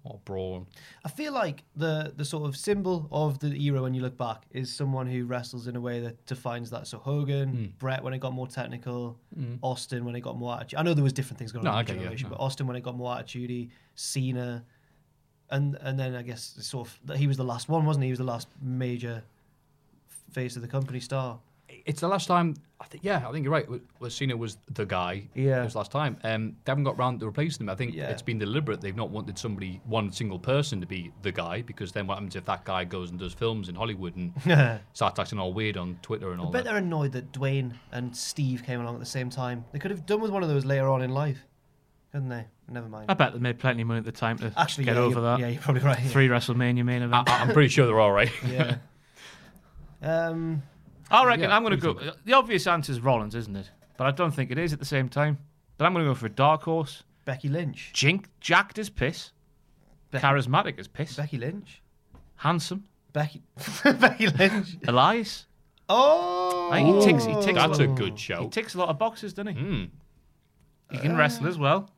Speaker 6: or Braun.
Speaker 8: I feel like the the sort of symbol of the era when you look back is someone who wrestles in a way that defines that. So Hogan,
Speaker 6: Hmm.
Speaker 8: Brett when it got more technical, Austin when it got more attitude. I know there was different things going
Speaker 6: No,
Speaker 8: on in
Speaker 6: I
Speaker 8: the
Speaker 6: get you,
Speaker 8: generation,
Speaker 6: no.
Speaker 8: but Austin when it got more attitude, Cena, and and then I guess it's sort of that he was the last one, wasn't he? He was the last major face of the company star.
Speaker 6: It's the last time. I think. Yeah, I think you're right. w- Was Cena was the guy.
Speaker 8: Yeah.
Speaker 6: It was last time. Um, they haven't got round to replacing him. I think
Speaker 8: Yeah.
Speaker 6: it's been deliberate. They've not wanted somebody, one single person, to be the guy because then what happens if that guy goes and does films in Hollywood and starts acting all weird on Twitter and all
Speaker 8: Bet
Speaker 6: that?
Speaker 8: they're annoyed that Dwayne and Steve came along at the same time. They could have done with one of those later on in life, couldn't they? Never mind.
Speaker 7: I bet they made plenty of money at the time to
Speaker 8: Actually,
Speaker 7: get
Speaker 8: yeah,
Speaker 7: over
Speaker 8: you're-
Speaker 7: that.
Speaker 8: yeah, you're probably right, yeah.
Speaker 7: Three WrestleMania main
Speaker 6: I,
Speaker 7: event.
Speaker 6: I- I'm pretty sure they're all right.
Speaker 8: Yeah. um,
Speaker 7: I reckon
Speaker 6: Yeah,
Speaker 7: I'm going to
Speaker 6: what
Speaker 7: go. The obvious answer is Rollins, isn't it? But I don't think it is at the same time. But I'm going to go for a dark horse.
Speaker 8: Becky Lynch.
Speaker 7: Jink, jacked as piss,
Speaker 8: Becky-
Speaker 7: charismatic as piss,
Speaker 8: Becky Lynch.
Speaker 7: handsome.
Speaker 8: Becky. Becky Lynch.
Speaker 7: Elias.
Speaker 8: Oh.
Speaker 7: I think Ah, he ticks. He ticks.
Speaker 6: That's
Speaker 7: a
Speaker 6: a
Speaker 7: lot-
Speaker 6: good show.
Speaker 7: He ticks a lot of boxes, doesn't he?
Speaker 6: Mm.
Speaker 7: He can wrestle as well.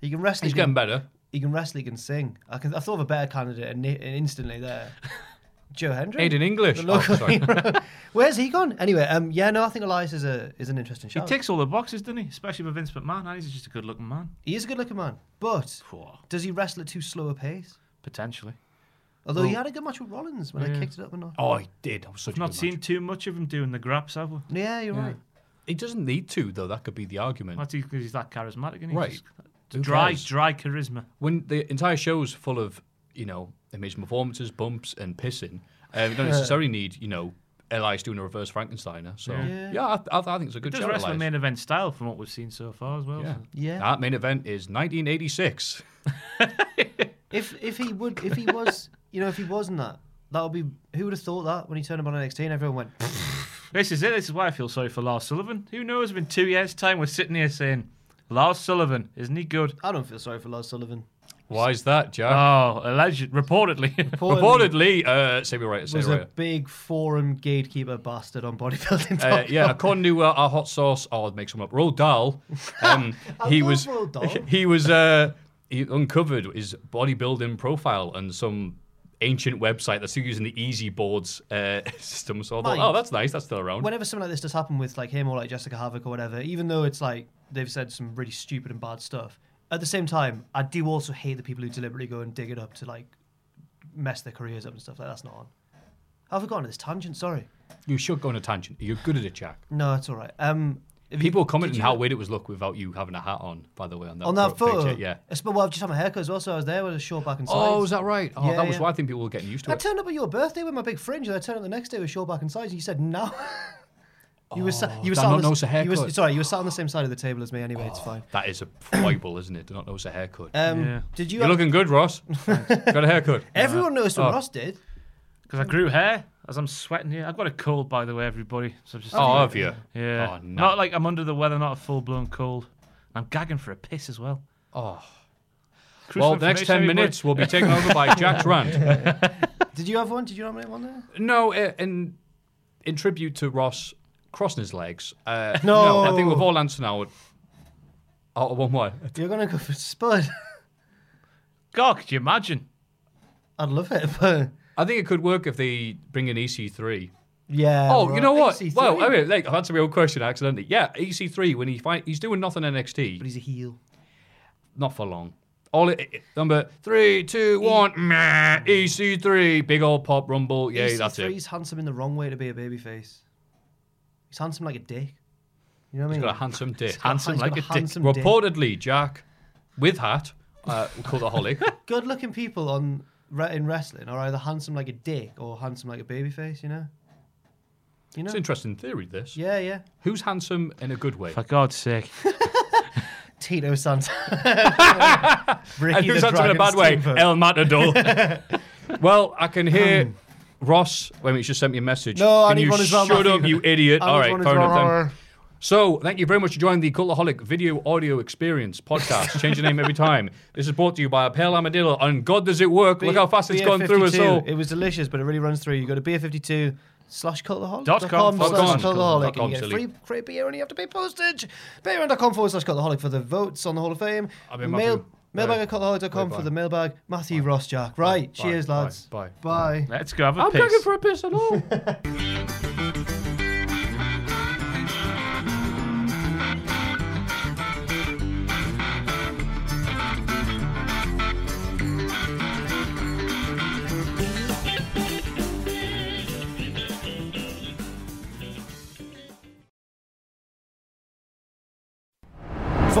Speaker 8: He can wrestle.
Speaker 6: He's
Speaker 8: he can-
Speaker 6: getting better.
Speaker 8: He can wrestle. He can sing. I can. I thought of a better candidate, and, and instantly there. Joe Hendry.
Speaker 6: Aiden English. Oh, sorry.
Speaker 8: Where's he gone? Anyway, um, yeah, no, I think Elias is a is an interesting
Speaker 7: He
Speaker 8: shout.
Speaker 7: ticks all the boxes, doesn't he? Especially with Vince McMahon. And he's just a good-looking man,
Speaker 8: He is a good-looking man, but
Speaker 7: Poor.
Speaker 8: does he wrestle at too slow a pace?
Speaker 7: potentially.
Speaker 8: Although he had a good match with Rollins when I kicked it up and not.
Speaker 6: oh, he did. I was such
Speaker 7: We've
Speaker 6: a
Speaker 7: not
Speaker 6: good
Speaker 7: seen
Speaker 6: match.
Speaker 7: too much of him doing the graps, have we?
Speaker 8: Yeah, you're right.
Speaker 6: He doesn't need to though. That could be the argument.
Speaker 7: That's because he's that charismatic, isn't he?
Speaker 6: Right.
Speaker 7: Just
Speaker 6: Who
Speaker 7: Dry,
Speaker 6: cares?
Speaker 7: dry charisma.
Speaker 6: When the entire show's full of you know amazing performances, bumps, and pissing, um, you don't necessarily need you know Elias doing a reverse Frankensteiner. So
Speaker 7: Yeah.
Speaker 6: yeah, I, I, I think it's a
Speaker 7: It
Speaker 6: good
Speaker 7: does
Speaker 6: show.
Speaker 7: wrestle
Speaker 6: Elias.
Speaker 7: main event style from what we've seen so far as well.
Speaker 6: Yeah.
Speaker 7: so-
Speaker 8: Yeah.
Speaker 6: That main event is 1986.
Speaker 8: If if he would if he was you know if he wasn't that that would be who would have thought that when he turned up on NXT and everyone went
Speaker 7: This is it. This is why I feel sorry for Lars Sullivan. Who knows? In two years' time, we're sitting here saying, Lars Sullivan, isn't he good?
Speaker 8: I don't feel sorry for Lars Sullivan
Speaker 6: Why is that, Jack?
Speaker 7: Oh, alleged, reportedly.
Speaker 6: Reportedly, uh, say me right, say me
Speaker 8: was
Speaker 6: right.
Speaker 8: a big forum gatekeeper bastard on bodybuilding
Speaker 6: Uh, yeah, according to uh, our hot sauce, oh, I'll make some up. Roald Dahl. Um, he,
Speaker 8: love
Speaker 6: was,
Speaker 8: Roald Dahl.
Speaker 6: he was. uh, He uncovered his bodybuilding profile and some ancient website that's still using the Easy Boards uh, system. So I thought,
Speaker 8: Mate.
Speaker 6: oh, that's nice. That's still around.
Speaker 8: whenever something like this does happen with like him or like Jessica Havoc or whatever even though it's like they've said some really stupid and bad stuff at the same time I do also hate the people who deliberately go and dig it up to like mess their careers up and stuff like that's not on I've forgotten this tangent sorry
Speaker 6: you should go on a tangent. You're good at it, Jack.
Speaker 8: no it's all right um if you-
Speaker 6: People were
Speaker 8: did
Speaker 6: commenting
Speaker 8: you-
Speaker 6: how weird it was look without you having a hat on. By the way, on that
Speaker 8: on that
Speaker 6: pro-
Speaker 8: photo.
Speaker 6: picture, yeah.
Speaker 8: It's- But well, I've just had my haircut as well, so I was there with a short back and sides.
Speaker 6: Oh, is that right? Oh,
Speaker 8: Yeah,
Speaker 6: that was
Speaker 8: yeah.
Speaker 6: why I think people were getting used to
Speaker 8: I
Speaker 6: it.
Speaker 8: turned up at your birthday with my big fringe, and I turned up the next day with short back and sides. And you said no. you were sat, you were
Speaker 6: did I
Speaker 8: sat on
Speaker 6: not
Speaker 8: the,
Speaker 6: notice a
Speaker 8: You were,
Speaker 6: haircut? Oh,
Speaker 8: sorry, you were sat on the same side of the table as me. Anyway, it's fine.
Speaker 6: that is a foible, isn't it? Do not notice a haircut.
Speaker 8: Um,
Speaker 7: Yeah.
Speaker 8: Did you?
Speaker 6: You're
Speaker 8: have-
Speaker 6: looking Oh. good, Ross. Got a haircut.
Speaker 8: everyone noticed what Ross did.
Speaker 7: Because I grew hair as I'm sweating here. I've got a cold, by the way, everybody. So I'm just,
Speaker 6: Oh, have you?
Speaker 7: yeah.
Speaker 6: Oh, no.
Speaker 7: Not like I'm under the weather, not a full blown cold. I'm gagging for a piss as well.
Speaker 6: Oh.
Speaker 7: Crucial
Speaker 6: Well, the next
Speaker 7: information,
Speaker 6: 10
Speaker 7: everybody.
Speaker 6: minutes will be taken over by Jack's rant.
Speaker 8: Did you have one? Did you nominate one there?
Speaker 6: No, uh, in, in tribute to Ross crossing his legs, uh,
Speaker 8: No.
Speaker 6: I think we've all answered now. Oh, one more.
Speaker 8: You're gonna go for Spud.
Speaker 7: God, could you imagine?
Speaker 8: I'd love it, but
Speaker 6: I think it could work if they bring in EC3.
Speaker 8: yeah.
Speaker 6: Oh, you
Speaker 8: right. E
Speaker 6: know what?
Speaker 8: EC3.
Speaker 6: Well, I mean, like, that's a real question, accidentally. Yeah, EC3, when he fight, he's doing nothing NXT,
Speaker 8: but he's a heel.
Speaker 6: not for long. All it, it- number three, two, one, meh, EC3, big old pop rumble. Yeah, that's it.
Speaker 8: He's handsome in the wrong way to be a babyface. He's handsome like a dick. You know what I
Speaker 6: He's
Speaker 8: mean?
Speaker 6: got a handsome dick.
Speaker 8: Handsome he's got like a a dick. handsome dick.
Speaker 6: Reportedly, Jack, with hat, uh, called a holic.
Speaker 8: good-looking people on re- in wrestling are either handsome like a dick or handsome like a babyface. You know, You know?
Speaker 6: It's an interesting theory, this.
Speaker 8: Yeah, yeah.
Speaker 6: Who's handsome in a good way?
Speaker 7: For God's sake.
Speaker 8: Tito Santa.
Speaker 6: and who's handsome in a bad way? El Matador. well, I can hear Ross, wait a minute, he's just sent me a message.
Speaker 8: No, I
Speaker 6: Can
Speaker 8: need
Speaker 6: you
Speaker 8: one as well,
Speaker 6: Shut
Speaker 8: Matthew.
Speaker 6: up, you idiot.
Speaker 8: I
Speaker 6: All
Speaker 8: need
Speaker 6: right,
Speaker 8: one as
Speaker 6: fair enough
Speaker 8: well.
Speaker 6: then. So, thank you very much for joining the Cultaholic Video Audio Experience podcast. Change the name every time. This is brought to you by a Pale Armadillo, and God does it work. Look how fast it's
Speaker 8: Beer
Speaker 6: gone through us
Speaker 8: 52.
Speaker 6: all.
Speaker 8: It was delicious, but it really runs through. You go to beer52 slash cultaholic
Speaker 7: Dot com
Speaker 8: slash
Speaker 6: forward slash
Speaker 8: cultaholic
Speaker 6: com,
Speaker 8: and you get a
Speaker 6: silly.
Speaker 8: free, free beer and you have to pay postage. Patreon.com forward slash cultaholic for the votes on the Hall of Fame.
Speaker 6: I've been
Speaker 8: Mail,
Speaker 6: Matthew.
Speaker 8: mailbag
Speaker 6: Bye.
Speaker 8: at cultaholic.com
Speaker 6: Bye,
Speaker 8: for
Speaker 6: bye.
Speaker 8: the mailbag. Matthew Ross Jack. Right,
Speaker 6: Bye,
Speaker 8: cheers,
Speaker 6: bye,
Speaker 8: lads.
Speaker 6: bye,
Speaker 8: Bye.
Speaker 7: Let's go have a
Speaker 6: I'm
Speaker 7: piss.
Speaker 6: begging for a piss at all.
Speaker 2: For